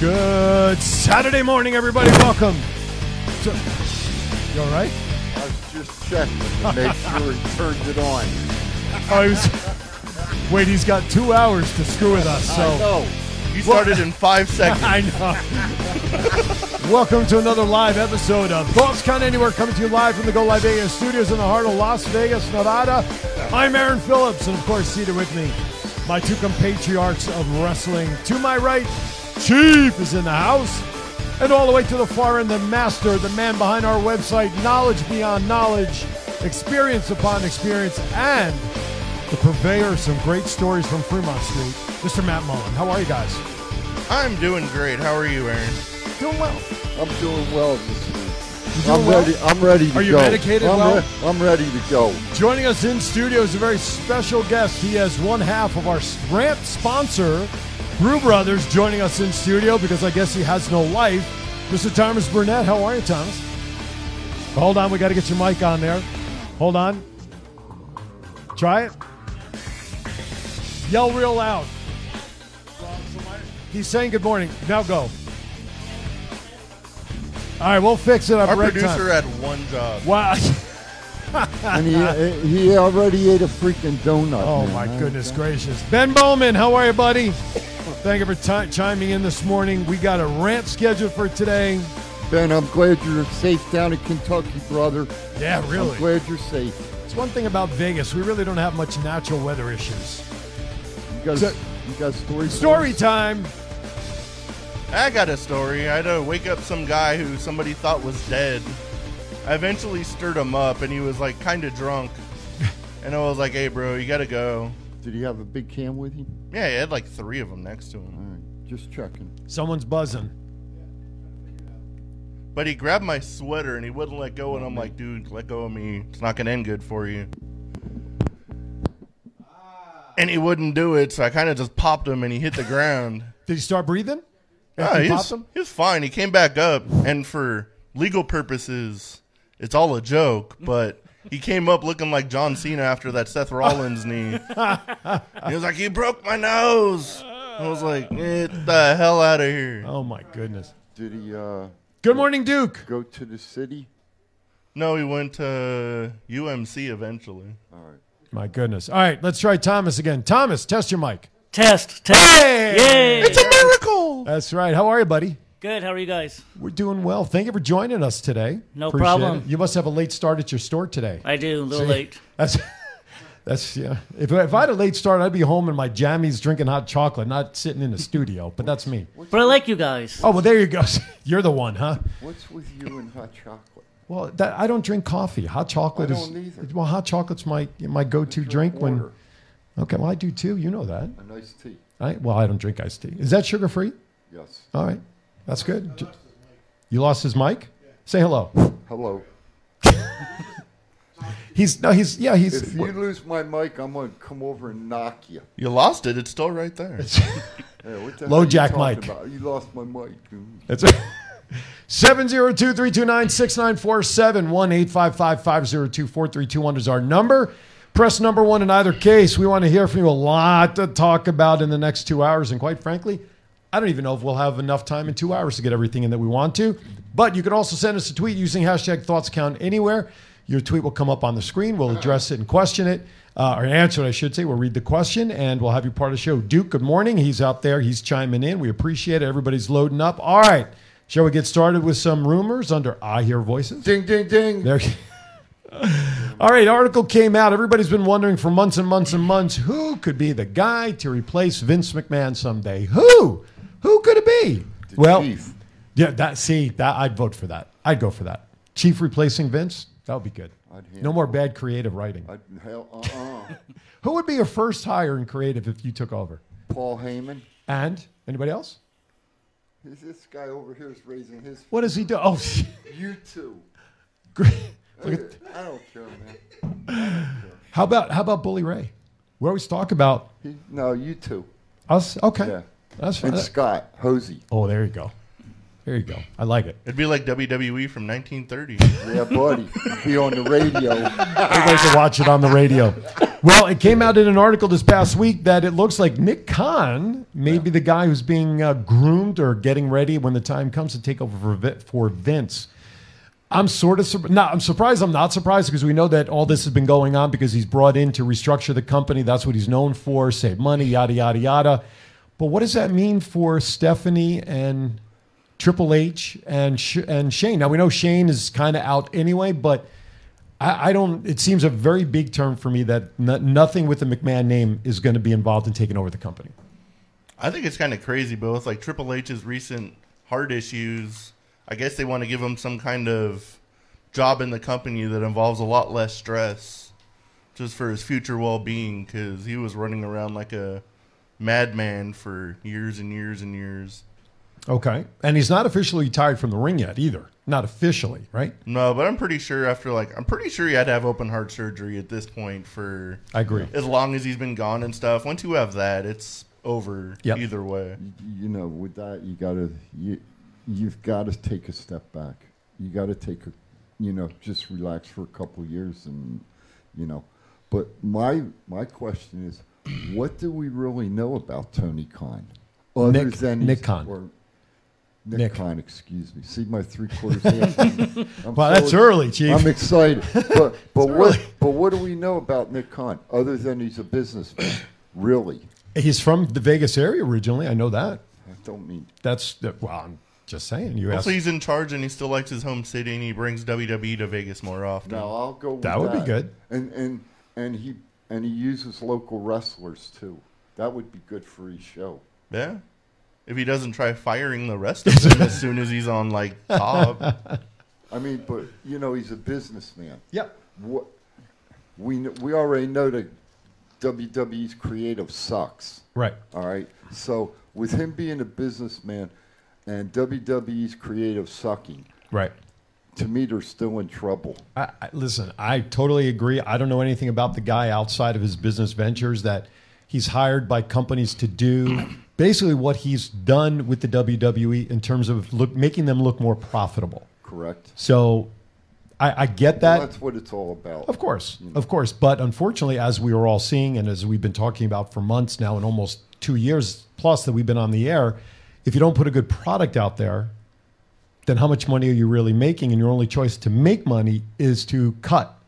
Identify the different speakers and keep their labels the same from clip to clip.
Speaker 1: Good Saturday morning, everybody. Welcome. To... You all right?
Speaker 2: I was just checking to make sure he turned it on.
Speaker 1: Oh, he was... Wait, he's got two hours to screw with us. So.
Speaker 2: I know.
Speaker 3: You started in five seconds.
Speaker 1: I know. Welcome to another live episode of Thoughts Count Anywhere, coming to you live from the Go Live Vegas studios in the heart of Las Vegas, Nevada. I'm Aaron Phillips, and of course, seated with me, my two compatriots of wrestling. To my right, Chief is in the house, and all the way to the far end, the master, the man behind our website, Knowledge Beyond Knowledge, Experience Upon Experience, and the purveyor of some great stories from Fremont Street, Mr. Matt Mullen. How are you guys?
Speaker 3: I'm doing great. How are you, Aaron?
Speaker 1: Doing well.
Speaker 2: I'm doing well this week.
Speaker 1: doing
Speaker 2: I'm
Speaker 1: well?
Speaker 2: ready. I'm ready to
Speaker 1: Are you
Speaker 2: go.
Speaker 1: medicated
Speaker 2: I'm
Speaker 1: well?
Speaker 2: I'm ready to go.
Speaker 1: Joining us in studio is a very special guest. He has one half of our rant sponsor, Brew Brothers, joining us in studio because I guess he has no life. Mr. Thomas Burnett, how are you, Thomas? Hold on, we got to get your mic on there. Hold on. Try it. Yell real loud. He's saying good morning. Now go. All right, we'll fix it up
Speaker 3: Our
Speaker 1: right
Speaker 3: producer had
Speaker 1: time.
Speaker 3: one job.
Speaker 1: Wow.
Speaker 2: And he he already ate a freaking donut.
Speaker 1: Oh
Speaker 2: man.
Speaker 1: my
Speaker 2: I-
Speaker 1: goodness gracious. Ben Bowman, how are you, buddy? Thank you for ti chiming in this morning. We got a rant scheduled for today.
Speaker 2: Ben, I'm glad you're safe down in Kentucky, brother.
Speaker 1: Yeah, really.
Speaker 2: I'm glad you're safe.
Speaker 1: It's one thing about Vegas, we really don't have much natural weather issues.
Speaker 2: You got
Speaker 1: So-
Speaker 2: you got story.
Speaker 1: Story time.
Speaker 3: I got a story. I had to wake up some guy who somebody thought was dead. I eventually stirred him up, and he was like kind of drunk. And I was like, "Hey, bro, you gotta go."
Speaker 2: Did he have a big can with him?
Speaker 3: Yeah, he had like three of them next to him.
Speaker 2: All right, just checking.
Speaker 1: Someone's buzzing.
Speaker 3: But he grabbed my sweater and he wouldn't let go, and I'm like, "Dude, let go of me. It's not gonna end good for you." And he wouldn't do it, so I kind of just popped him, and he hit the ground.
Speaker 1: Did he start breathing?
Speaker 3: Yeah,
Speaker 1: After you
Speaker 3: he's,
Speaker 1: popped him?
Speaker 3: he's fine. He came back up, and for legal purposes, it's all a joke. But he came up looking like John Cena after that Seth Rollins knee. he was like, "You broke my nose." I was like, "Get the hell out of here!"
Speaker 1: Oh my goodness.
Speaker 2: Did he uh,
Speaker 1: Good morning, Duke.
Speaker 2: go to the city?
Speaker 3: No, he went to UMC eventually.
Speaker 2: All right.
Speaker 1: My goodness. All right, let's try Thomas again. Thomas, test your mic.
Speaker 4: Test, test.
Speaker 1: Hey!
Speaker 4: Yay!
Speaker 3: It's a miracle.
Speaker 1: That's right. How are you, buddy?
Speaker 4: Good. How are you guys?
Speaker 1: We're doing well. Thank you for joining us today.
Speaker 4: No
Speaker 1: Appreciate
Speaker 4: problem.
Speaker 1: it. You must have a late start at your store today.
Speaker 4: I do. A little late.
Speaker 1: That's that's yeah. If, if I had a late start, I'd be home in my jammies drinking hot chocolate, not sitting in the studio. But that's me.
Speaker 4: But I like you guys.
Speaker 1: Oh well, there you go. You're the one, huh?
Speaker 2: What's with you and hot chocolate?
Speaker 1: Well, that, I don't drink coffee. Hot chocolate
Speaker 2: I
Speaker 1: is
Speaker 2: don't either.
Speaker 1: well. Hot chocolate's my my go-to drink when.
Speaker 2: Order
Speaker 1: Okay, well I do too. You know that.
Speaker 2: a nice tea.
Speaker 1: I, well, I don't drink iced tea. Is that sugar-free?
Speaker 2: Yes.
Speaker 1: All right, that's good. J- You lost his mic. Say hello.
Speaker 2: Hello.
Speaker 1: He's no. He's yeah. He's
Speaker 2: If you lose my mic, I'm gonna come over and knock you.
Speaker 3: You lost it. It's still right there.
Speaker 2: Hey, what the
Speaker 1: Low
Speaker 2: hell you
Speaker 1: jack
Speaker 2: talking
Speaker 1: mic.
Speaker 2: about? You lost my mic. dude.
Speaker 1: That's it. 702 329 6947 1 855 502 4321 is our number. Press number one in either case. We want to hear from you. A lot to talk about in the next two hours. And quite frankly, I don't even know if we'll have enough time in two hours to get everything in that we want to. But you can also send us a tweet using hashtag thoughts count anywhere. Your tweet will come up on the screen. We'll address it and question it, uh, or answer it, I should say. We'll read the question and we'll have you part of the show. Duke, good morning. He's out there. He's chiming in. We appreciate it. Everybody's loading up. All right. Shall we get started with some rumors under I Hear Voices?
Speaker 2: Ding, ding, ding.
Speaker 1: There. All right, article came out. Everybody's been wondering for months and months and months who could be the guy to replace Vince McMahon someday. Who? Who could it be? well,
Speaker 2: Chief.
Speaker 1: yeah, that see, that I'd vote for that. I'd go for that. Chief replacing Vince? That would be good.
Speaker 2: I'd hand
Speaker 1: No more bad creative writing.
Speaker 2: I, hell, uh-uh.
Speaker 1: Who would be your first hire in creative if you took over?
Speaker 2: Paul Heyman.
Speaker 1: And anybody else?
Speaker 2: Is this guy over here is raising his?
Speaker 1: What does he do? Oh,
Speaker 2: You too.
Speaker 1: great. Look at,
Speaker 2: I don't care, man.
Speaker 1: how about how about Bully Ray? We always talk about
Speaker 2: He, no, you too.
Speaker 1: us. Okay,
Speaker 2: Yeah.
Speaker 1: that's
Speaker 2: And
Speaker 1: fine.
Speaker 2: Scott Hosey.
Speaker 1: Oh, there you go. There you go. I like it.
Speaker 3: It'd be like WWE from 1930.
Speaker 2: Yeah, buddy. He on the radio.
Speaker 1: Everybody can watch it on the radio. Well, it came out in an article this past week that it looks like Nick Khan may be the guy who's being uh, groomed or getting ready when the time comes to take over for, Vi- for Vince. I'm sort of sur- no, I'm surprised. I'm not surprised because we know that all this has been going on because he's brought in to restructure the company. That's what he's known for: save money, yada yada yada. But what does that mean for Stephanie and Triple H and Sh- and Shane? Now we know Shane is kind of out anyway, but I, I don't. It seems a very big term for me that no, nothing with the McMahon name is going to be involved in taking over the company.
Speaker 3: I think it's kind of crazy, but with like Triple H's recent heart issues, I guess they want to give him some kind of job in the company that involves a lot less stress, just for his future well-being. Because he was running around like a madman for years and years and years.
Speaker 1: Okay, and he's not officially retired from the ring yet either. Not officially, right?
Speaker 3: No, but I'm pretty sure after like I'm pretty sure he had to have open heart surgery at this point for
Speaker 1: I agree.
Speaker 3: as long as he's been gone and stuff. Once you have that, it's over
Speaker 1: Yep.
Speaker 3: either way.
Speaker 2: you know, with that, you gotta you you've got to take a step back. You got to take a, you know, just relax for a couple years, and you know. But my my question is, what do we really know about Tony Khan? Other
Speaker 1: Nick-
Speaker 2: than
Speaker 1: Nick
Speaker 2: he's-
Speaker 1: Khan.
Speaker 2: or Nick,
Speaker 1: Nick.
Speaker 2: Khan, excuse me. See my three quarters. answer? I'm
Speaker 1: Well,
Speaker 2: so
Speaker 1: that's early, Chief.
Speaker 2: I'm excited. But but what but what do we know about Nick Khan other than he's a businessman? Really,
Speaker 1: He's from the Vegas area originally. I know that.
Speaker 2: I don't mean
Speaker 1: That's that- well. I'm just saying. You asked.
Speaker 3: Also, he's in charge and he still likes his home city and he brings WWE to Vegas more often.
Speaker 2: No, I'll go. With
Speaker 1: That
Speaker 2: that
Speaker 1: would be good.
Speaker 2: And and and he and he uses local wrestlers too. That would be good for his show.
Speaker 3: Yeah. If he doesn't try firing the rest of them as soon as he's on like top.
Speaker 2: I mean, but you know, he's a businessman.
Speaker 1: Yep.
Speaker 2: What we kn- we already know that WWE's creative sucks.
Speaker 1: Right.
Speaker 2: All right. So with him being a businessman and WWE's creative sucking,
Speaker 1: Right.
Speaker 2: to me, they're still in trouble.
Speaker 1: I, I, listen, I totally agree. I don't know anything about the guy outside of his business ventures that he's hired by companies to do. Basically, what he's done with the WWE in terms of look, making them look more profitable.
Speaker 2: Correct.
Speaker 1: So, I, I get that.
Speaker 2: That's what it's all about.
Speaker 1: Of course, of course. But unfortunately, as we are all seeing and as we've been talking about for months now and almost two years plus that we've been on the air, if you don't put a good product out there, then how much money are you really making? And your only choice to make money is to cut,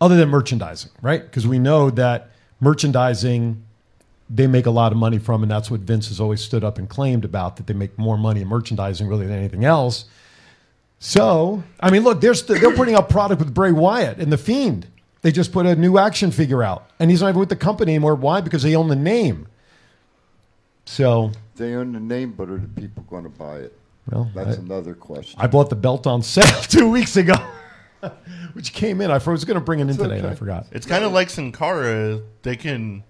Speaker 1: other than merchandising, right? Because we know that merchandising, they make a lot of money from, and that's what Vince has always stood up and claimed about that they make more money in merchandising really than anything else. So, I mean, look, they're, st- they're putting out product with Bray Wyatt and The Fiend. They just put a new action figure out, and he's not even with the company anymore. Why? Because they own the name. So,
Speaker 2: They own the name, but are the people going to buy it?
Speaker 1: well,
Speaker 2: That's
Speaker 1: I-
Speaker 2: another question.
Speaker 1: I bought the belt on sale two weeks ago, which came in. I was going to bring it in today, and I
Speaker 2: okay.
Speaker 1: forgot.
Speaker 3: It's kind of like Sin Cara. They can,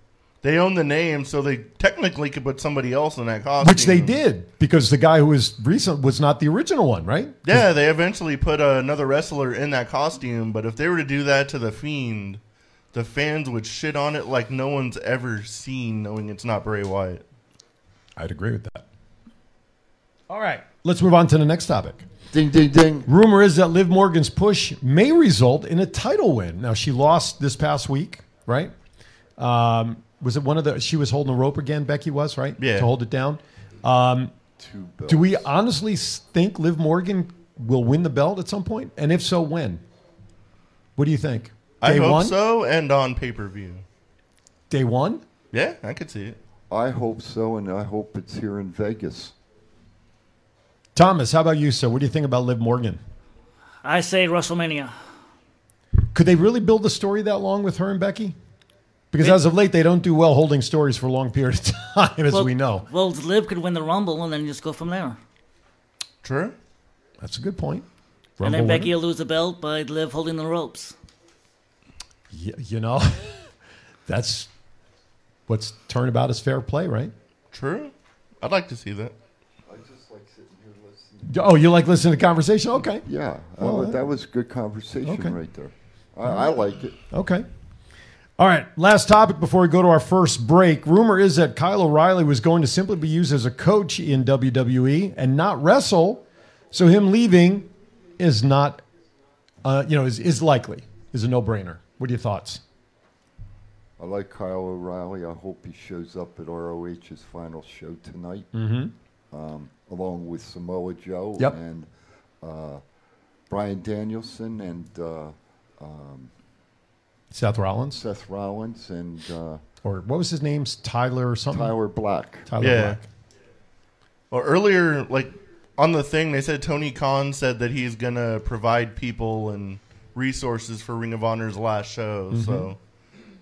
Speaker 3: they own the name, so they technically could put somebody else in that costume.
Speaker 1: Which they did because the guy who was recent was not the original one, right?
Speaker 3: Yeah, they eventually put uh, another wrestler in that costume, but if they were to do that to The Fiend, the fans would shit on it like no one's ever seen, knowing it's not Bray Wyatt.
Speaker 1: I'd agree with that. All right, let's move on to the next topic.
Speaker 2: ding, ding, ding.
Speaker 1: Rumor is that Liv Morgan's push may result in a title win. Now she lost this past week, right? Um, was it one of the? She was holding the rope again. Becky was right
Speaker 3: Yeah.
Speaker 1: to hold it down. Um,
Speaker 2: Two belts.
Speaker 1: do we honestly s- think Liv Morgan will win the belt at some point? And if so, when? What do you think?
Speaker 3: I hope so, and on pay per view.
Speaker 1: Day one?
Speaker 3: Yeah, I could see it.
Speaker 2: I hope so, and I hope it's here in Vegas.
Speaker 1: Thomas, how about you, sir? What do you think about Liv Morgan?
Speaker 4: I say WrestleMania.
Speaker 1: Could they really build the story that long with her and Becky? Because as of late, they don't do well holding stories for a long period of time, as we know.
Speaker 4: Well, Liv could win the Rumble and then just go from there.
Speaker 3: True.
Speaker 1: That's a good point.
Speaker 4: and then
Speaker 1: Rumble
Speaker 4: Becky will lose the belt by Liv holding the ropes.
Speaker 1: winner? Y- you know, that's what's turnabout is fair play, right?
Speaker 3: True. I'd like to see that.
Speaker 2: I just like sitting here listening.
Speaker 1: Oh, you like listening to conversation? Okay.
Speaker 2: Yeah,
Speaker 1: Well,
Speaker 2: uh,
Speaker 1: I-
Speaker 2: that was good conversation
Speaker 1: Okay.
Speaker 2: right there. I, I like it.
Speaker 1: Okay. All right. Last topic before we go to our first break. Rumor is that Kyle O'Reilly was going to simply be used as a coach in WWE and not wrestle. So him leaving is not, uh, you know, is, is likely, is a no brainer. What are your thoughts?
Speaker 2: I I like Kyle O'Reilly. I hope he shows up at ROH's final show tonight, um, along with Samoa Joe
Speaker 1: Mm-hmm. Yep.
Speaker 2: and uh, Brian Danielson and uh,
Speaker 1: Seth Rollins
Speaker 2: Seth Rollins and uh,
Speaker 1: or what was his name? Tyler or something.
Speaker 2: Tyler Black.
Speaker 1: Tyler
Speaker 3: Yeah.
Speaker 1: Black.
Speaker 3: Well, earlier, like on the thing, they said Tony Khan said that he's gonna provide people and resources for Ring of Honor's last show. So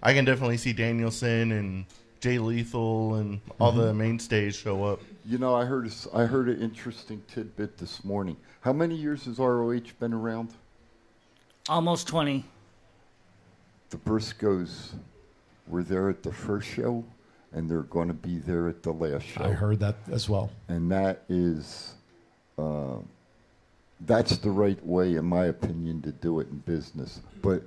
Speaker 3: I can definitely see Danielson and Jay Lethal and all the mainstays show up.
Speaker 2: You know, I heard a s- I heard an interesting tidbit this morning. How many years has ROH been around?
Speaker 4: Almost 20.
Speaker 2: The Briscoes were there at the first show, and they're going to be there at the last show.
Speaker 1: I heard that as well.
Speaker 2: and that is uh, that's the right way in my opinion to do it in business but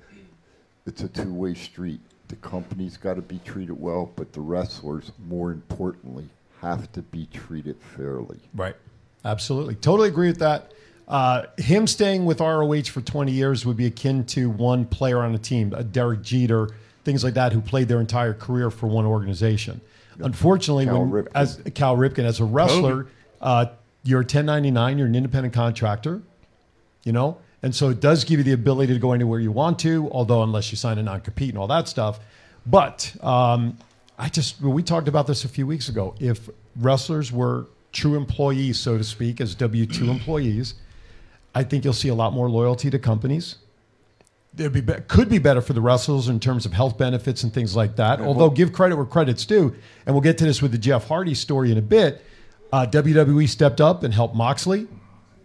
Speaker 2: it's a two-way street the company's got to be treated well but the wrestlers more importantly have to be treated fairly
Speaker 1: Right. Absolutely. Totally agree with that. Uh, him staying with ROH for 20 years would be akin to one player on a team, a Derek Jeter, things like that, who played their entire career for one organization. Unfortunately,
Speaker 2: Cal
Speaker 1: when,
Speaker 2: Ripken.
Speaker 1: as Cal Ripken, as a wrestler, uh, you're a 1099, you're an independent contractor, you know? And so it does give you the ability to go anywhere you want to, although unless you sign a non-compete and all that stuff. But um, I just we talked about this a few weeks ago. If wrestlers were true employees, so to speak, as W two employees, I think you'll see a lot more loyalty to companies. It'd be, be- could be better for the wrestlers in terms of health benefits and things like that. Although, give credit where credit's due, and we'll get to this with the Jeff Hardy story in a bit. Uh, WWE stepped up and helped Moxley.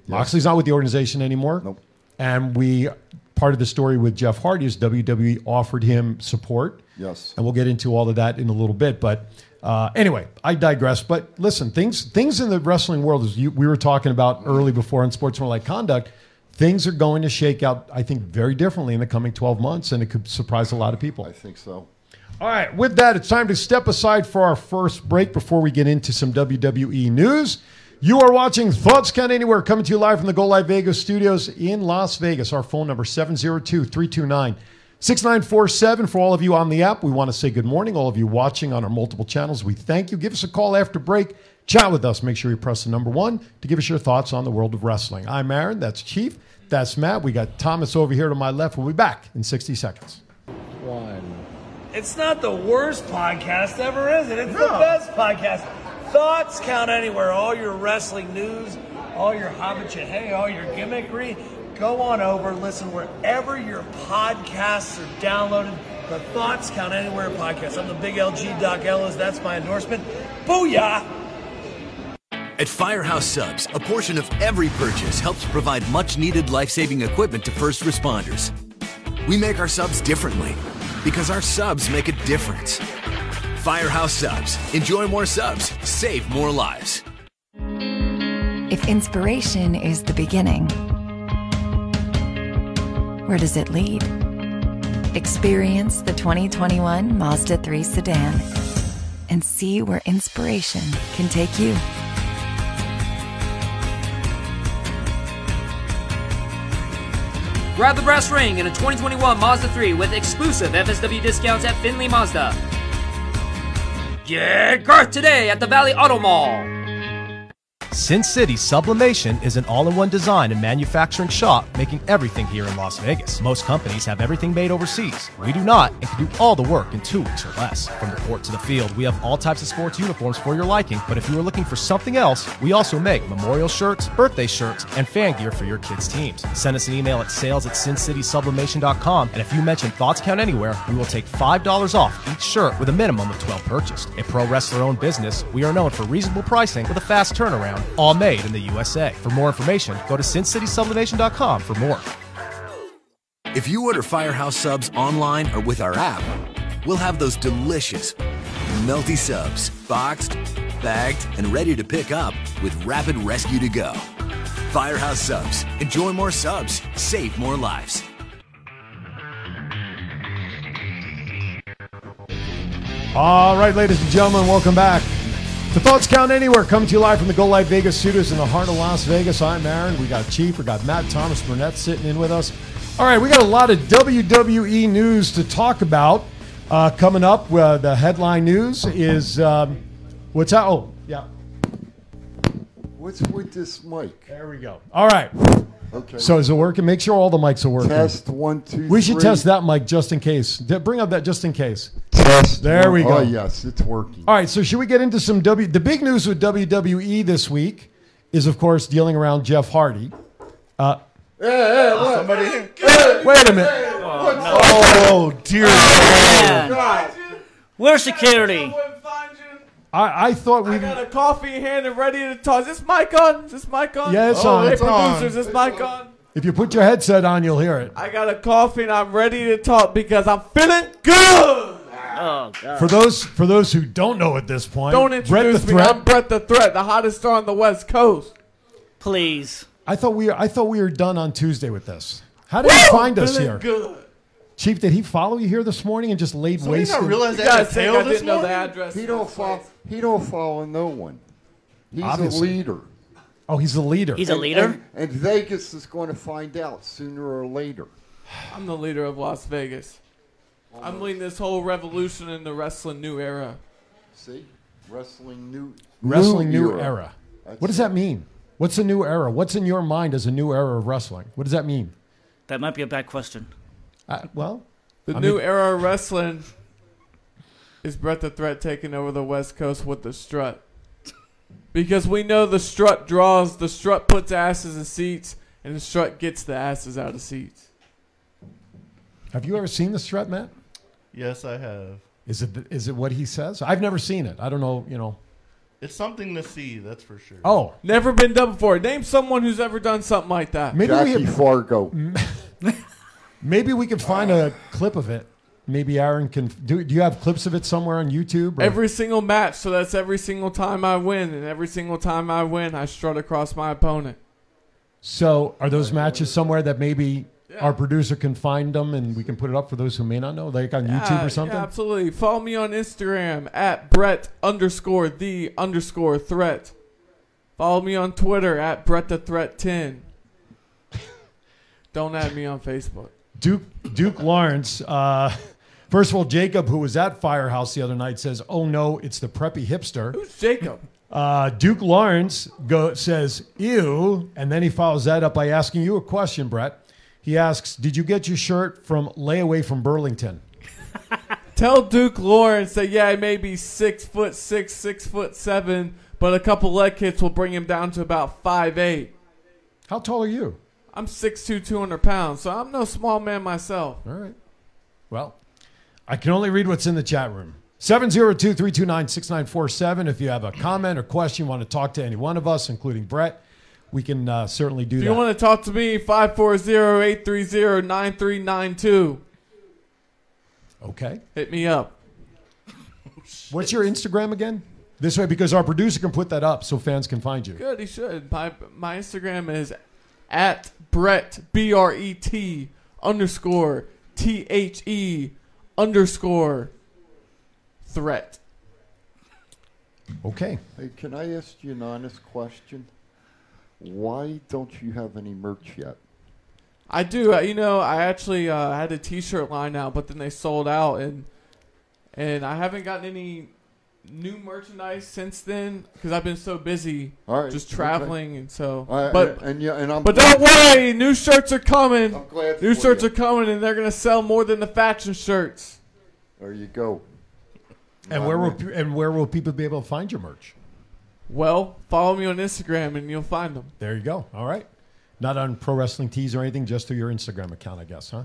Speaker 1: Moxley's not with the organization anymore.
Speaker 2: Nope.
Speaker 1: And we part of the story with Jeff Hardy is WWE offered him support.
Speaker 2: Yes.
Speaker 1: And we'll get into all of that in a little bit. But uh, anyway, I digress. But listen, things things in the wrestling world as you, we were talking about early before on sportsmanlike conduct, things are going to shake out. I think very differently in the coming twelve months, and it could surprise a lot of people.
Speaker 2: i think so
Speaker 1: All right, with that, it's time to step aside for our first break before we get into some WWE news. You are watching Thoughts Count Anywhere coming to you live from the Go Live Vegas studios in Las Vegas. Our phone number 702-329-6947 for all of you on the app. We want to say good morning all of you watching on our multiple channels. We thank you. Give us a call after break. Chat with us. Make sure you press the number 1 to give us your thoughts on the world of wrestling. I'm Aaron, that's Chief, that's Matt. We got Thomas over here to my left. We'll be back in 60 seconds.
Speaker 2: one
Speaker 5: It's not the worst podcast ever, is it? It's the best podcast. Thoughts count anywhere. All your wrestling news, all your hobbit shit, hey, all your gimmickry. Go on over, listen wherever your podcasts are downloaded. The Thoughts Count Anywhere podcast. I'm the big LG Doc Ellis. That's my endorsement. Booyah!
Speaker 6: At Firehouse Subs, a portion of every purchase helps provide much needed life saving equipment to first responders. We make our subs differently because our subs make a difference. Firehouse Subs. Enjoy more subs, save more lives.
Speaker 7: If inspiration is the beginning, where does it lead? Experience the 2021 Mazda 3 sedan and see where inspiration can take you.
Speaker 8: Grab the brass ring in a 2021 Mazda 3 with exclusive FSW discounts at Finley Mazda. Get Garth today at the Valley Auto Mall.
Speaker 9: Sin City Sublimation is an all in one design and manufacturing shop making everything here in Las Vegas. Most companies have everything made overseas. We do not and can do all the work in two weeks or less. From the court to the field, we have all types of sports uniforms for your liking, but if you are looking for something else, we also make memorial shirts, birthday shirts, and fan gear for your kids' teams. Send us an email at sales at sincitysublimation.com, and if you mention Thoughts Count Anywhere, we will take $5 off each shirt with a minimum of 12 purchased. A pro wrestler owned business, we are known for reasonable pricing with a fast turnaround, all made in the USA. For more information, go to sincitysublimation.com for more.
Speaker 6: If you order Firehouse Subs online or with our app, we'll have those delicious, melty subs boxed, bagged, and ready to pick up with Rapid Rescue to Go. Firehouse Subs. Enjoy more subs, save more lives.
Speaker 1: All right, ladies and gentlemen, welcome back. The thoughts count anywhere. Coming to you live from the Go Live Vegas studios in the heart of Las Vegas. I'm Aaron. We got Chief. We got Matt Thomas Burnett sitting in with us. All right, we got a lot of WWE news to E talk about. Uh, coming up, uh, the headline news is um, what's that? Oh, yeah.
Speaker 2: What's with this mic?
Speaker 1: There we go. All right.
Speaker 2: Okay.
Speaker 1: So is it working? Make sure all the mics are working.
Speaker 2: test one, two.
Speaker 1: We should
Speaker 2: three.
Speaker 1: test that mic just in case. D- Bring up that just in case.
Speaker 2: Test. one-
Speaker 1: There we go.
Speaker 2: Oh yes, it's working.
Speaker 1: All right, so should we get into some W? The big news with WWE this week is, of course, dealing around Jeff Hardy. Uh,
Speaker 3: Somebody here.
Speaker 1: Wait a minute.
Speaker 3: Oh dear.
Speaker 4: Man, where's security?
Speaker 1: I, I thought we.
Speaker 10: I got a coffee in hand and ready to toss. Is this mic on? Is this mic on?
Speaker 1: Yeah, it's
Speaker 3: Oh,
Speaker 1: on.
Speaker 10: Hey,
Speaker 3: it's on.
Speaker 10: producers, is this mic on?
Speaker 1: If you put your headset on, you'll hear it.
Speaker 10: I got a coffee and I'm ready to talk because I'm feeling good.
Speaker 4: Oh god.
Speaker 1: For those for those who don't know at this point,
Speaker 10: Don't
Speaker 1: Brett the
Speaker 10: introduce me.
Speaker 1: Threat-
Speaker 10: I'm Brett the Threat, the hottest star on the West Coast.
Speaker 4: Please.
Speaker 1: I thought we I thought we were done on Tuesday with this. How did he find us
Speaker 10: feeling
Speaker 1: here,
Speaker 10: good.
Speaker 1: Chief? Did he follow you here this morning and just laid
Speaker 3: So you
Speaker 1: waste?
Speaker 3: not
Speaker 1: in-
Speaker 3: realize
Speaker 10: You
Speaker 3: that
Speaker 10: guys
Speaker 3: had a
Speaker 10: think
Speaker 3: tail
Speaker 10: I
Speaker 3: this
Speaker 10: didn't know the
Speaker 3: morning?
Speaker 10: address?
Speaker 2: He
Speaker 10: to
Speaker 2: don't
Speaker 10: this
Speaker 2: follow.
Speaker 10: place?
Speaker 2: He don't follow no one. He's
Speaker 1: Obviously.
Speaker 2: a leader.
Speaker 1: oh, he's the leader.
Speaker 4: He's a leader?
Speaker 2: And, and Vegas is going to find out sooner or later.
Speaker 10: I'm the leader of Las Vegas. I'm leading this whole revolution in the wrestling new era.
Speaker 2: See, wrestling new
Speaker 1: wrestling new era.
Speaker 2: That's
Speaker 1: what does
Speaker 2: it.
Speaker 1: that mean? What's a new era? What's in your mind as a new era of wrestling? What does that mean?
Speaker 4: That might be a bad question.
Speaker 1: Uh, well,
Speaker 10: The
Speaker 1: I
Speaker 10: new
Speaker 1: mean-
Speaker 10: era of wrestling is Brett the Threat taking over the West Coast with the strut. Because we know the strut draws, the strut puts asses in seats, and the strut gets the asses out of seats.
Speaker 1: have you ever seen the strut, Matt?
Speaker 3: Yes, I have.
Speaker 1: Is it is it what he says? I've never seen it. I don't know. You know.
Speaker 3: It's something to see, that's for sure.
Speaker 1: Oh,
Speaker 10: Never been done before. Name someone who's ever done something like that.
Speaker 1: maybe
Speaker 2: Jackie
Speaker 1: we
Speaker 2: Fargo.
Speaker 1: maybe we could find a clip of it. Maybe Aaron can. Do, do you have clips of it somewhere on YouTube? or-
Speaker 10: Every single match, so that's every single time I win, and every single time I win, I strut across my opponent.
Speaker 1: so are those matches somewhere that maybe our producer can find them and we can put it up for those who may not know, like on YouTube
Speaker 10: Uh,
Speaker 1: or something?
Speaker 10: Yeah, absolutely. Follow me on Instagram at Brett underscore the underscore threat. Follow me on Twitter at Brett the Threat 10. Don't add me on Facebook.
Speaker 1: Duke Duke Lawrence. Uh, first of all, Jacob, who was at Firehouse the other night, says, "Oh no, it's the preppy hipster."
Speaker 10: Who's Jacob?
Speaker 1: Uh, Duke Lawrence go, says, ew. And then he follows that up by asking you a question, Brett. He asks, Did you get your shirt from Layaway from Burlington?
Speaker 10: Tell Duke Lawrence that yeah, he may be six foot six, six foot seven, but a couple leg kicks will bring him down to about five eight.
Speaker 1: How tall are you?
Speaker 10: I'm six two, two hundred pounds, so I'm no small man myself.
Speaker 1: All right. Well, I can only read what's in the chat room. 702 329 6947. If you have a comment or question, you want to talk to any one of us, including Brett, we can uh, certainly do
Speaker 10: If
Speaker 1: that.
Speaker 10: you want to talk to me, 540-830-9392.
Speaker 1: okay.
Speaker 10: Hit me up.
Speaker 1: What's your Instagram again? This way, because our producer can put that up so fans can find you.
Speaker 10: Good, he should. My my Instagram is at Brett B R E T underscore T H E underscore threat.
Speaker 1: Okay.
Speaker 2: Hey, can I ask you an honest question? Why don't you have any merch yet?
Speaker 10: I do. uh, You know, I actually uh, had a T-shirt line out, but then they sold out, and and I haven't gotten any new merchandise since then because I've been so busy,
Speaker 2: All right,
Speaker 10: just
Speaker 2: okay.
Speaker 10: traveling, and so.
Speaker 2: I,
Speaker 10: but
Speaker 2: and yeah, and I'm
Speaker 10: but don't worry, new shirts are coming.
Speaker 2: I'm glad
Speaker 10: New
Speaker 2: for
Speaker 10: shirts
Speaker 2: you.
Speaker 10: are coming, and they're gonna sell more than the fashion shirts.
Speaker 2: There you go.
Speaker 1: And where will and where will people be able to find your merch?
Speaker 10: Well, follow me on Instagram, and you'll find them.
Speaker 1: There you go. All right. Not on pro wrestling tees or anything, just through your Instagram account, I guess, huh?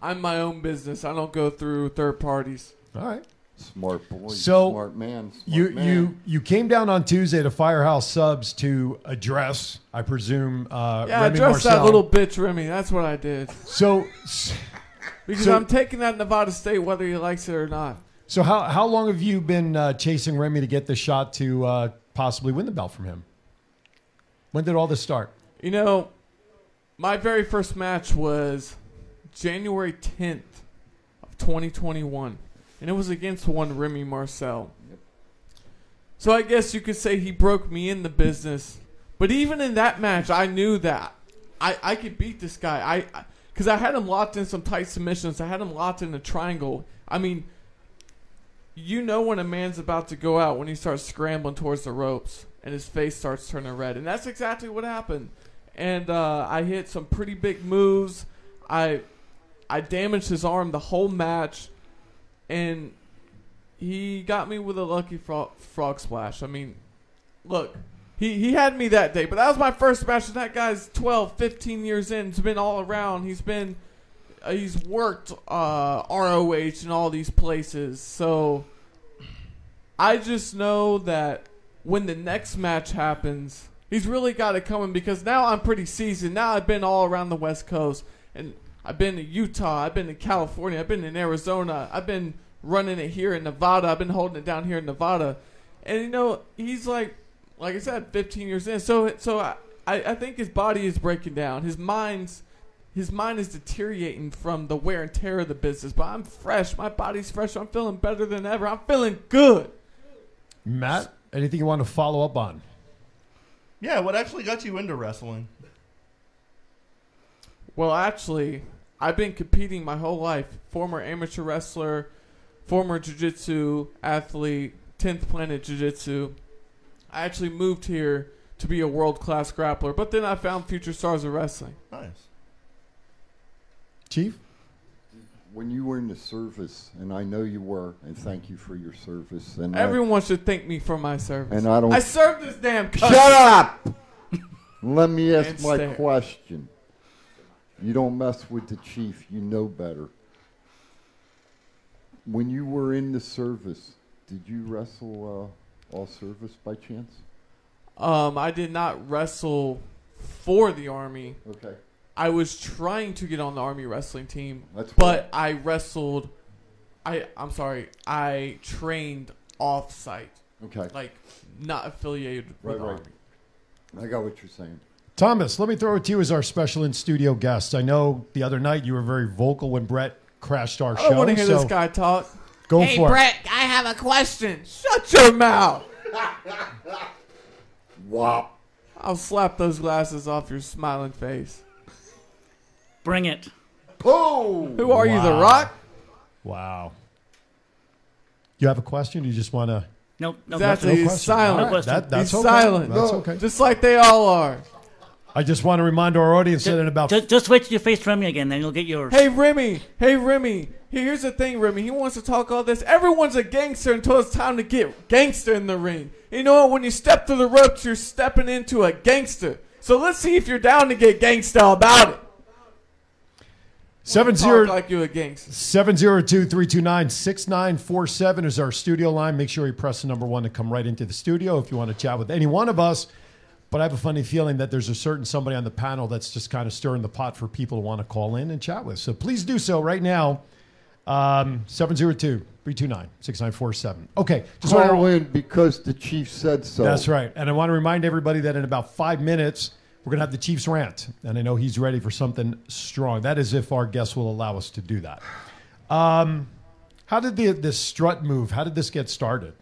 Speaker 10: I'm my own business. I don't go through third parties.
Speaker 1: All right.
Speaker 2: Smart boy.
Speaker 1: So,
Speaker 2: smart man. Smart
Speaker 1: You
Speaker 2: man.
Speaker 1: you you came down on Tuesday to Firehouse Subs to address, I presume, uh,
Speaker 10: Yeah,
Speaker 1: Remy
Speaker 10: address
Speaker 1: Marcel.
Speaker 10: that little bitch, Remy. That's what I did.
Speaker 1: So
Speaker 10: Because
Speaker 1: So-
Speaker 10: I'm taking that Nevada State, whether he likes it or not.
Speaker 1: so how how long have you been uh, chasing Remy to get the shot to uh, possibly win the belt from him? When did all this start?
Speaker 10: You know, my very first match was January 10th of 2021, and it was against one Remy Marcel. So I guess you could say he broke me in the business. But even in that match, I knew that I, I could beat this guy. I because I had him locked in some tight submissions. I had him locked in a triangle. I mean, you know when a man's about to go out when he starts scrambling towards the ropes and his face starts turning red, and that's exactly what happened. And uh, I hit some pretty big moves. I I damaged his arm the whole match, and he got me with a lucky frog, frog splash. I mean, look, he, he had me that day, but that was my first match. And that guy's 12, 15 years in. He's been all around. He's been, uh, he's worked uh, ROH and all these places. So I just know that when the next match happens, he's really got it coming because now I'm pretty seasoned. Now I've been all around the West Coast and I've been to Utah. I've been to California. I've been in Arizona. I've been running it here in Nevada. I've been holding it down here in Nevada. And you know, he's like, like I said, 15 years in. So, so I, I I think his body is breaking down. His mind's, his mind is deteriorating from the wear and tear of the business. But I'm fresh. My body's fresh. I'm feeling better than ever. I'm feeling good.
Speaker 1: Matt, anything you want to follow up on?
Speaker 3: Yeah, what actually got you into wrestling?
Speaker 10: Well, actually, I've been competing my whole life. Former amateur wrestler, former jiu-jitsu athlete, 10th Planet Jiu-Jitsu. I actually moved here to be a world-class grappler, but then I found Future Stars of Wrestling.
Speaker 3: Nice.
Speaker 1: Chief?
Speaker 2: When you were in the service, and I know you were, and thank you for your service. And uh, I-
Speaker 10: Everyone should thank me for my service.
Speaker 2: And I don't-
Speaker 10: I served this damn country.
Speaker 2: Shut up! Let me
Speaker 10: And
Speaker 2: ask my
Speaker 10: stare.
Speaker 2: question. You don't mess with the chief, you know better. When you were in the service, did you wrestle uh, all service by chance?
Speaker 10: Um, I did not wrestle for the army.
Speaker 2: Okay.
Speaker 10: I was trying to get on the army wrestling team,
Speaker 2: That's
Speaker 10: but I wrestled. I I'm sorry. I trained off-site,
Speaker 2: Okay.
Speaker 10: like not affiliated with
Speaker 2: Right,
Speaker 10: the
Speaker 2: right.
Speaker 10: army.
Speaker 2: I got what you're saying.
Speaker 1: Thomas, let me throw it to you as our special in studio guest. I know the other night you were very vocal when Brett crashed our
Speaker 10: I
Speaker 1: show.
Speaker 10: don't want to hear
Speaker 1: so
Speaker 10: this guy talk.
Speaker 1: Go for it.
Speaker 10: I have a question. Shut your mouth.
Speaker 2: Wow.
Speaker 10: I'll slap those glasses off your smiling face.
Speaker 4: Bring it.
Speaker 2: Boom!
Speaker 10: Who are you, The
Speaker 1: Wow.
Speaker 10: Rock?
Speaker 1: Wow. You have a question? You just want to?
Speaker 4: Nope. No,
Speaker 10: That's
Speaker 4: nothing.
Speaker 10: he's silent.
Speaker 1: All right, that- that's
Speaker 10: he's
Speaker 1: okay.
Speaker 10: silent.
Speaker 1: That's okay.
Speaker 10: Just like they all are.
Speaker 1: I just want to remind our audience that in about
Speaker 4: Just, just wait till you face Remy again, then you'll get yours.
Speaker 10: Hey Remy, hey Remy. Here's the thing, Remy. He wants to talk all this. Everyone's a gangster until it's time to get gangster in the ring. You know what? When you step through the ropes, you're stepping into a gangster. So let's see if you're down to get gangster about it.
Speaker 1: seven
Speaker 10: Talk
Speaker 1: zero
Speaker 10: like you a gangster.
Speaker 1: 702 329 6947 is our studio line. Make sure you press the number one to come right into the studio if you want to chat with any one of us. But I have a funny feeling that there's a certain somebody on the panel that's just kind of stirring the pot for people to want to call in and chat with. So please do so right now. Um, 702 329 6947. Okay. Just wanna-
Speaker 2: Call in because the chief said so.
Speaker 1: that's right. And I want to remind everybody that in about five minutes, we're going to have the Chiefs rant. And I know he's ready for something strong. That is if our guests will allow us to do that. Um, how did the, this strut move, how did this get started?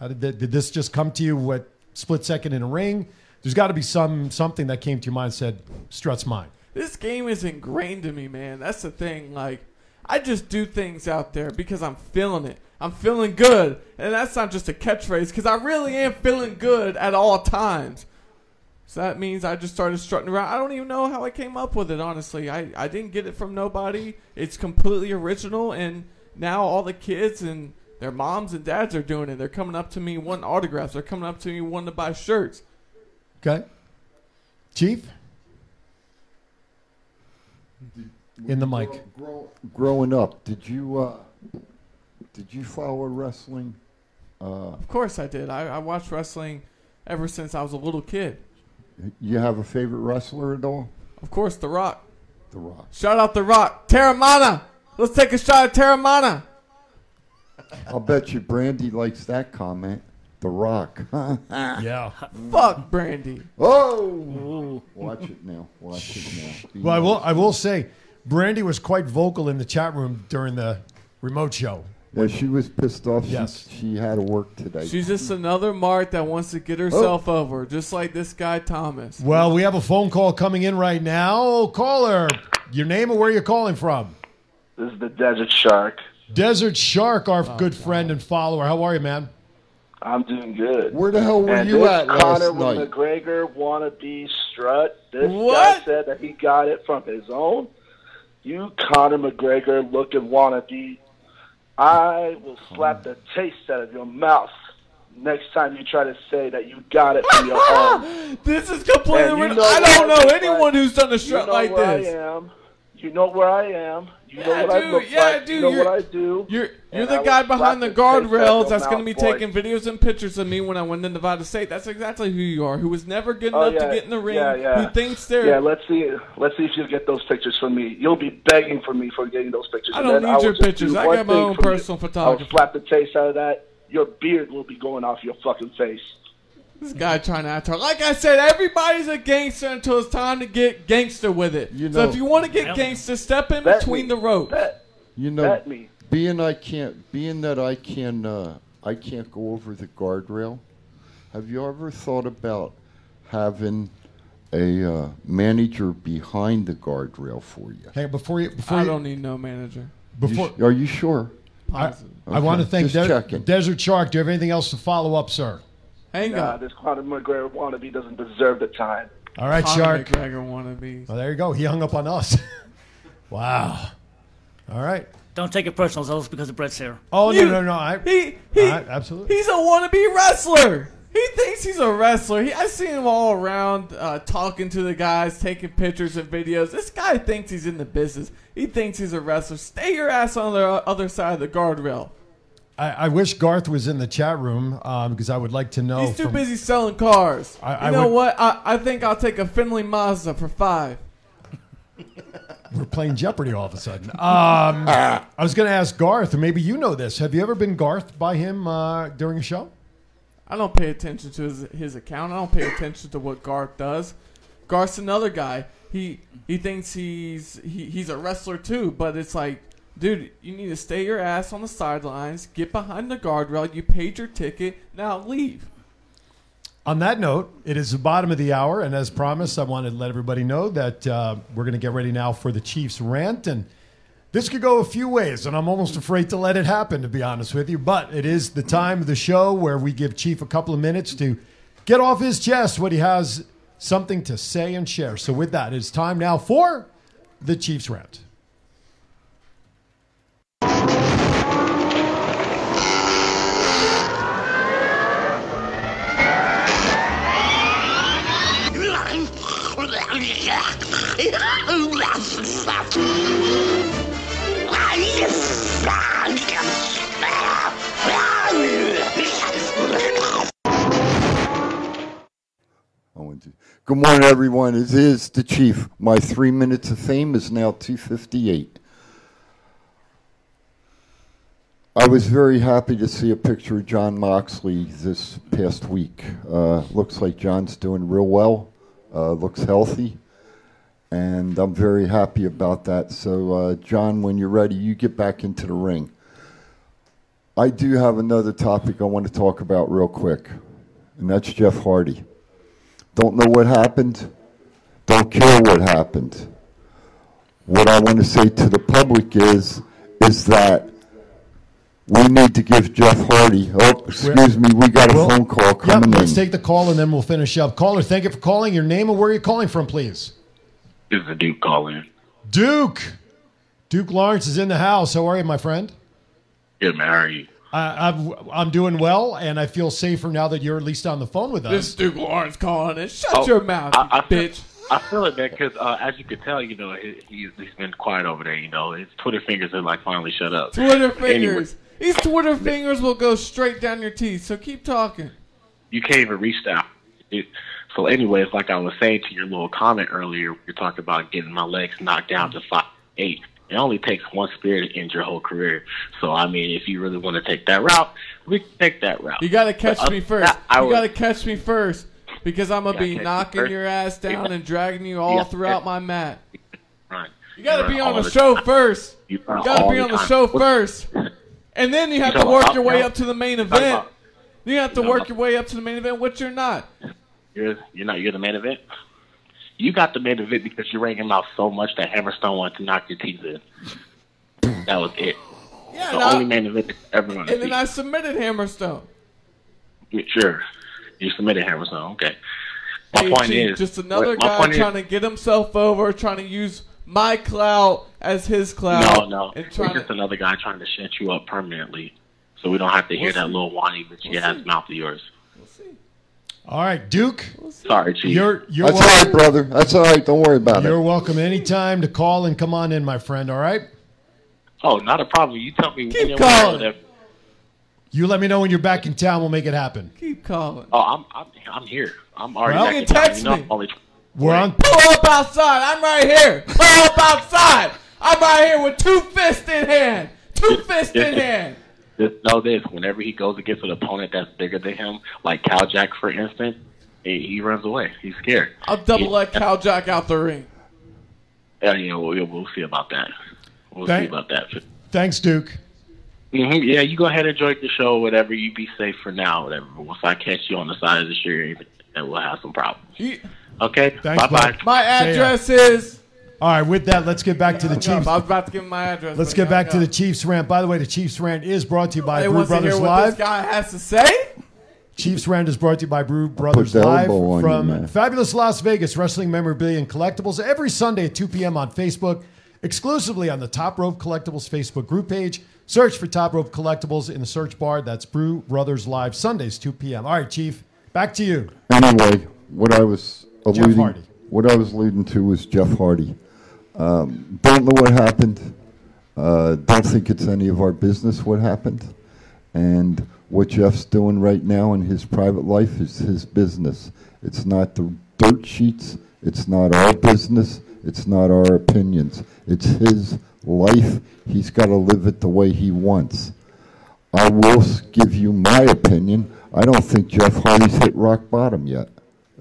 Speaker 1: How did, the, did this just come to you what split second in a ring? There's got to be some something that came to your mind and said, strut's mine.
Speaker 10: This game is ingrained in me, man. That's the thing. Like, I just do things out there because I'm feeling it. I'm feeling good. And that's not just a catchphrase because I really am feeling good at all times. So that means I just started strutting around. I don't even know how I came up with it, honestly. I, I didn't get it from nobody. It's completely original. And now all the kids and their moms and dads are doing it. They're coming up to me wanting autographs. They're coming up to me wanting to buy shirts.
Speaker 1: Okay. Chief? In the mic.
Speaker 2: Grow, growing up, did you uh, did you follow wrestling? Uh,
Speaker 10: Of course I did. I, I watched wrestling ever since I was a little kid.
Speaker 2: You have a favorite wrestler at all?
Speaker 10: Of course, The Rock.
Speaker 2: The Rock.
Speaker 10: Shout out The Rock. Terramana. Let's take a shot at Terramana.
Speaker 2: I'll bet you Brandy likes that comment. The Rock.
Speaker 11: Ah.
Speaker 1: Yeah.
Speaker 10: Fuck Brandy.
Speaker 2: oh! Watch it now. Watch it now. Be
Speaker 1: Well, I will.
Speaker 2: nice.
Speaker 1: I will say, Brandy was quite vocal in the chat room during the remote show.
Speaker 2: Yeah, she was pissed off. She-
Speaker 1: Yes.
Speaker 2: She, had to work today.
Speaker 10: She's just another mark that wants to
Speaker 11: Oh.
Speaker 10: get herself over, just like this guy Thomas.
Speaker 1: Well, we have a phone call coming in right now. Caller, Your name and where you're calling from?
Speaker 11: This is the Desert Shark.
Speaker 1: Desert Shark, our
Speaker 2: Oh,
Speaker 1: good friend and follower. How are you, man?
Speaker 11: I'm doing good.
Speaker 1: Where the hell were
Speaker 11: and
Speaker 1: you
Speaker 11: this
Speaker 1: at last
Speaker 11: Conor
Speaker 1: night?
Speaker 11: McGregor wannabe strut. This
Speaker 1: What?
Speaker 11: guy said that he got it from his own. You Conor McGregor looking wannabe. I will slap the taste out of your mouth next time you try to say that you got it from your own.
Speaker 10: This is completely.
Speaker 11: And you
Speaker 10: rid-
Speaker 11: know
Speaker 10: I don't
Speaker 11: where-
Speaker 10: know anyone who's done a
Speaker 11: you
Speaker 10: strut
Speaker 11: know
Speaker 10: like
Speaker 11: where
Speaker 10: this.
Speaker 11: I am. You know where I am. You know
Speaker 10: Yeah,
Speaker 11: what I
Speaker 10: dude.
Speaker 11: look
Speaker 10: Yeah,
Speaker 11: like.
Speaker 10: dude.
Speaker 11: You know
Speaker 10: You're-
Speaker 11: what I do.
Speaker 10: You're You're
Speaker 11: And I
Speaker 10: the
Speaker 11: will
Speaker 10: guy
Speaker 11: slap
Speaker 10: behind the
Speaker 11: taste out of your
Speaker 10: guardrails that's going
Speaker 11: mouth,
Speaker 10: to be
Speaker 11: boy.
Speaker 10: taking videos and pictures of me when I went to Nevada State. That's exactly who you are, who was never good
Speaker 11: Oh,
Speaker 10: enough
Speaker 11: yeah.
Speaker 10: to get in the ring,
Speaker 11: Yeah, yeah.
Speaker 10: who thinks they're.
Speaker 11: Yeah, let's see. Let's see if you get those pictures from me. You'll be begging for me for getting those pictures.
Speaker 10: I
Speaker 11: And
Speaker 10: don't
Speaker 11: then
Speaker 10: need
Speaker 11: will
Speaker 10: your
Speaker 11: just do
Speaker 10: pictures. I
Speaker 11: one
Speaker 10: got my
Speaker 11: thing
Speaker 10: own
Speaker 11: for you.
Speaker 10: personal photographer.
Speaker 11: I'll slap the taste out of that. Your beard will be going off your fucking face.
Speaker 10: This guy trying to act hard. Like I said, everybody's a gangster until it's time to get gangster with it. so
Speaker 2: know-
Speaker 10: if you want to get gangster, step in
Speaker 2: Bet
Speaker 10: between
Speaker 2: me.
Speaker 10: the ropes.
Speaker 2: You know,
Speaker 10: Bet me.
Speaker 2: being I can't, being that I can, uh, I can't go over the guardrail. Have you ever thought about having a uh, manager behind the guardrail for you?
Speaker 1: Hey, before you, before
Speaker 10: I
Speaker 1: you,
Speaker 10: don't need no manager.
Speaker 1: Before-
Speaker 2: You- are you sure?
Speaker 1: I, I want to
Speaker 2: Okay,
Speaker 1: thank
Speaker 2: just
Speaker 1: De-
Speaker 2: checking.
Speaker 1: Desert Shark. Do you have anything else to follow up, sir?
Speaker 10: Hang
Speaker 11: nah, This Conor McGregor wannabe doesn't deserve the time.
Speaker 1: All right,
Speaker 10: Conor
Speaker 1: Shark.
Speaker 10: McGregor wannabes.
Speaker 1: Well, there you go. He hung up on us. wow. All right.
Speaker 4: Don't take it personal, Zellis, because of Brett's here.
Speaker 1: Oh
Speaker 10: You-
Speaker 1: no no no! I,
Speaker 10: He he
Speaker 1: I- absolutely.
Speaker 10: he's a wannabe wrestler. He thinks he's a wrestler. He, I see him all around uh, talking to the guys, taking pictures and videos. This guy thinks he's in the business. He thinks he's a wrestler. Stay your ass on the other side of the guardrail.
Speaker 1: I, I wish Garth was in the chat room because I would like to know.
Speaker 10: He's too
Speaker 1: Oh, from-
Speaker 10: busy selling cars.
Speaker 1: I- I
Speaker 10: you know
Speaker 1: would-
Speaker 10: what? I, I think I'll take a Finley Mazda for five.
Speaker 1: We're playing Jeopardy all of a sudden. Um, I was going to ask Garth, and maybe you know this. Have you ever been Garth by him uh, during a show?
Speaker 10: I don't pay attention to his, his account. I don't pay attention to what Garth does. Garth's another guy. He he thinks he's he, he's a wrestler too, but it's like, dude, you need to stay your ass on the sidelines, get behind the guardrail. You paid your ticket, now leave.
Speaker 1: On that note, it is the bottom of the hour, and as promised, I wanted to let everybody know that uh, we're going to get ready now for the Chiefs rant, and this could go a few ways, and I'm almost afraid to let it happen, to be honest with you. But it is the time of the show where we give Chief a couple of minutes to get off his chest what he has something to say and share. So with that, it's time now for the Chiefs rant.
Speaker 2: Good morning, everyone. It is the Chief. My three minutes of fame is now 258. I was very happy to see a picture of John Moxley this past week. Uh, looks like John's doing real well, uh, looks healthy, and I'm very happy about that. So, uh, John, when you're ready, you get back into the ring. I do have another topic I want to talk about real quick, and that's Jeff Hardy. Don't know what happened. Don't care what happened. What I want to say to the public is, is that we need to give Jeff Hardy. Oh, excuse me, we got a
Speaker 1: Well,
Speaker 2: phone call
Speaker 1: Yep,
Speaker 2: coming in.
Speaker 1: let's take the call and then we'll finish up. Caller, thank you for calling. Your name and where you're calling from, please.
Speaker 12: This is the Duke calling.
Speaker 1: Duke. Duke Lawrence is in the house. How are you, my friend?
Speaker 12: Yeah, man, how are you?
Speaker 1: I, I'm, I'm doing well, and I feel safer now that you're at least on the phone with us.
Speaker 10: This Duke Lawrence calling it. Shut
Speaker 12: Oh,
Speaker 10: your mouth,
Speaker 12: I, I
Speaker 10: you bitch.
Speaker 12: Feel, I feel it, man, because uh, as you could tell, you know, he, he's, he's been quiet over there. You know, his Twitter fingers are like finally shut up.
Speaker 10: Twitter
Speaker 12: Anyway,
Speaker 10: fingers. These Twitter fingers will go straight down your teeth. So keep talking.
Speaker 12: you can't even reach that. It, so, anyways, like I was saying to your little comment earlier, you're talking about getting my legs knocked down to five eight. It only takes one spear to end your whole career. So, I mean, if you really want to take that route, we can take that route.
Speaker 10: You gotta catch
Speaker 12: But
Speaker 10: me
Speaker 12: other
Speaker 10: first.
Speaker 12: than that, I
Speaker 10: you
Speaker 12: would-
Speaker 10: gotta catch me first because I'm gonna
Speaker 12: Yeah,
Speaker 10: be
Speaker 12: catch me
Speaker 10: knocking
Speaker 12: first.
Speaker 10: your ass down
Speaker 12: Yeah.
Speaker 10: and dragging you all
Speaker 12: Yeah.
Speaker 10: throughout my mat.
Speaker 12: Right.
Speaker 10: You gotta be
Speaker 12: You're
Speaker 10: on
Speaker 12: all
Speaker 10: the show
Speaker 12: time.
Speaker 10: first. You
Speaker 12: You're
Speaker 10: gotta
Speaker 12: all
Speaker 10: be on the
Speaker 12: time.
Speaker 10: show
Speaker 12: What-
Speaker 10: first, and then you
Speaker 12: You
Speaker 10: have to
Speaker 12: talking
Speaker 10: work
Speaker 12: about
Speaker 10: your way
Speaker 12: now?
Speaker 10: up to the main
Speaker 12: You talking
Speaker 10: event.
Speaker 12: about-
Speaker 10: You have to
Speaker 12: you talking
Speaker 10: work
Speaker 12: about-
Speaker 10: your way up to the main event, which you're not.
Speaker 12: You're, you're not. You're the main event. You got the main event because you rang him out so much that Hammerstone wanted to knock your teeth in. That was it.
Speaker 10: Yeah,
Speaker 12: the
Speaker 10: and I-
Speaker 12: only main event that everyone.
Speaker 10: And then I submitted Hammerstone.
Speaker 12: Yeah, sure. You submitted Hammerstone. Okay. My
Speaker 10: Hey,
Speaker 12: point
Speaker 10: G,
Speaker 12: is
Speaker 10: E, just another
Speaker 12: what- my
Speaker 10: guy
Speaker 12: point is-
Speaker 10: trying to get himself over, trying to use my clout as his
Speaker 12: No,
Speaker 10: clout.
Speaker 12: no.
Speaker 10: And
Speaker 12: It's
Speaker 10: trying
Speaker 12: just another guy trying to shut you up permanently, so we don't have to hear
Speaker 10: We'll
Speaker 12: that
Speaker 10: see.
Speaker 12: little whiny bitchy
Speaker 10: We'll
Speaker 12: ass
Speaker 10: see.
Speaker 12: mouth of yours.
Speaker 1: All right, Duke.
Speaker 12: Sorry, Chief.
Speaker 1: You're you're
Speaker 2: That's all right, brother. That's all right. Don't worry about
Speaker 1: You're
Speaker 2: it.
Speaker 1: welcome anytime to call and come on in, my friend. All right.
Speaker 12: Oh, not a problem. You tell me when
Speaker 10: Keep
Speaker 12: and
Speaker 10: going.
Speaker 12: whatever.
Speaker 1: You let me know when you're back in town. We'll make it happen.
Speaker 10: Keep calling.
Speaker 12: Oh, I'm I'm I'm here. I'm already
Speaker 1: Well,
Speaker 12: back
Speaker 1: you
Speaker 12: in town.
Speaker 1: text
Speaker 12: You know,
Speaker 1: me.
Speaker 12: I'm only-
Speaker 1: We're on.
Speaker 10: Pull up outside. I'm right here. Pull up outside. I'm right here with two fists in hand. Two fists in hand.
Speaker 12: Just know this: whenever he goes against an opponent that's bigger than him, like Cal Jack, for instance, he, he runs away. He's scared.
Speaker 10: I'll double that cow jack out the ring.
Speaker 12: Yeah, yeah, we'll, we'll see about that. We'll see
Speaker 1: Thank-
Speaker 12: about that.
Speaker 1: Thanks, Duke.
Speaker 12: hmm Yeah, you go ahead and enjoy the show, whatever. You be safe for now, whatever. Once I catch you on the side of the street, then we'll have some problems.
Speaker 10: You-
Speaker 12: Okay?
Speaker 1: Thanks,
Speaker 12: Bye bye.
Speaker 1: bud.
Speaker 10: My
Speaker 1: See ya.
Speaker 10: address is.
Speaker 1: All right. With that, let's get back to the
Speaker 10: I
Speaker 1: Chiefs.
Speaker 10: was about to give him my address.
Speaker 1: Let's
Speaker 10: but
Speaker 1: get
Speaker 10: now
Speaker 1: back to
Speaker 10: I
Speaker 1: the Chiefs rant. By the way, the Chiefs rant is brought to you by
Speaker 10: Hey,
Speaker 1: Brew
Speaker 10: wants to
Speaker 1: Brothers
Speaker 10: hear what
Speaker 1: Live.
Speaker 10: this guy has to say.
Speaker 1: Chiefs Rant is brought to you by Brew Brothers
Speaker 2: the
Speaker 1: Live
Speaker 2: elbow on you,
Speaker 1: from
Speaker 2: man.
Speaker 1: fabulous Las Vegas wrestling memorabilia and collectibles every Sunday at 2 p.m. on Facebook, exclusively on the Top Rope Collectibles Facebook group page. Search for Top Rope Collectibles in the search bar. That's Brew Brothers Live Sundays 2 p.m. All right, Chief, back to you.
Speaker 2: Anyway, what I was alluding,
Speaker 1: Hardy.
Speaker 2: what I was alluding to was Jeff Hardy. Um, don't know what happened. Uh, don't think it's any of our business what happened. And what Jeff's doing right now in his private life is his business. It's not the dirt sheets. It's not our business. It's not our opinions. It's his life. He's got to live it the way he wants. I will s- give you my opinion. I don't think Jeff Hardy's hit rock bottom yet.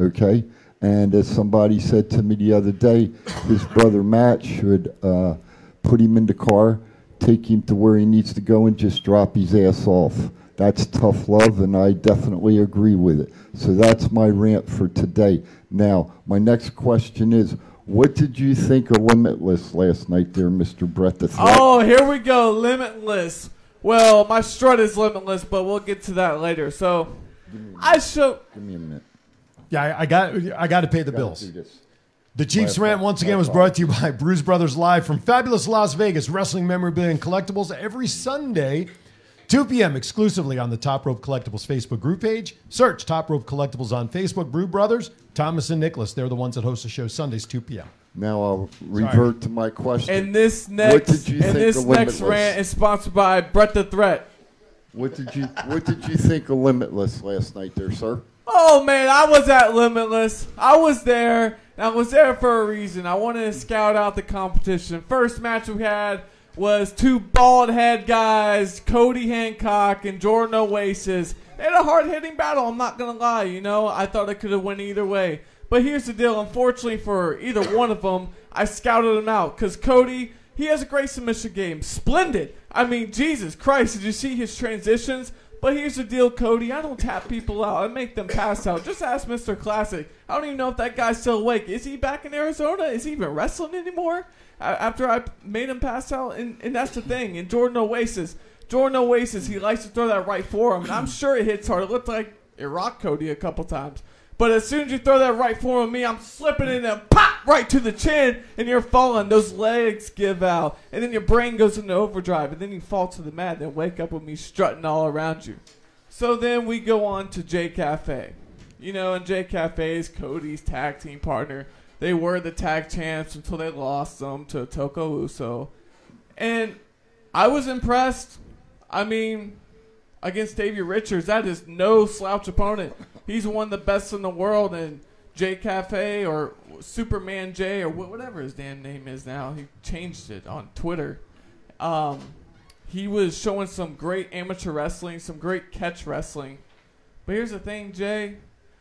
Speaker 2: Okay? And as somebody said to me the other day, his brother Matt should uh, put him in the car, take him to where he needs to go, and just drop his ass off. That's tough love, and I definitely agree with it. So that's my rant for today. Now, my next question is what did you think of Limitless last night, there, Mr. Brett the Threat?
Speaker 10: Oh, here we go. Limitless. Well, my strut is limitless, but we'll get to that later. So, I show.
Speaker 2: Give me a minute.
Speaker 1: Yeah, I, I got I got to pay the
Speaker 2: Gotta
Speaker 1: bills.
Speaker 2: do this.
Speaker 1: The Chiefs
Speaker 2: My
Speaker 1: rant once again was brought to you by Bruise Brothers Live from fabulous Las Vegas wrestling memorabilia and collectibles every Sunday, 2 p.m. exclusively on the Top Rope Collectibles Facebook group page. Search Top Rope Collectibles on Facebook. Brew Brothers, Thomas and Nicholas, they're the ones that host the show Sundays 2 p.m.
Speaker 2: Now I'll revert to my question.
Speaker 10: And this
Speaker 2: What
Speaker 10: next,
Speaker 2: did you
Speaker 10: and
Speaker 2: think
Speaker 10: this
Speaker 2: of
Speaker 10: next
Speaker 2: Limitless?
Speaker 10: rant is sponsored by Brett the Threat.
Speaker 2: What did you What did you think of Limitless last night, there, sir?
Speaker 10: Oh man, I was at Limitless. I was there. and I was there for a reason. I wanted to scout out the competition. First match we had was two bald head guys, Cody Hancock and Jordan Oasis. They had a hard hitting battle, I'm not gonna lie, you know. I thought it could have went either way. But here's the deal, unfortunately for either one of them, I scouted him out because Cody he has a great submission game. Splendid. I mean, Jesus Christ, did you see his transitions? But here's the deal, Cody. I don't tap people out. I make them pass out. Just ask Mr. Classic. I don't even know if that guy's still awake. Is he back in Arizona? Is he even wrestling anymore? A- After I made him pass out, and, and that's the thing. And Jordan Oasis, Jordan Oasis, he likes to throw that right forearm, and I'm sure it hits hard. It looked like it rocked Cody a couple times. But as soon as you throw that right forearm at me, I'm slipping in and pop right to the chin, and you're falling. Those legs give out, and then your brain goes into overdrive, and then you fall to the mat, and wake up with me strutting all around you. So then we go on to J Cafe. You know, and J Cafe is Cody's tag team partner. They were the tag champs until they lost them to Toko Uso. And I was impressed. I mean, against Davey Richards, that is no slouch opponent. He's one of the best in the world, and J Cafe or Superman J or wh- whatever his damn name is now, he changed it on Twitter. Um, he was showing some great amateur wrestling, some great catch wrestling. But here's the thing, Jay.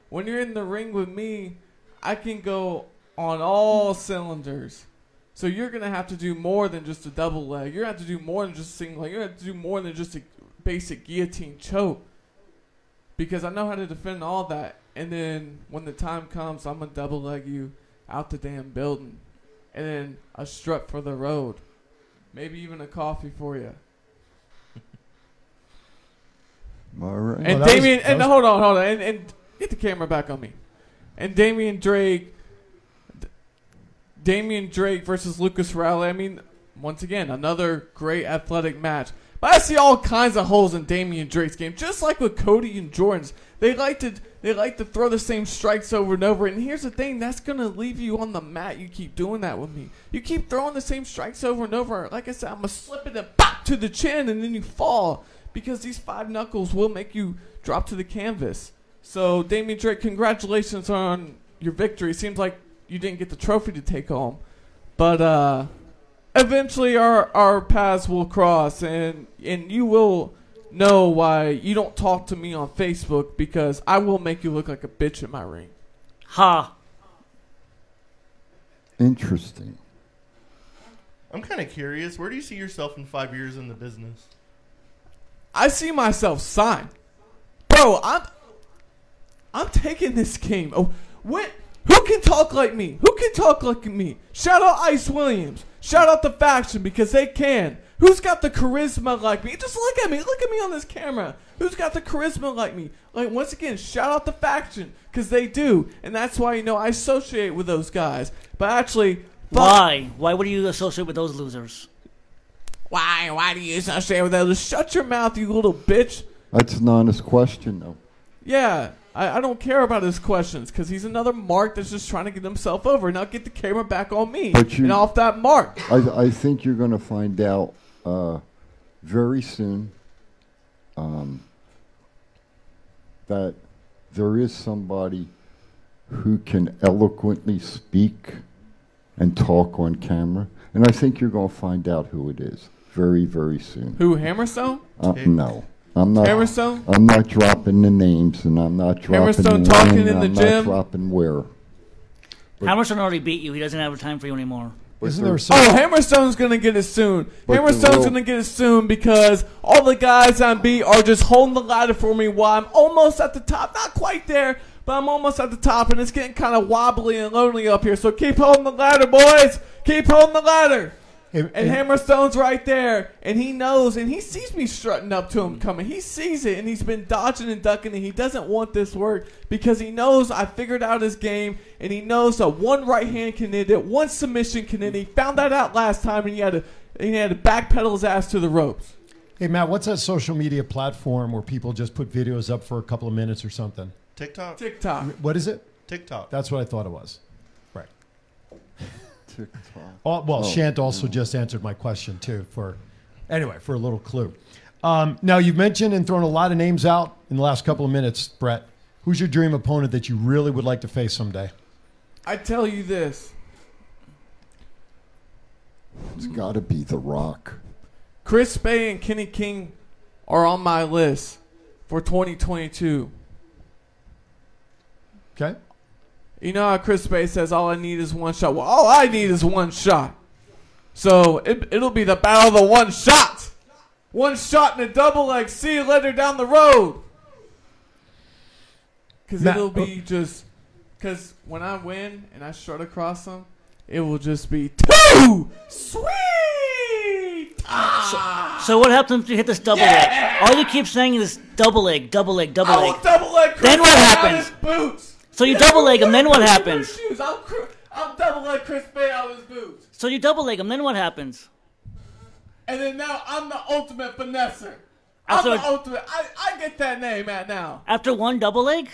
Speaker 10: When you're in the ring with me, I can go on all cylinders. So you're gonna have to do more than just a double leg. You're gonna have to do more than just a single leg. You're gonna have to do more than just a basic guillotine choke. Because I know how to defend all that. And then when the time comes, I'm gonna double leg you. out the damn building, and then a strut for the road, maybe even a coffee for you.
Speaker 2: All right.
Speaker 10: And Damien, and hold on, hold on, and, and get the camera back on me. And Damien Drake, D- Damien Drake versus Lucas Rowley. I mean, once again, another great athletic match. But I see all kinds of holes in Damien Drake's game, just like with Cody and Jordan's. They like to they like to throw the same strikes over and over. And here's the thing, that's gonna leave you on the mat. You keep doing that with me. You keep throwing the same strikes over and over. Like I said, I'm gonna slip it and pop to the chin, and then you fall because these five knuckles will make you drop to the canvas. So, Damien Drake, congratulations on your victory. Seems like you didn't get the trophy to take home, but uh, eventually our our paths will cross, and and you will know why you don't talk to me on Facebook because I will make you look like a bitch in my ring.
Speaker 4: Ha!
Speaker 2: Interesting.
Speaker 3: I'm kind of curious. Where do you see yourself in five years in the business?
Speaker 10: I see myself signed, bro. I'm I'm taking this game. Oh, what? Who can talk like me? Who can talk like me? Shout out Ice Williams. Shout out the faction because they can. Who's got the charisma like me? Just look at me. Look at me on this camera. Who's got the charisma like me? Like once again, shout out the faction because they do, and that's why you know I associate with those guys. But actually, fuck-
Speaker 4: Why? Why would you associate with those losers?
Speaker 10: Why? Why do you associate with those? Shut your mouth, you little bitch.
Speaker 2: That's an honest question, though.
Speaker 10: Yeah, I, I don't care about his questions because he's another mark that's just trying to get himself over. Now get the camera back on me
Speaker 2: But you-
Speaker 10: and off that mark.
Speaker 2: I, I think you're going to find out uh, very soon um, that there is somebody who can eloquently speak and talk on camera. And I think you're going to find out who it is very, very soon.
Speaker 10: Who Hammerstone?
Speaker 2: Uh, no. I'm not.
Speaker 10: Hammerstone?
Speaker 2: I'm not dropping the names, and I'm not dropping.
Speaker 10: Hammerstone
Speaker 2: when,
Speaker 10: talking in the
Speaker 2: I'm Not
Speaker 10: gym?
Speaker 2: dropping where.
Speaker 4: Hammerstone already beat you. He doesn't have time for you anymore.
Speaker 2: Isn't there
Speaker 10: Oh, Hammerstone's gonna get it soon.
Speaker 4: But
Speaker 10: Hammerstone's
Speaker 4: the real-
Speaker 10: gonna get it soon because all the guys on beat are just holding the ladder for me while I'm almost at the top. Not quite there, but I'm almost at the top, and it's getting kind of wobbly and lonely up here. So keep holding the ladder, boys. Keep holding the ladder.
Speaker 1: And,
Speaker 10: Hammerstone's right there, and he knows, and he sees me strutting up to him coming. He sees it, and he's been dodging and ducking, and he doesn't want this work because he knows I figured out his game, and he knows that one right hand can end it, one submission can end. it. He found that out last time, and he had to he had to backpedal his ass to the ropes.
Speaker 1: Hey, Matt, what's that social media platform where people just put videos up for a couple of minutes or something?
Speaker 3: TikTok.
Speaker 10: TikTok.
Speaker 1: What is it?
Speaker 3: TikTok.
Speaker 1: That's what I thought it was. Right.
Speaker 2: TikTok.
Speaker 1: Oh, well,
Speaker 2: Oh.
Speaker 1: Shant also just answered my question too. For anyway, for a little clue. Um, now you've mentioned and thrown a lot of names out in the last couple of minutes, Brett. Who's your dream opponent that you really would like to face someday?
Speaker 10: I tell you this,
Speaker 2: It's got to be The Rock.
Speaker 10: Chris Bay and Kenny King are on my list for 2022.
Speaker 1: Okay.
Speaker 10: You know how Chris Bay says, "All I need is one shot." Well, all I need is one shot. So it, it'll be the battle of the one shot. One shot and a double leg. See you later down the road. Because
Speaker 1: Matt- oh.
Speaker 10: it'll be just. Because when I win and I strut across them, it will just be two. Sweet. Ah!
Speaker 4: So what happens if you hit this double leg? All you keep saying is double leg, double leg, double
Speaker 10: I
Speaker 4: leg.
Speaker 10: will double leg. Chris
Speaker 4: Then what
Speaker 10: Bay out of
Speaker 4: happens?
Speaker 10: his Boots.
Speaker 4: So you
Speaker 10: Yeah,
Speaker 4: double leg him, then what
Speaker 10: I'll put
Speaker 4: happens?
Speaker 10: his shoes. I'll, cr- I'll double leg Chris Bay out of his boots.
Speaker 4: So you double leg him, then what happens?
Speaker 10: And then now I'm the ultimate finesser. I'm
Speaker 4: After-
Speaker 10: the ultimate. I, I get that name at now.
Speaker 4: After one double leg?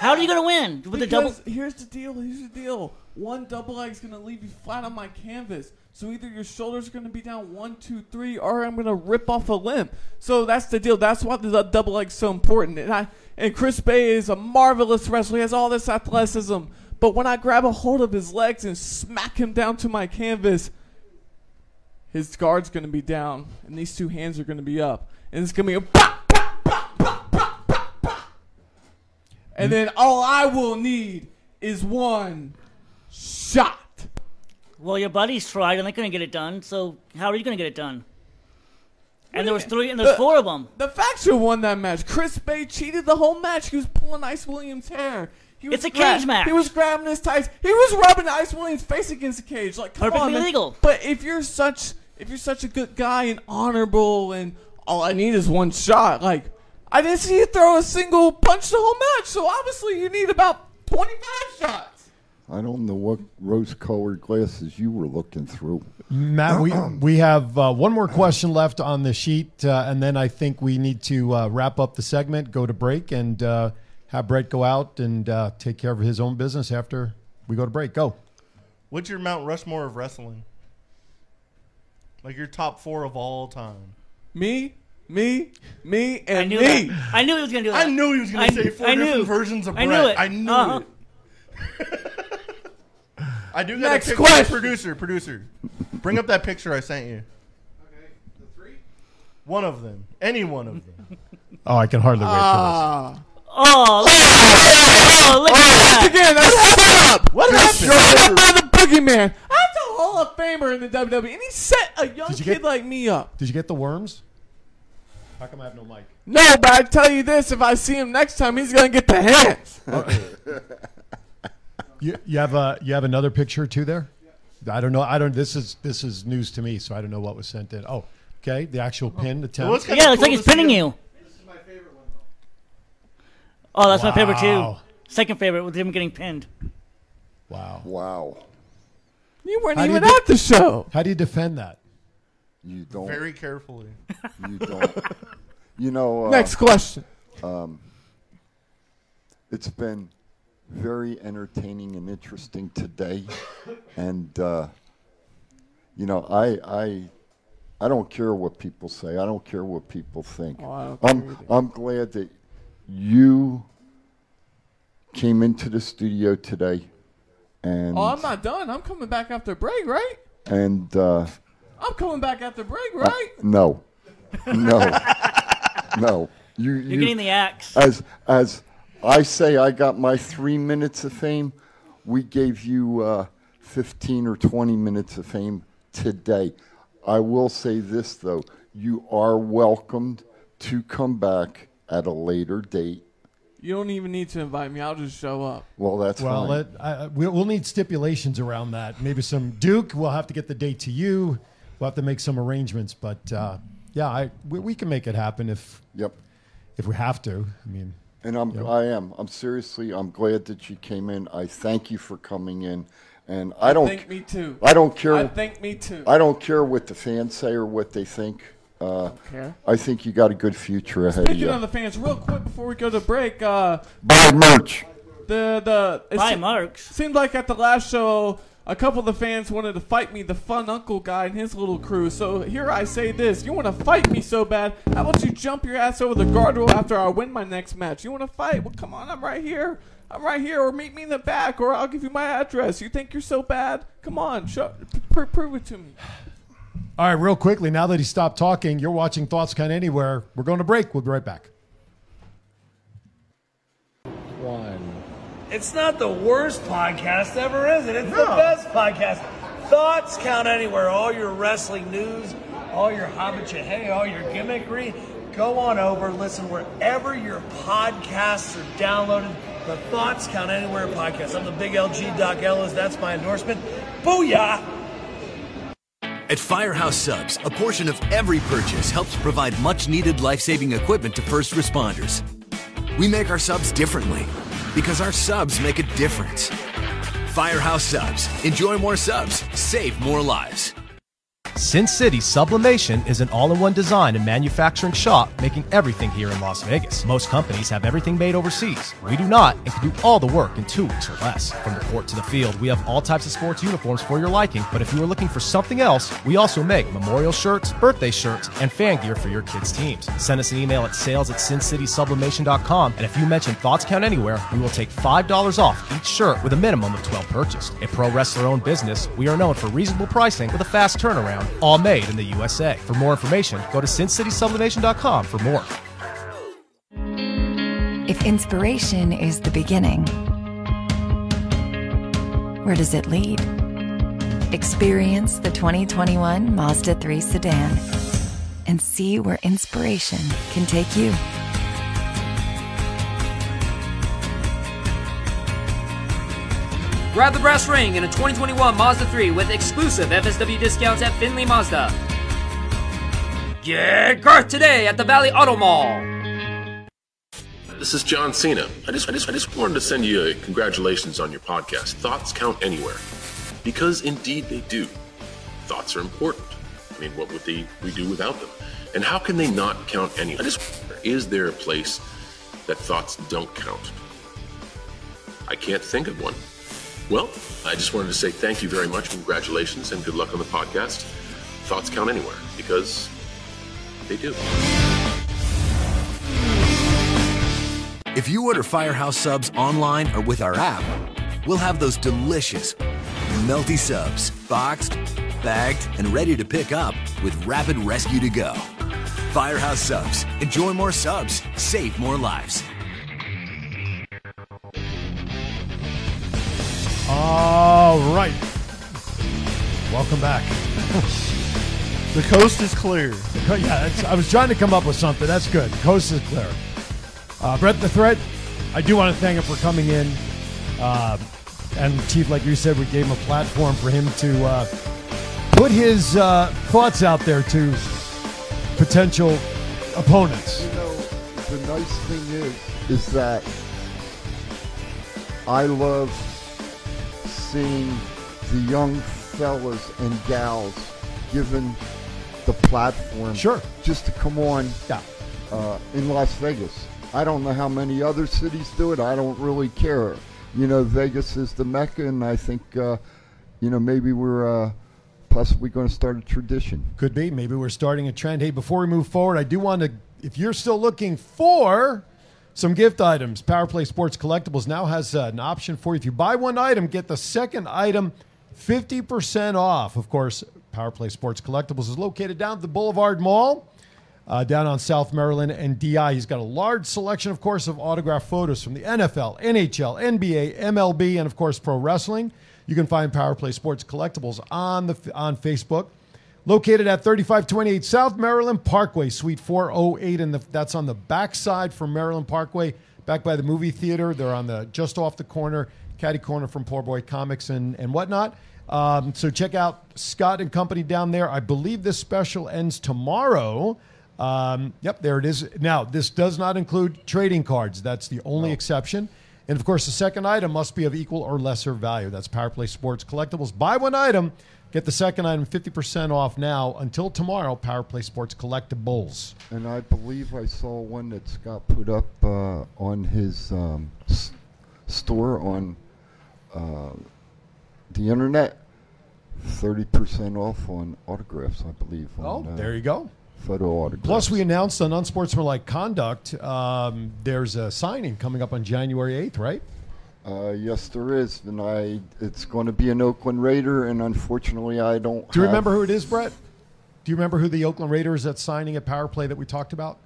Speaker 4: How are you gonna win? With the double
Speaker 10: Because here's the deal. Here's the deal. One double leg's gonna leave you flat on my canvas. So either your shoulders are gonna be down one, two, three, or I'm gonna rip off a limb. So that's the deal. That's why the the double leg's so important. And I and Chris Bay is a marvelous wrestler. He has all this athleticism. But when I grab a hold of his legs and smack him down to my canvas, his guard's gonna be down, and these two hands are gonna be up, and it's gonna be a pop, pop, pop, pop, pop, pop, pop.
Speaker 4: Mm-hmm.
Speaker 10: and then all I will need is one shot.
Speaker 4: Well your buddies tried and they couldn't get it done, so how are you gonna get it done? And there was three and
Speaker 3: Uh,
Speaker 4: there's
Speaker 10: The-
Speaker 4: four of them.
Speaker 10: The faction won that match. Chris Bay cheated the whole match. He was pulling Ice Williams' hair. He was
Speaker 4: It's a
Speaker 10: grab-
Speaker 4: cage match.
Speaker 10: He was grabbing his tights. He was rubbing Ice Williams' face against the cage. Like, come
Speaker 4: Perfectly
Speaker 10: on, man.
Speaker 4: legal.
Speaker 10: But if you're such, if you're such a good guy and honorable, and all I need is one shot, like I didn't see you throw a single punch the whole match. So obviously, you need about 25 shots.
Speaker 2: I don't know what rose-colored glasses you were looking through.
Speaker 1: Matt, we, we have uh, one more question left on the sheet, uh, and then I think we need to uh, wrap up the segment, go to break, and uh, have Brett go out and uh, take care of his own business after we go to break. Go.
Speaker 3: What's your Mount Rushmore of wrestling? Like your top four of all time.
Speaker 10: Me, me, me, and
Speaker 3: knew
Speaker 10: me.
Speaker 3: that.
Speaker 4: I knew he was gonna do
Speaker 3: I
Speaker 4: that.
Speaker 3: knew he was gonna
Speaker 4: I-
Speaker 3: say four
Speaker 4: I knew.
Speaker 3: different versions of
Speaker 4: I knew
Speaker 3: Brett.
Speaker 4: it.
Speaker 3: I knew
Speaker 4: Uh-huh.
Speaker 3: it. I do got
Speaker 4: Next
Speaker 3: a picture.
Speaker 4: question.
Speaker 3: Producer, producer, bring up that picture I sent you. Okay, the three. One of them, any one of them.
Speaker 1: Oh, I can hardly wait for this.
Speaker 10: Ah.
Speaker 4: Oh, look at that. Oh, look at that.
Speaker 10: Again, that's set up. What
Speaker 1: Just
Speaker 10: happened? Set up by the boogeyman. That's a Hall of Famer in the WWE, and he set a young kid like me up.
Speaker 1: Did you get the worms? How come I have no mic?
Speaker 10: No, but I tell you this: if I see him next time, he's gonna get the hands.
Speaker 1: You, you have a you have another picture too there. I don't know. I don't. This is this is news to me, so I don't know what was sent in. Oh, okay. The actual pin attempt.
Speaker 4: it's kinda Yeah, Oh. it looks cool like he's to see pinning him. you. Oh, that's my favorite too.
Speaker 1: Wow.
Speaker 4: Second favorite with him getting pinned.
Speaker 1: Wow.
Speaker 2: Wow.
Speaker 10: You weren't
Speaker 1: How do you
Speaker 10: even
Speaker 1: de-
Speaker 10: at the show.
Speaker 1: How do you defend that?
Speaker 2: You don't.
Speaker 3: Very carefully.
Speaker 2: You don't. you know. Uh,
Speaker 10: Next question.
Speaker 2: Um, it's been very entertaining and interesting today, and uh, you know, I I I don't care what people say. I don't care what people think.
Speaker 10: Oh, I don't care
Speaker 2: I'm
Speaker 10: either.
Speaker 2: I'm glad that you came into the studio today, and
Speaker 10: Oh, I'm not done. I'm coming back after break, right?
Speaker 2: and uh,
Speaker 10: I'm coming back after
Speaker 1: Uh,
Speaker 10: break, right?
Speaker 2: no, no, no. You, You're
Speaker 4: getting the axe.
Speaker 2: As as I say, I got my three minutes of fame. We gave you uh, fifteen or twenty minutes of fame today. I will say this though: you are welcomed to come back at a later date.
Speaker 10: You don't even need to invite me. I'll just show up.
Speaker 2: Well, that's
Speaker 1: Well,
Speaker 2: fine.
Speaker 1: let, I, I- we'll, we'll need stipulations around that. Maybe some Duke. We'll have to get the date to you. We'll have to make some arrangements. But uh, yeah, I, we, we can make it happen if
Speaker 2: yep.
Speaker 1: if we have to. I mean,
Speaker 2: And I'm, I am. I'm seriously. I'm glad that you came in. I thank you for coming in. And I don't.
Speaker 10: think me too.
Speaker 2: I don't care.
Speaker 10: I think me too.
Speaker 2: I don't care what the fans say or what they think. Uh, I
Speaker 10: care.
Speaker 2: think you got a good future ahead
Speaker 10: Speaking
Speaker 2: of
Speaker 10: of
Speaker 2: you.
Speaker 10: the fans, real quick before we go to break, uh,
Speaker 2: Buy merch.
Speaker 10: the the it
Speaker 4: Buy
Speaker 10: se-
Speaker 4: marks.
Speaker 10: Seemed like at the last show, a couple of the fans wanted to fight me, the fun uncle guy and his little crew. So here I say this: you want to fight me so bad? How about you jump your ass over the guardrail after I win my next match? You want to fight? Well, come on, I'm right here. I'm right here, or meet me in the back, or I'll give you my address. You think you're so bad? Come on, show, pr- prove it to me.
Speaker 1: all right. Real quickly, now that he stopped talking, you're watching Thoughts Count Anywhere. We're going to break. We'll be right back.
Speaker 5: One. It's not the worst podcast ever, is it? It's the best podcast. Thoughts count anywhere. All your wrestling news, all your hobbit shit, hey, all your gimmickry. Go on over, listen wherever your podcasts are downloaded. The Thoughts Count Anywhere podcast. I'm the big LG Doc Ellis. That's my endorsement. Booyah!
Speaker 6: At Firehouse Subs, a portion of every purchase helps provide much needed life saving equipment to first responders. We make our subs differently because our subs make a difference. Firehouse Subs. Enjoy more subs, save more lives.
Speaker 9: Sin City Sublimation is an all in one design and manufacturing shop making everything here in Las Vegas. Most companies have everything made overseas. We do not and can do all the work in two weeks or less. From the court to the field, we have all types of sports uniforms for your liking. But if you are looking for something else, we also make memorial shirts, birthday shirts, and fan gear for your kids' teams. Send us an email at sales at sincitysublimation.com. And if you mention Thoughts Count Anywhere, we will take $5 off each shirt with a minimum of 12 purchased. A pro wrestler owned business, we are known for reasonable pricing with a fast turnaround, all made in the USA. For more information, go to sincitysublimation.com for more.
Speaker 7: If inspiration is the beginning, where does it lead? Experience the 2021 Mazda 3 sedan and see where inspiration can take you.
Speaker 8: Grab the brass ring in a 2021 Mazda 3 with exclusive FSW discounts at Finley Mazda. Get Garth today at the Valley Auto Mall.
Speaker 13: This is John Cena. I just, I just, I just wanted to send you a congratulations on your podcast. Thoughts count anywhere, because indeed they do. Thoughts are important. I mean, what would they we do without them? And how can they not count any? I just wonder, is there a place that thoughts don't count? I can't think of one. Well, I just wanted to say thank you very much, congratulations, and good luck on the podcast. Thoughts count anywhere because they do.
Speaker 6: If you order Firehouse subs online or with our app, we'll have those delicious, melty subs boxed, bagged, and ready to pick up with Rapid Rescue to Go. Firehouse subs. Enjoy more subs, save more lives.
Speaker 1: All right. Welcome back.
Speaker 3: The coast is clear.
Speaker 1: yeah, that's, I was trying to come up with something. That's good. Coast is clear. Uh, Brett the Threat, I do want to thank him for coming in. Uh, and Chief, like you said, we gave him a platform for him to uh, put his uh, thoughts out there to potential opponents.
Speaker 2: You know, the nice thing is, is that I love seeing the young fellas and gals given the platform. Sure. Just to come on uh, in Las Vegas. I don't know how many other cities do it. I don't really care. You know, Vegas is the mecca, and I think, uh, you know, maybe we're uh, possibly going to start a tradition.
Speaker 1: Could be. Maybe we're starting a trend. Hey, before we move forward, I do want to, if you're still looking for some gift items, Power Play Sports Collectibles now has uh, an option for you. If you buy one item, get the second item 50% off. Of course, Power Play Sports Collectibles is located down at the Boulevard Mall. Uh, down on South Maryland and DI. He's got a large selection, of course, of autograph photos from the NFL, NHL, NBA, MLB, and of course, pro wrestling. You can find Power Play Sports Collectibles on the on Facebook. Located at 3528 South Maryland Parkway, Suite 408, and the, that's on the backside from Maryland Parkway, back by the movie theater. They're on the just off the corner, caddy corner from Poor Boy Comics and and whatnot. Um, so check out Scott and Company down there. I believe this special ends tomorrow. Um, yep, there it is. Now, this does not include trading cards. That's the only exception. And of course, the second item must be of equal or lesser value. That's Power Play Sports Collectibles. Buy one item, get the second item 50% off now until tomorrow. Power Play Sports Collectibles.
Speaker 2: And I believe I saw one that Scott put up uh, on his um, s- store on uh, the internet. 30% off on autographs, I believe. On, uh,
Speaker 1: Oh, there you go.
Speaker 2: Photo autographs.
Speaker 1: Plus, we announced on Unsportsmanlike Conduct, um, there's a signing coming up on January 8th, right?
Speaker 2: Uh, yes, there is, and I. It's going to be an Oakland Raider, and unfortunately, I don't.
Speaker 1: Do you
Speaker 2: have-
Speaker 1: remember who it is, Brett? Do you remember who the Oakland Raiders that's signing at Power Play that we talked about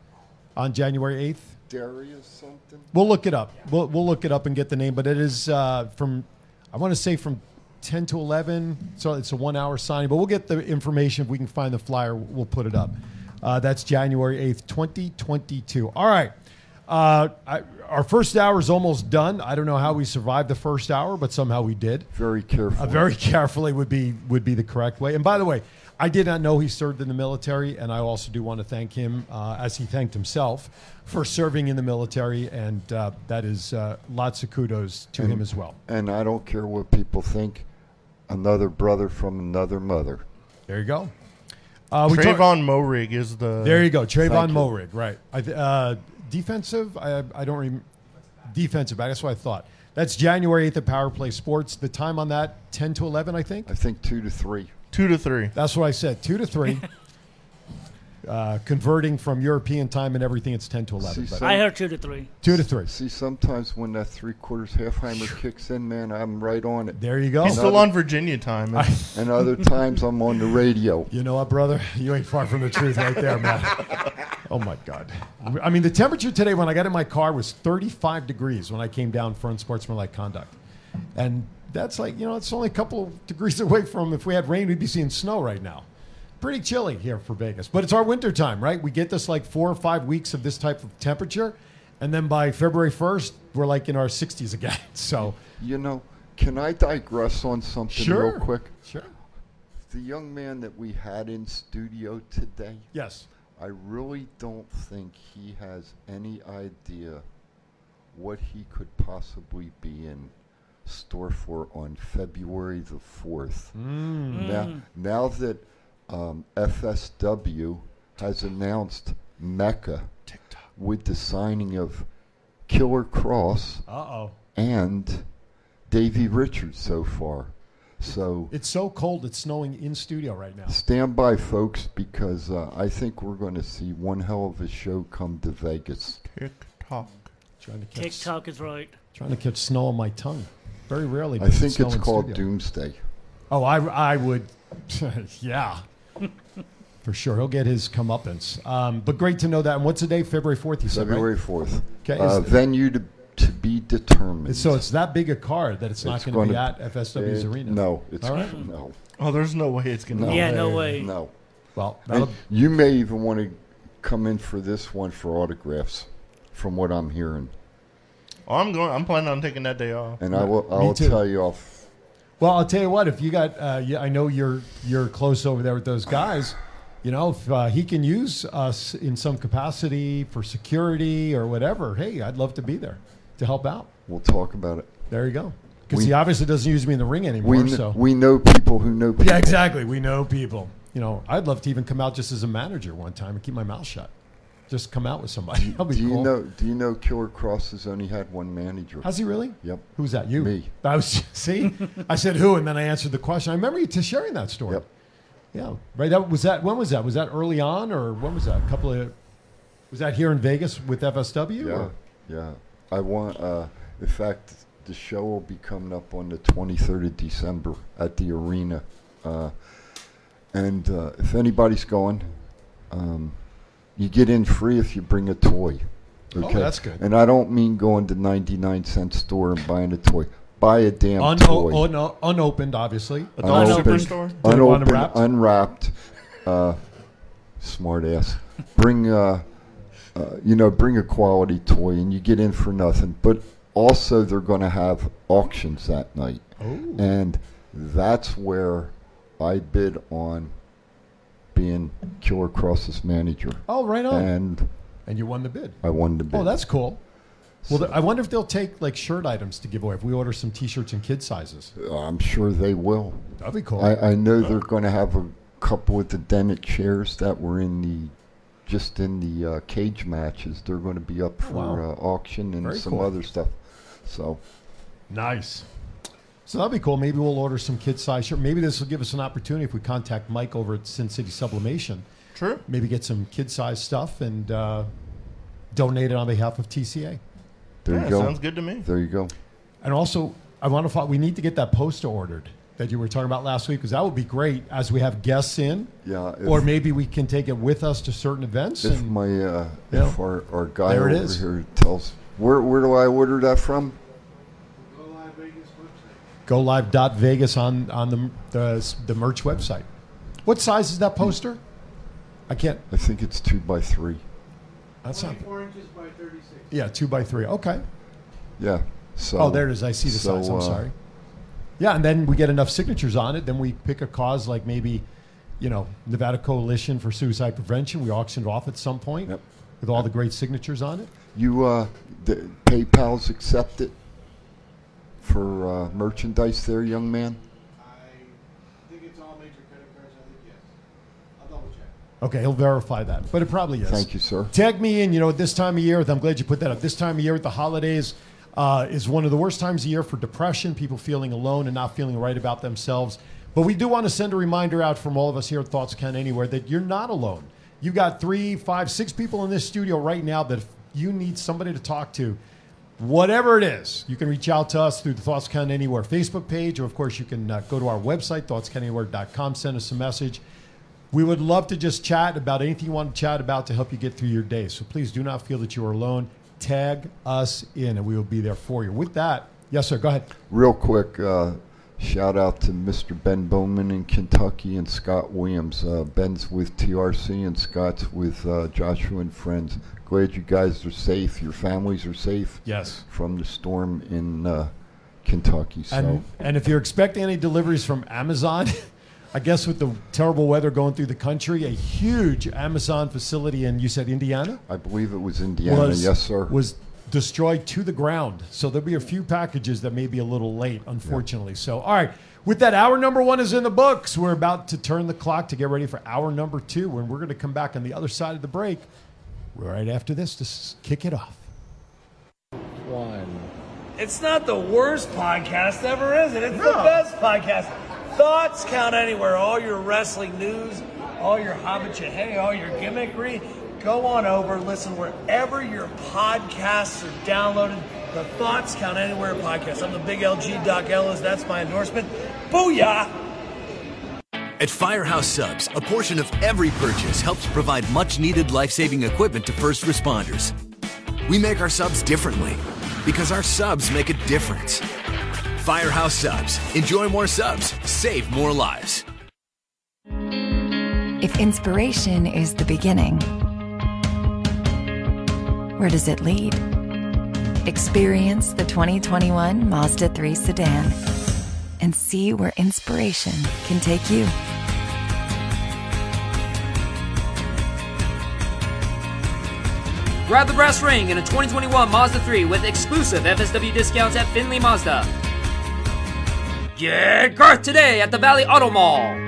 Speaker 1: on January 8th?
Speaker 2: Darius something?
Speaker 1: We'll look it up. We'll, we'll look it up and get the name, but it is uh, from, I want to say from 10 to 11. So it's a one hour signing, but we'll get the information. If we can find the flyer, we'll put it up. Uh, that's January 8th, 2022. All right. Uh, I, our first hour is almost done. I don't know how we survived the first hour, but somehow we did.
Speaker 2: Very carefully.
Speaker 1: very carefully would be would be the correct way. And by the way, I did not know he served in the military, and I also do want to thank him, uh, as he thanked himself, for serving in the military, and uh, that is uh, lots of kudos to
Speaker 2: Mm-hmm.
Speaker 1: him as well.
Speaker 2: And I don't care what people think. Another brother from another mother.
Speaker 1: There you go. Uh,
Speaker 3: Trayvon Morig is
Speaker 2: uh,
Speaker 3: the.
Speaker 1: There you go,
Speaker 3: Thank
Speaker 1: Trayvon
Speaker 3: you.
Speaker 1: Morig. Right, I th- uh, defensive. I, I don't remember defensive. back, That's what I thought. That's January 8th at Power Play Sports. The time on that, 10 to 11, I think?
Speaker 2: I think 2 to 3.
Speaker 3: 2 to 3.
Speaker 1: That's what I said, 2 to 3. uh, converting from European time and everything, it's 10 to 11.
Speaker 2: See,
Speaker 1: but-
Speaker 2: so-
Speaker 4: I heard two to three.
Speaker 1: Two to three.
Speaker 2: See, sometimes when that three quarters half hammer kicks in, man, I'm right on it.
Speaker 1: There you go.
Speaker 3: He's still on Virginia time.
Speaker 2: and other times I'm on the radio.
Speaker 1: You know what, brother? You ain't far from the truth right there, man. oh, my God. I mean, the temperature today when I got in my car was 35 degrees when I came down for unsportsmanlike conduct. And that's like, you know, it's only a couple of degrees away from if we had rain, we'd be seeing snow right now. Pretty chilly here for Vegas. But it's our winter time, right? We get this like four or five weeks of this type of temperature. And then by February 1st, we're like in our 60s again. So,
Speaker 2: You know, Can I digress on something
Speaker 1: Sure.
Speaker 2: real quick?
Speaker 1: Sure.
Speaker 2: The young man that we had in studio today.
Speaker 1: Yes.
Speaker 2: I really don't think he has any idea what he could possibly be in store for on February the 4th.
Speaker 1: Mm.
Speaker 2: Now,
Speaker 1: Mm.
Speaker 2: now that um, FSW has announced Mecca with the signing of Killer Cross
Speaker 1: Uh-oh.
Speaker 2: and Davy Richards so far. So
Speaker 1: It's so cold. It's snowing in studio right now.
Speaker 2: stand by, folks, because uh, I think we're going to see one hell of a show come to Vegas.
Speaker 3: TikTok.
Speaker 1: Trying to catch,
Speaker 4: TikTok is right.
Speaker 1: trying to catch snow on my tongue. Very rarely.
Speaker 2: I
Speaker 1: does it
Speaker 2: think
Speaker 1: snow
Speaker 2: it's
Speaker 1: in
Speaker 2: called
Speaker 1: studio.
Speaker 2: Doomsday.
Speaker 1: Oh, I, I would. yeah. For sure. He'll get his comeuppance. Um, but great to know that. And what's the day? February 4th, you said, right?
Speaker 2: February 4th.
Speaker 1: Okay, is-
Speaker 2: Uh, venue to, to be determined.
Speaker 1: So it's that big a card that it's not
Speaker 2: It's
Speaker 1: going to be
Speaker 2: gonna-
Speaker 1: at FSW's
Speaker 2: it-
Speaker 1: arena.
Speaker 2: no, it's-
Speaker 1: All right.
Speaker 2: no.
Speaker 3: Oh, there's no way it's gonna.
Speaker 2: No.
Speaker 3: be
Speaker 2: Yeah, no
Speaker 3: there.
Speaker 2: way. No.
Speaker 1: Well,
Speaker 2: And
Speaker 1: that'll-
Speaker 2: you may even want to come in for this one for autographs, from what I'm hearing.
Speaker 3: Oh, I'm going. I'm planning on taking that day off.
Speaker 2: And I will.
Speaker 1: Me
Speaker 2: I'll
Speaker 1: too.
Speaker 2: tell you off.
Speaker 1: Well, I'll tell you what. If you got, uh, yeah, I know you're you're close over there with those guys. You know, if uh, he can use us in some capacity for security or whatever, hey, I'd love to be there to help out.
Speaker 2: We'll talk about it.
Speaker 1: There you go. Because
Speaker 2: We-
Speaker 1: he obviously doesn't use me in the ring anymore.
Speaker 2: We, kn-
Speaker 1: so
Speaker 2: we know people who know people.
Speaker 1: yeah, exactly. We know people. You know, I'd love to even come out just as a manager one time and keep my mouth shut. Just come out with somebody. That'd be
Speaker 2: Do you
Speaker 1: cool.
Speaker 2: know? Do you know? Killer Cross has only had one manager.
Speaker 1: Has he really?
Speaker 2: Yep.
Speaker 1: Who's that? You?
Speaker 2: Me.
Speaker 1: I was see. I said who, and then I answered the question. I remember you t- sharing that story.
Speaker 2: Yep.
Speaker 1: Yeah. Right. That was that. When was that? Was that early on, or when was that? A couple of. Was that here in Vegas with FSW?
Speaker 2: Yeah,
Speaker 1: or-
Speaker 2: yeah. I want. Uh, in fact, the show will be coming up on the 23rd of December at the arena, uh, and uh, if anybody's going, um, you get in free if you bring a toy.
Speaker 1: Oh,
Speaker 2: Okay,
Speaker 1: that's good.
Speaker 2: And I don't mean going to 99 cent store and buying a toy. Buy a damn
Speaker 1: Uno-
Speaker 2: toy.
Speaker 1: oh, no, unopened, obviously. Did it
Speaker 2: Unopened,
Speaker 1: unwrapped?
Speaker 2: unwrapped. Uh, smart ass. Bring, uh, uh, you know, bring a quality toy and you get in for nothing. But also, they're going to have auctions that night.
Speaker 1: Oh.
Speaker 2: And that's where I bid on being Killer Cross's manager.
Speaker 1: Oh, right on.
Speaker 2: And
Speaker 1: And you won the bid.
Speaker 2: I won the bid.
Speaker 1: Oh, that's cool. Well, th- I wonder if they'll take like shirt items to give away if we order some T-shirts in kid sizes.
Speaker 2: I'm sure they will.
Speaker 1: That'd be cool.
Speaker 2: I, I know they're going to have a couple of the Dennett chairs that were in the just in the uh, cage matches. They're going to be up
Speaker 3: Oh,
Speaker 2: for
Speaker 1: Wow.
Speaker 2: uh, auction and
Speaker 1: Very
Speaker 2: some
Speaker 1: cool.
Speaker 2: other stuff. So
Speaker 1: Nice. So that'll be cool. Maybe we'll order some kid size shirt. Maybe this will give us an opportunity if we contact Mike over at Sin City Sublimation.
Speaker 3: True.
Speaker 1: Maybe get some kid size stuff and uh, donate it on behalf of TCA.
Speaker 2: there
Speaker 3: Yeah,
Speaker 2: you go.
Speaker 3: sounds good to me.
Speaker 2: There you go.
Speaker 1: And also, I want to. Find, we need to get that poster ordered that you were talking about last week because that would be great as we have guests in.
Speaker 2: Yeah, if-
Speaker 1: or maybe we can take it with us to certain events.
Speaker 2: If
Speaker 1: and
Speaker 2: my uh,
Speaker 1: Yeah.
Speaker 2: if our, our guy
Speaker 1: There
Speaker 2: over
Speaker 1: it is.
Speaker 2: here tells where where do I order that from?
Speaker 1: go live dot Vegas on on the, the the merch website. What size is that poster? I can't.
Speaker 2: I think it's two by three.
Speaker 1: That's not. Four inches by thirty-six. Yeah, two by three. Okay.
Speaker 2: Yeah. So
Speaker 1: oh, there it is. I see the
Speaker 2: so,
Speaker 1: size. I'm
Speaker 2: uh,
Speaker 1: sorry. Yeah, and then we get enough signatures on it. Then we pick a cause like maybe, you know, Nevada Coalition for Suicide Prevention. We auction it off at some point with all the great signatures on it.
Speaker 2: You uh, the PayPal's accepted for uh, merchandise there, young man.
Speaker 1: Okay, he'll verify that, but it probably is.
Speaker 2: Thank you, sir.
Speaker 1: Tag me in. You know, this time of year, I'm glad you put that up. This time of year, with the holidays, uh, is one of the worst times of year for depression, people feeling alone and not feeling right about themselves. But we do want to send a reminder out from all of us here at Thoughts Count Anywhere that you're not alone. You got three, five, six people in this studio right now that if you need somebody to talk to, whatever it is, you can reach out to us through the Thoughts Count Anywhere Facebook page, or of course, you can uh, go to our website, thoughtscountanywhere.com, send us a message. We would love to just chat about anything you want to chat about to help you get through your day. So please do not feel that you are alone. Tag us in, and we will be there for you. With that, yes, sir. Go ahead.
Speaker 2: Real quick, uh, shout out to Mr. Ben Bowman in Kentucky and Scott Williams. Uh, Ben's with TRC and Scott's with uh, Joshua and friends. Glad you guys are safe. Your families are safe.
Speaker 1: Yes.
Speaker 2: From the storm in uh, Kentucky. So
Speaker 1: And, and if you're expecting any deliveries from Amazon, I guess with the terrible weather going through the country, a huge Amazon facility in, you said Indiana?
Speaker 2: I believe it was Indiana.
Speaker 1: Was-
Speaker 2: yes, sir.
Speaker 1: Was destroyed to the ground. So there'll be a few packages that may be a little late, unfortunately. So, all right. With that, hour number one is in the books. We're about to turn the clock to get ready for hour number two, when we're going to come back on the other side of the break right after this to s- kick it off.
Speaker 5: One. It's not the worst podcast ever, is it? It's the best podcast. Thoughts count anywhere. All your wrestling news, all your hobbit shit, hey, all your gimmickry. Go on over, listen wherever your podcasts are downloaded. The Thoughts Count Anywhere podcast. I'm the big LG Doc Ellis. That's my endorsement. Booyah!
Speaker 6: At Firehouse Subs, a portion of every purchase helps provide much needed life saving equipment to first responders. We make our subs differently because our subs make a difference. Firehouse Subs. Enjoy more subs, save more lives.
Speaker 7: If inspiration is the beginning, where does it lead? Experience the 2021 Mazda 3 sedan and see where inspiration can take you.
Speaker 8: Grab the brass ring in a 2021 Mazda 3 with exclusive FSW discounts at Finley Mazda. Get Garth today at the Valley Auto Mall.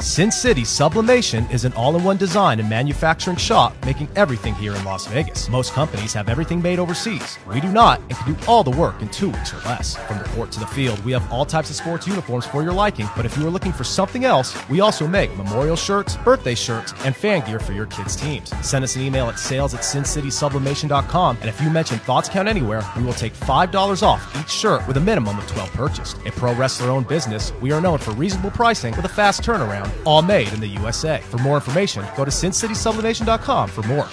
Speaker 9: Sin City Sublimation is an all in one design and manufacturing shop making everything here in Las Vegas. Most companies have everything made overseas. We do not and can do all the work in two weeks or less. From the court to the field, we have all types of sports uniforms for your liking. But if you are looking for something else, we also make memorial shirts, birthday shirts, and fan gear for your kids' teams. Send us an email at sales at sincitysublimation.com. And if you mention Thoughts Count Anywhere, we will take $5 off each shirt with a minimum of 12 purchased. A pro wrestler owned business, we are known for reasonable pricing with a fast turnaround, all made in the USA. For more information, go to sincitysublimation.com for more.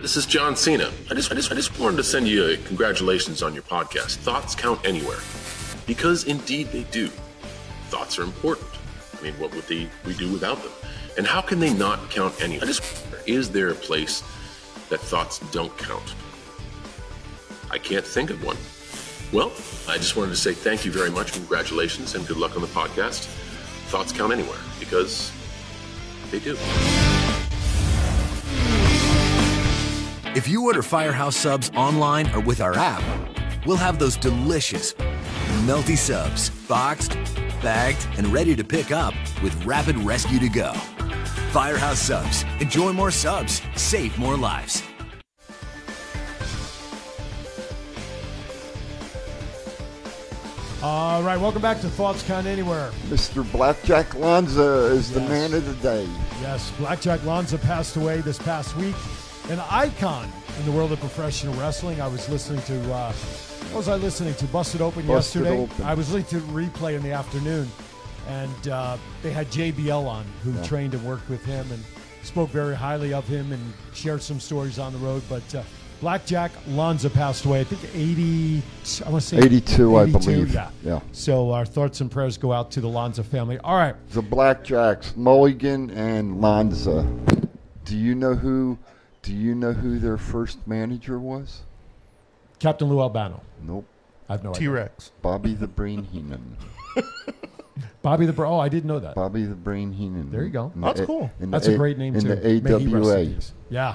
Speaker 13: This is John Cena. I just, I just, I just wanted to send you a congratulations on your podcast. Thoughts count anywhere, because indeed they do. Thoughts are important. I mean, what would they we do without them? And how can they not count anywhere? I just wonder, is there a place that thoughts don't count? I can't think of one. Well, I just wanted to say thank you very much, congratulations, and good luck on the podcast. Thoughts count anywhere because they do.
Speaker 6: If you order Firehouse Subs online or with our app, we'll have those delicious, melty subs boxed, bagged, and ready to pick up with Rapid Rescue to Go. Firehouse Subs. Enjoy more subs, save more lives.
Speaker 1: All right. Welcome back to Thoughts Count Anywhere.
Speaker 2: Mr. Blackjack Lanza is the
Speaker 1: Yes.
Speaker 2: man of the day.
Speaker 1: Yes, Blackjack Lanza passed away this past week, an icon in the world of professional wrestling. I was listening to, uh, what was I listening to? Busted Open
Speaker 2: Busted
Speaker 1: yesterday.
Speaker 2: Open.
Speaker 1: I was listening to the replay in the afternoon, and uh, they had JBL on, who
Speaker 2: Yeah.
Speaker 1: trained and worked with him and spoke very highly of him and shared some stories on the road. But uh, Blackjack Lanza passed away, I think 80, I want to say
Speaker 2: 82, I believe.
Speaker 1: Yeah.
Speaker 2: Yeah.
Speaker 1: So our thoughts and prayers go out to the Lanza family. All right.
Speaker 2: The Blackjacks, Mulligan and Lanza. Do you know who? Do you know who their first manager was?
Speaker 1: Captain Lou Albano.
Speaker 2: Nope.
Speaker 1: I have no idea. T-Rex.
Speaker 2: Bobby the Brain Heenan.
Speaker 1: Bobby the Bro. Oh, I didn't know that.
Speaker 2: Bobby the Brain Heenan.
Speaker 1: There you go.
Speaker 2: In the
Speaker 1: That's
Speaker 2: A-
Speaker 1: cool.
Speaker 2: in the
Speaker 1: That's a
Speaker 2: A-
Speaker 1: great name,
Speaker 2: in
Speaker 1: too. May he
Speaker 2: the
Speaker 1: rest in
Speaker 2: AWA.
Speaker 1: peace. Yeah.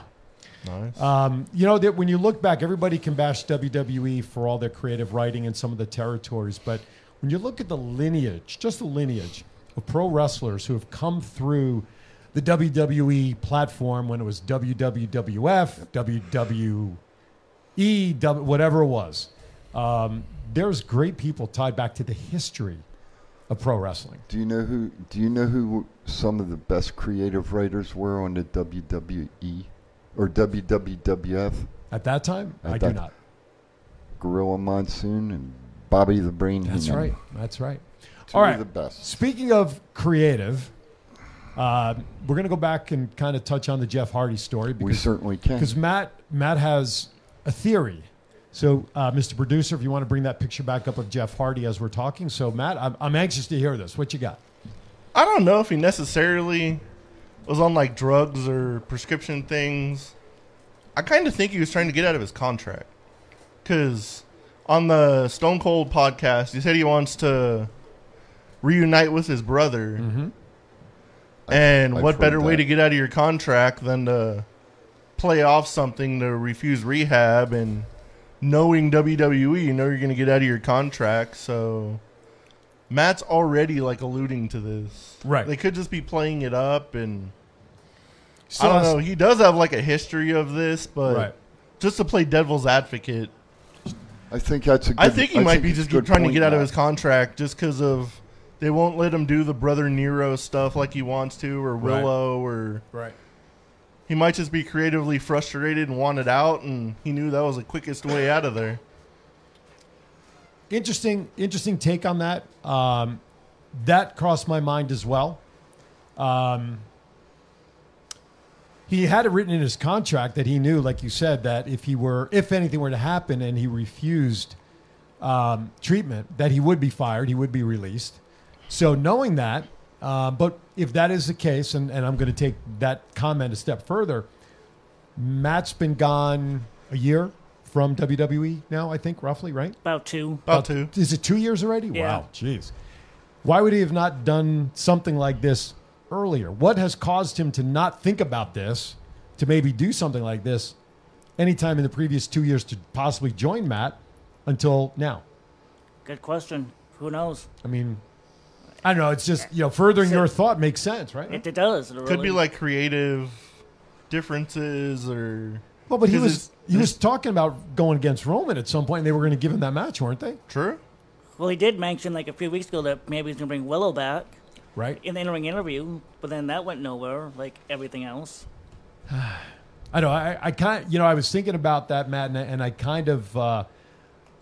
Speaker 1: Nice. Um, you know that when you look back, everybody can bash WWE for all their creative writing and some of the territories, but when you look at the lineage, just the lineage of pro wrestlers who have come through the WWE platform when it was WWWF, WWE, E, W- whatever it was, um, there's great people tied back to the history of pro wrestling.
Speaker 2: Do you know who? Do you know who some of the best creative writers were on the WWE or WWWF?
Speaker 1: At that time,
Speaker 2: At
Speaker 1: I do
Speaker 2: that-
Speaker 1: not.
Speaker 2: Gorilla Monsoon and Bobby the Brain.
Speaker 1: That's
Speaker 2: Heenan.
Speaker 1: right. That's right.
Speaker 2: Two
Speaker 1: All
Speaker 2: of
Speaker 1: right.
Speaker 2: the best.
Speaker 1: Speaking of creative, uh, we're going to go back and kind of touch on the Jeff Hardy story. Because,
Speaker 2: certainly can.
Speaker 1: Because Matt, Matt has a theory. So, uh, Mr. Producer, if you want to bring that picture back up of Jeff Hardy as we're talking. So, Matt, I'm, I'm anxious to hear this. What you got?
Speaker 3: I don't know if he necessarily was on like drugs or prescription things. I kind of think he was trying to get out of his contract because on the Stone Cold podcast, he said he wants to reunite with his brother. Mm-hmm. And
Speaker 2: I've
Speaker 3: what
Speaker 2: heard
Speaker 3: better way
Speaker 2: that.
Speaker 3: to get out of your contract than to play off something to refuse rehab and knowing WWE, you know you're going to get out of your contract. So Matt's already like alluding to this.
Speaker 1: Right.
Speaker 3: They could just be playing it up and
Speaker 1: Still
Speaker 3: I don't
Speaker 1: has-
Speaker 3: know. He does have like a history of this, but
Speaker 1: Right.
Speaker 3: just to play devil's advocate,
Speaker 2: I think that's a good
Speaker 3: I think he might be
Speaker 2: it's a
Speaker 3: just
Speaker 2: good
Speaker 3: trying to
Speaker 2: point,
Speaker 3: get out of
Speaker 2: Matt.
Speaker 3: his contract just because of they won't let him do the brother Nero stuff like he wants to or
Speaker 1: Right.
Speaker 3: Willow or
Speaker 1: right.
Speaker 3: He might just be creatively frustrated and wanted out, and he knew that was the quickest way out of there.
Speaker 1: interesting interesting take on that um, that crossed my mind as well um, he had it written in his contract that he knew like you said that if he were if anything were to happen and he refused um, treatment that he would be fired he would be released so knowing that uh, but if that is the case and, and i'm going to take that comment a step further matt's been gone a year from wwe now i think roughly right
Speaker 4: About two.
Speaker 3: About two.
Speaker 1: Is it two years already?
Speaker 4: Yeah.
Speaker 1: Wow, jeez. Why would he have not done something like this earlier? What has caused him to not think about this, to maybe do something like this anytime in the previous two years to possibly join Matt until now?
Speaker 4: Good question. Who knows?
Speaker 1: I mean, I don't know. It's just, you know, furthering your thought makes sense, right?
Speaker 4: It, it does. It
Speaker 3: Could
Speaker 4: really-
Speaker 3: be like creative differences or.
Speaker 1: Well, but he
Speaker 3: 'cause
Speaker 1: was
Speaker 3: it's-
Speaker 1: he was talking about going against Roman at some point, and they were going to give him that match, weren't they?
Speaker 3: True.
Speaker 4: Well, he did mention like a few weeks ago that maybe he's gonna bring Willow back
Speaker 1: Right.
Speaker 4: in the in-ring interview, but then that went nowhere. Like everything else.
Speaker 1: I know. I, I kind you know, I was thinking about that, Matt, and I, and I kind of uh,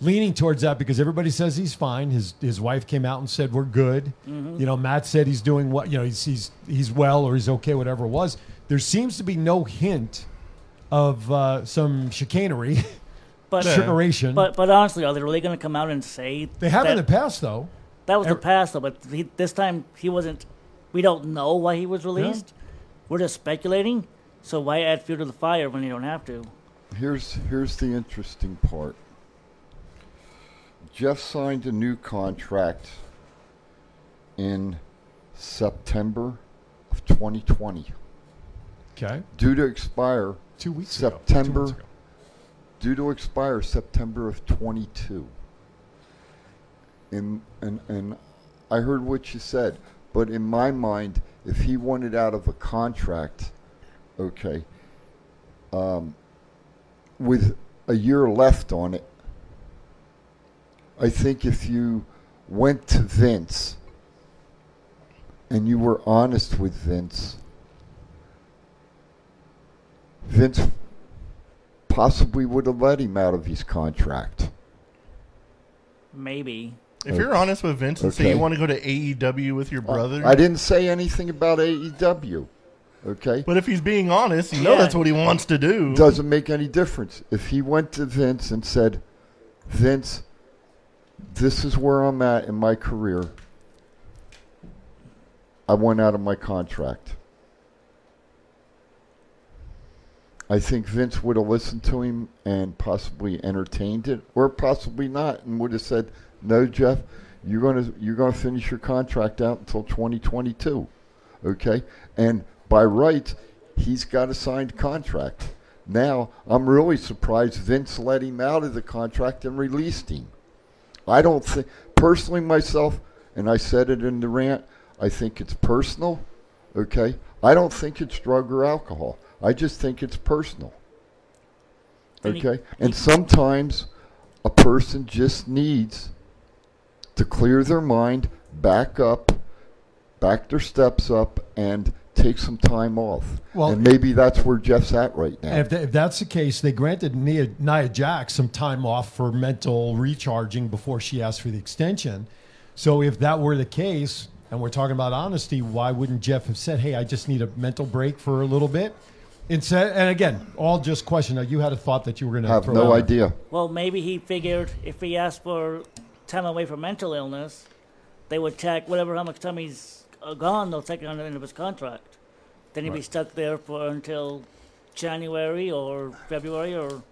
Speaker 1: leaning towards that because everybody says he's fine. His his wife came out and said we're good.
Speaker 4: Mm-hmm.
Speaker 14: Mhm.
Speaker 1: You know, Matt said he's doing what you know he's he's he's well or he's okay, whatever it was. There seems to be no hint of uh, some chicanery,
Speaker 4: But
Speaker 1: chicaneration.
Speaker 4: But but honestly, are they really gonna come out and say
Speaker 1: they have in
Speaker 4: that-
Speaker 1: the past though.
Speaker 4: That was the
Speaker 1: Ev-
Speaker 4: past, though. But he, this time he wasn't. We don't know why he was released. We're just speculating. So why add fuel to the fire when you don't have to?
Speaker 2: Here's here's the interesting part. Jeff signed a new contract in September of 2020.
Speaker 1: Okay.
Speaker 2: Due to expire
Speaker 1: two weeks
Speaker 2: September. Due to expire September of 22. And and and I heard what you said, but in my mind, if he wanted out of a contract, okay, um, with a year left on it, I think if you went to Vince and you were honest with Vince, Vince possibly would have let him out of his contract.
Speaker 4: Maybe.
Speaker 3: If you're honest with Vince and say
Speaker 2: Oh. Okay. Uh,
Speaker 3: you want to go to AEW with your brother,
Speaker 2: I didn't say anything about AEW. Okay.
Speaker 3: But if he's being honest, you know that's what he wants to do.
Speaker 2: Doesn't make any difference. If he went to Vince and said, Vince, this is where I'm at in my career. I went out of my contract. I think Vince would have listened to him and possibly entertained it, or possibly not, and would have said, "No, Jeff, you're gonna you're gonna finish your contract out until 2022, okay?" And by right, he's got a signed contract. Now I'm really surprised Vince let him out of the contract and released him. I don't think, personally myself, and I said it in the rant, I think it's personal, okay? I don't think it's drug or alcohol. I just think it's personal,
Speaker 15: And he-
Speaker 2: okay? And sometimes a person just needs to clear their mind, back up, back their steps up, and take some time off.
Speaker 1: Well-
Speaker 2: and maybe that's where Jeff's at right now.
Speaker 1: And if, tha- if that's the case, they granted Nia, Nia Jax some time off for mental recharging before she asked for the extension. So if that were the case, and we're talking about honesty, why wouldn't Jeff have said, "Hey, I just need a mental break for a little bit"? Instead, and again, all just question. Now you had a thought that you were going to
Speaker 2: Have
Speaker 1: throw
Speaker 2: no
Speaker 1: out.
Speaker 2: idea.
Speaker 4: Well, maybe he figured if he asked for time away for mental illness, they would check whatever how much time he's uh, gone. They'll take it on the end of his contract. Then he'd be
Speaker 1: Right.
Speaker 4: stuck there for until January or February or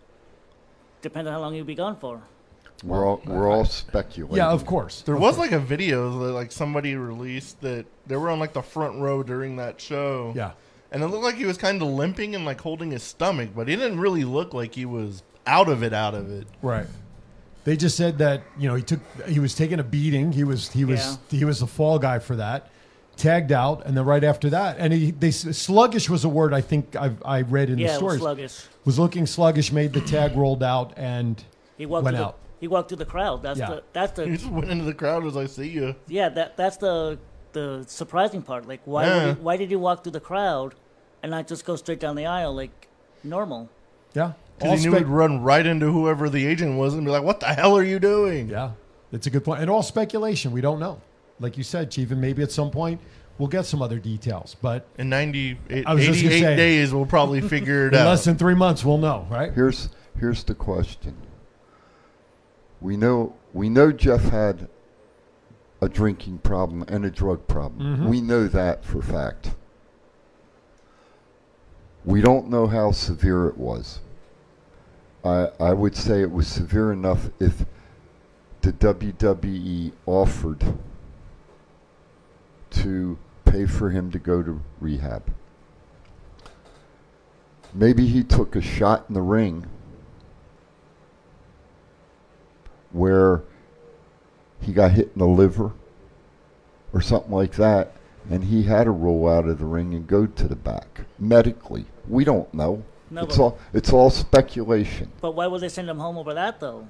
Speaker 4: depending on how long he'd be gone for.
Speaker 2: We're all we're all speculating.
Speaker 1: Yeah, of course.
Speaker 3: There
Speaker 1: Of
Speaker 3: was like
Speaker 1: course.
Speaker 3: a video that like somebody released that they were on like the front row during that show.
Speaker 1: Yeah.
Speaker 3: And it looked like he was kind of limping and like holding his stomach, but he didn't really look like he was out of it, out of it.
Speaker 1: Right. They just said that you know he took he was taking a beating. He was he was he was the fall guy for that. Tagged out, and then right after that, and he they sluggish was a word I think I I read in
Speaker 4: Yeah,
Speaker 1: the
Speaker 4: it was
Speaker 1: stories.
Speaker 4: sluggish.
Speaker 1: Was looking sluggish, made the tag rolled out, and
Speaker 4: He walked
Speaker 1: went
Speaker 4: through
Speaker 1: out.
Speaker 4: The, he walked through the crowd. That's
Speaker 1: Yeah.
Speaker 4: the that's the
Speaker 3: He just went into the crowd as I see you.
Speaker 4: yeah that that's the the surprising part. Like why
Speaker 3: Yeah.
Speaker 4: would he, why did he walk through the crowd and not just go straight down the aisle like normal?
Speaker 1: Yeah. All
Speaker 3: Because he knew
Speaker 1: spec-
Speaker 3: he'd run right into whoever the agent was and be like, "What the hell are you doing?"
Speaker 1: Yeah, that's a good point. And all speculation. We don't know. Like you said, Chief, and maybe at some point we'll get some other details. But
Speaker 3: in 98,
Speaker 1: I was just gonna
Speaker 3: 88
Speaker 1: say-
Speaker 3: days, we'll probably figure it
Speaker 1: in
Speaker 3: out.
Speaker 1: less than three months, we'll know, right?
Speaker 2: Here's here's the question. We know we know Jeff had a drinking problem and a drug problem.
Speaker 1: Mhm.
Speaker 2: We know that for a fact. We don't know how severe it was. I I would say it was severe enough if the WWE offered to pay for him to go to rehab. Maybe he took a shot in the ring where he got hit in the liver or something like that, and he had to roll out of the ring and go to the back medically. We don't know.
Speaker 4: No,
Speaker 2: it's
Speaker 4: but-
Speaker 2: all it's all speculation.
Speaker 4: But why would they send him home over that though?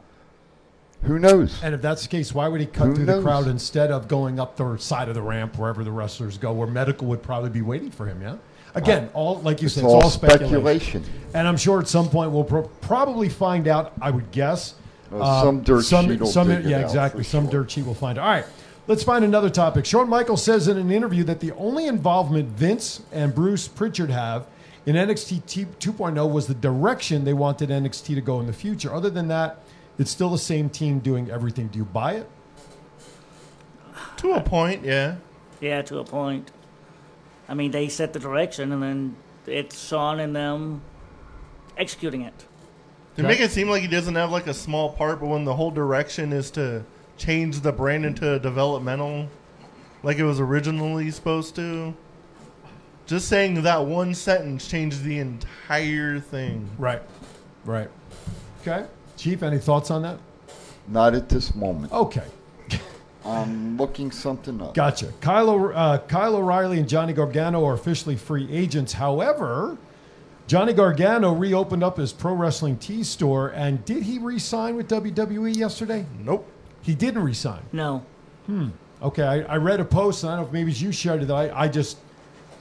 Speaker 2: Who knows?
Speaker 1: And if that's the case, why would he cut
Speaker 2: Who
Speaker 1: through the
Speaker 2: knows?
Speaker 1: crowd instead of going up the side of the ramp wherever the wrestlers go, where medical would probably be waiting for him? Yeah. Again, all like you
Speaker 2: It's
Speaker 1: said,
Speaker 2: all
Speaker 1: it's all speculation.
Speaker 2: speculation.
Speaker 1: And I'm sure at some point we'll pro- probably find out. I would guess Um,
Speaker 2: Uh, some dirt
Speaker 1: some,
Speaker 2: sheet will
Speaker 1: some-
Speaker 2: dig it
Speaker 1: yeah,
Speaker 2: out
Speaker 1: exactly. Some dirt sheet will find. All right, let's find another topic. Shawn Michaels says in an interview that the only involvement Vince and Bruce Pritchard have in NXT T- 2.0 was the direction they wanted NXT to go in the future. Other than that, it's still the same team doing everything. Do you buy it?
Speaker 3: To a point, yeah.
Speaker 4: Yeah, to a point. I mean, they set the direction, and then it's Sean and them executing it.
Speaker 3: They make it seem like he doesn't have like a small part, but when the whole direction is to change the brand into a developmental, like it was originally supposed to. Just saying that one sentence changed the entire thing.
Speaker 1: Right. Right. Okay. Chief, any thoughts on that?
Speaker 2: Not at this moment.
Speaker 1: Okay.
Speaker 2: I'm looking something up.
Speaker 1: Gotcha. Kyle, O- uh, Kyle O'Reilly and Johnny Gargano are officially free agents. However, Johnny Gargano reopened up his pro wrestling T store, and did he re-sign with WWE yesterday?
Speaker 3: Nope.
Speaker 1: He didn't re-sign.
Speaker 4: No.
Speaker 1: Hmm. Okay. I, I read a post, and I don't know if maybe you shared it. That I, I just,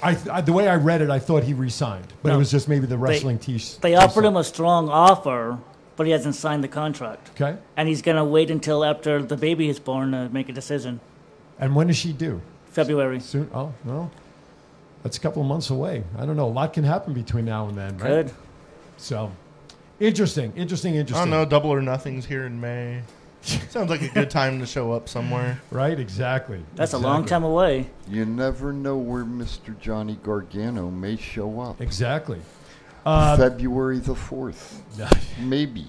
Speaker 1: I, I the way I read it, I thought he re-signed, but it
Speaker 4: No.
Speaker 1: was just maybe the
Speaker 4: They-
Speaker 1: wrestling T.
Speaker 4: They offered him a strong offer, but he hasn't signed the contract.
Speaker 1: Okay.
Speaker 4: And he's going to wait until after the baby is born to make a decision.
Speaker 1: And when does she due?
Speaker 4: February.
Speaker 1: Soon. Oh no, that's a couple of months away. I don't know. A lot can happen between now and then, right?
Speaker 3: Could.
Speaker 1: So, interesting, interesting,
Speaker 3: I
Speaker 1: interesting.
Speaker 3: don't know. Double or nothing's here in May. Sounds like a good time to show up somewhere.
Speaker 1: Right? Exactly.
Speaker 4: That's a long time away.
Speaker 2: You never know where Mr. Johnny Gargano may show up.
Speaker 1: Exactly. Uh,
Speaker 2: February the 4th. Maybe.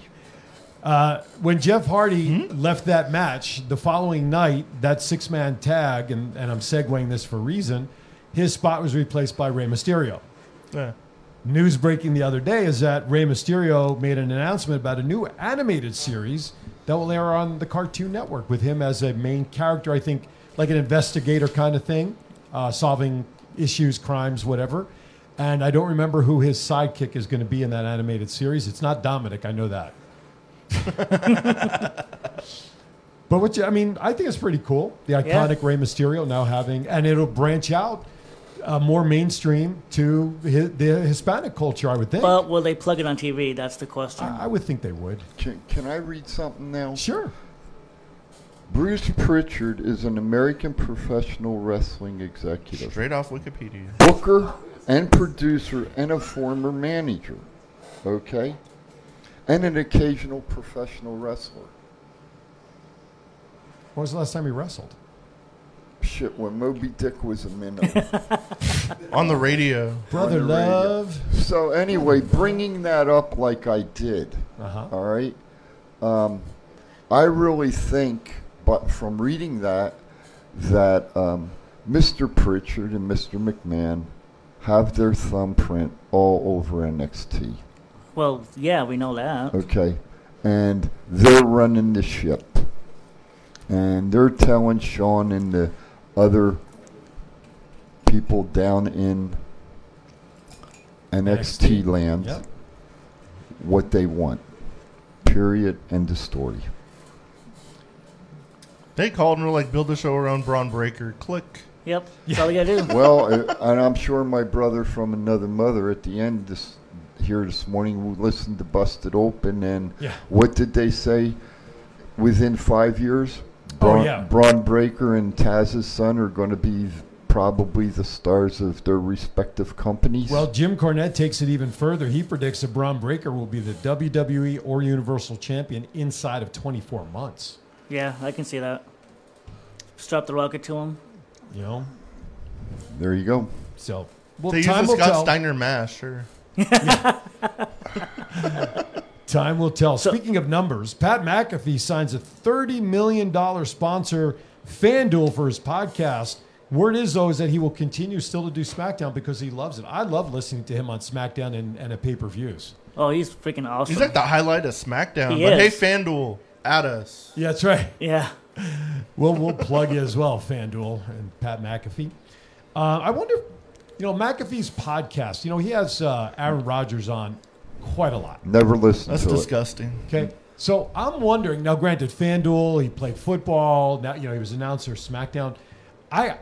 Speaker 1: Uh, when Jeff Hardy left that match the following night, that six man tag, and, and I'm segueing this for a reason, his spot was replaced by Rey Mysterio.
Speaker 3: Yeah.
Speaker 1: News breaking the other day is that Rey Mysterio made an announcement about a new animated series that will air on the Cartoon Network with him as a main character, I think, like an investigator kind of thing, uh, solving issues, crimes, whatever. And I don't remember who his sidekick is going to be in that animated series. It's not Dominic, I know that. But what you, I mean, I think it's pretty cool. The
Speaker 4: Yeah.
Speaker 1: iconic Rey Mysterio now having, and it'll branch out uh, more mainstream to hi the Hispanic culture, I would think.
Speaker 4: But will they plug it on TV? That's the question.
Speaker 1: I would think they would.
Speaker 2: Can, can I read something now?
Speaker 1: Sure.
Speaker 2: Bruce Pritchard is an American professional wrestling executive,
Speaker 3: Straight off Wikipedia.
Speaker 2: booker, and producer, and a former manager. Okay? And an occasional professional wrestler.
Speaker 1: When was the last time he wrestled?
Speaker 2: Shit, when Moby Dick was a minnow.
Speaker 3: On the radio.
Speaker 1: Brother
Speaker 2: on the radio.
Speaker 1: Love.
Speaker 2: So anyway, bringing that up like I did. Uh-huh. All right. Um, I really think, but from reading that, that um, Mr. Pritchard and Mr. McMahon have their thumbprint all over NXT.
Speaker 4: Well, yeah, we know that.
Speaker 2: Okay. And they're running the ship. And they're telling Sean and the other people down in NXT,
Speaker 1: NXT,
Speaker 2: land
Speaker 1: yep.
Speaker 2: what they want. Period. End of story.
Speaker 3: They called and were like, build a show around Braun Breaker. Click.
Speaker 4: Yep. That's all you gotta do.
Speaker 2: well, uh, and I'm sure my brother from another mother at the end this here this morning listened to Busted Open, and
Speaker 1: Yeah.
Speaker 2: what did they say? Within five years, Braun,
Speaker 1: yeah.
Speaker 2: Braun Breaker and Taz's son are going to be probably the stars of their respective companies.
Speaker 1: Well, Jim Cornette takes it even further. He predicts that Braun Breaker will be the WWE or Universal Champion inside of 24 months.
Speaker 4: Yeah, I can see that. Strap the rocket to him.
Speaker 1: You know,
Speaker 2: there you go.
Speaker 1: So
Speaker 3: they use
Speaker 1: time
Speaker 3: the
Speaker 1: will
Speaker 3: Scott
Speaker 1: tell.
Speaker 3: Steiner mash. Sure.
Speaker 1: Time will tell. Speaking of numbers, Pat McAfee signs a $30 million sponsor, FanDuel, for his podcast. Word is, though, is that he will continue still to do SmackDown because he loves it. I love listening to him on SmackDown and, and at pay per views.
Speaker 4: Oh, he's freaking awesome.
Speaker 3: He's like the highlight of SmackDown.
Speaker 1: He
Speaker 3: but
Speaker 1: is.
Speaker 3: hey, FanDuel, at us.
Speaker 1: Yeah, that's right.
Speaker 4: Yeah.
Speaker 1: We'll, we'll plug you as well, FanDuel and Pat McAfee. Uh, I wonder, if- you know, McAfee's podcast, you know, he has uh, Aaron Rodgers on quite a lot.
Speaker 2: Never listen to it.
Speaker 1: Okay. So I'm wondering now. Granted, FanDuel, he played football. Now you know he was announcer SmackDown. I,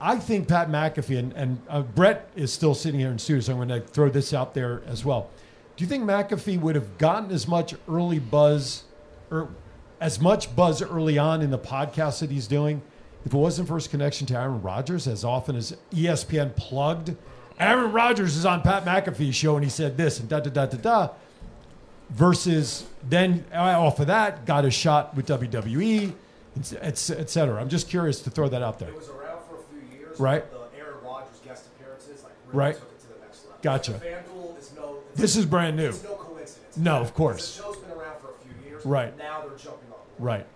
Speaker 1: I think Pat McAfee and, and uh, Brett is still sitting here in studio, so I'm going to throw this out there as well. Do you think McAfee would have gotten as much early buzz, or as much buzz early on in the podcast that he's doing, if it wasn't for his connection to Aaron Rodgers? As often as E ESPN plugged, Aaron Rodgers is on Pat McAfee's show, and he said this and da da da da da versus then uh, off of that got a shot with WWE, et, et, et cetera. I'm just curious to throw that out there. It was around for a few years, right?
Speaker 14: The Aaron Rodgers guest appearances, like, really
Speaker 1: Right.
Speaker 14: took it to the next level.
Speaker 1: Gotcha.
Speaker 14: FanDuel is no. it's-
Speaker 1: This is brand new.
Speaker 14: It's no coincidence.
Speaker 1: No, of course.
Speaker 14: The show's been around for a few years.
Speaker 1: Right.
Speaker 14: Now they're jumping on.
Speaker 1: Right.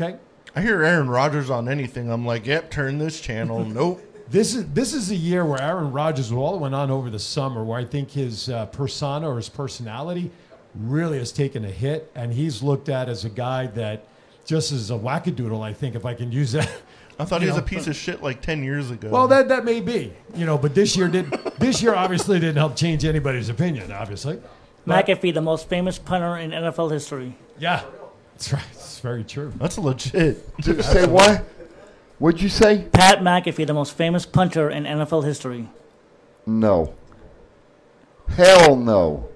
Speaker 1: Okay.
Speaker 3: I hear Aaron Rodgers on anything. I'm like, yep, turn this channel. nope.
Speaker 1: This is this is a year where Aaron Rodgers, with all that went on over the summer, where I think his uh, persona or his personality really has taken a hit, and he's looked at as a guy that just is a wackadoodle. I think if I can use that.
Speaker 3: I thought
Speaker 1: you
Speaker 3: he was
Speaker 1: know.
Speaker 3: a piece of shit like 10 years ago.
Speaker 1: Well, that that may be, you know, but this year did this year obviously didn't help change anybody's opinion, obviously. But-
Speaker 4: McAfee, the most famous punter in NFL history.
Speaker 1: Yeah. That's right. It's very true.
Speaker 3: That's legit.
Speaker 4: Dude,
Speaker 2: say what? What'd you say?
Speaker 4: Pat McAfee, the most famous punter in NFL history.
Speaker 2: No. Hell no.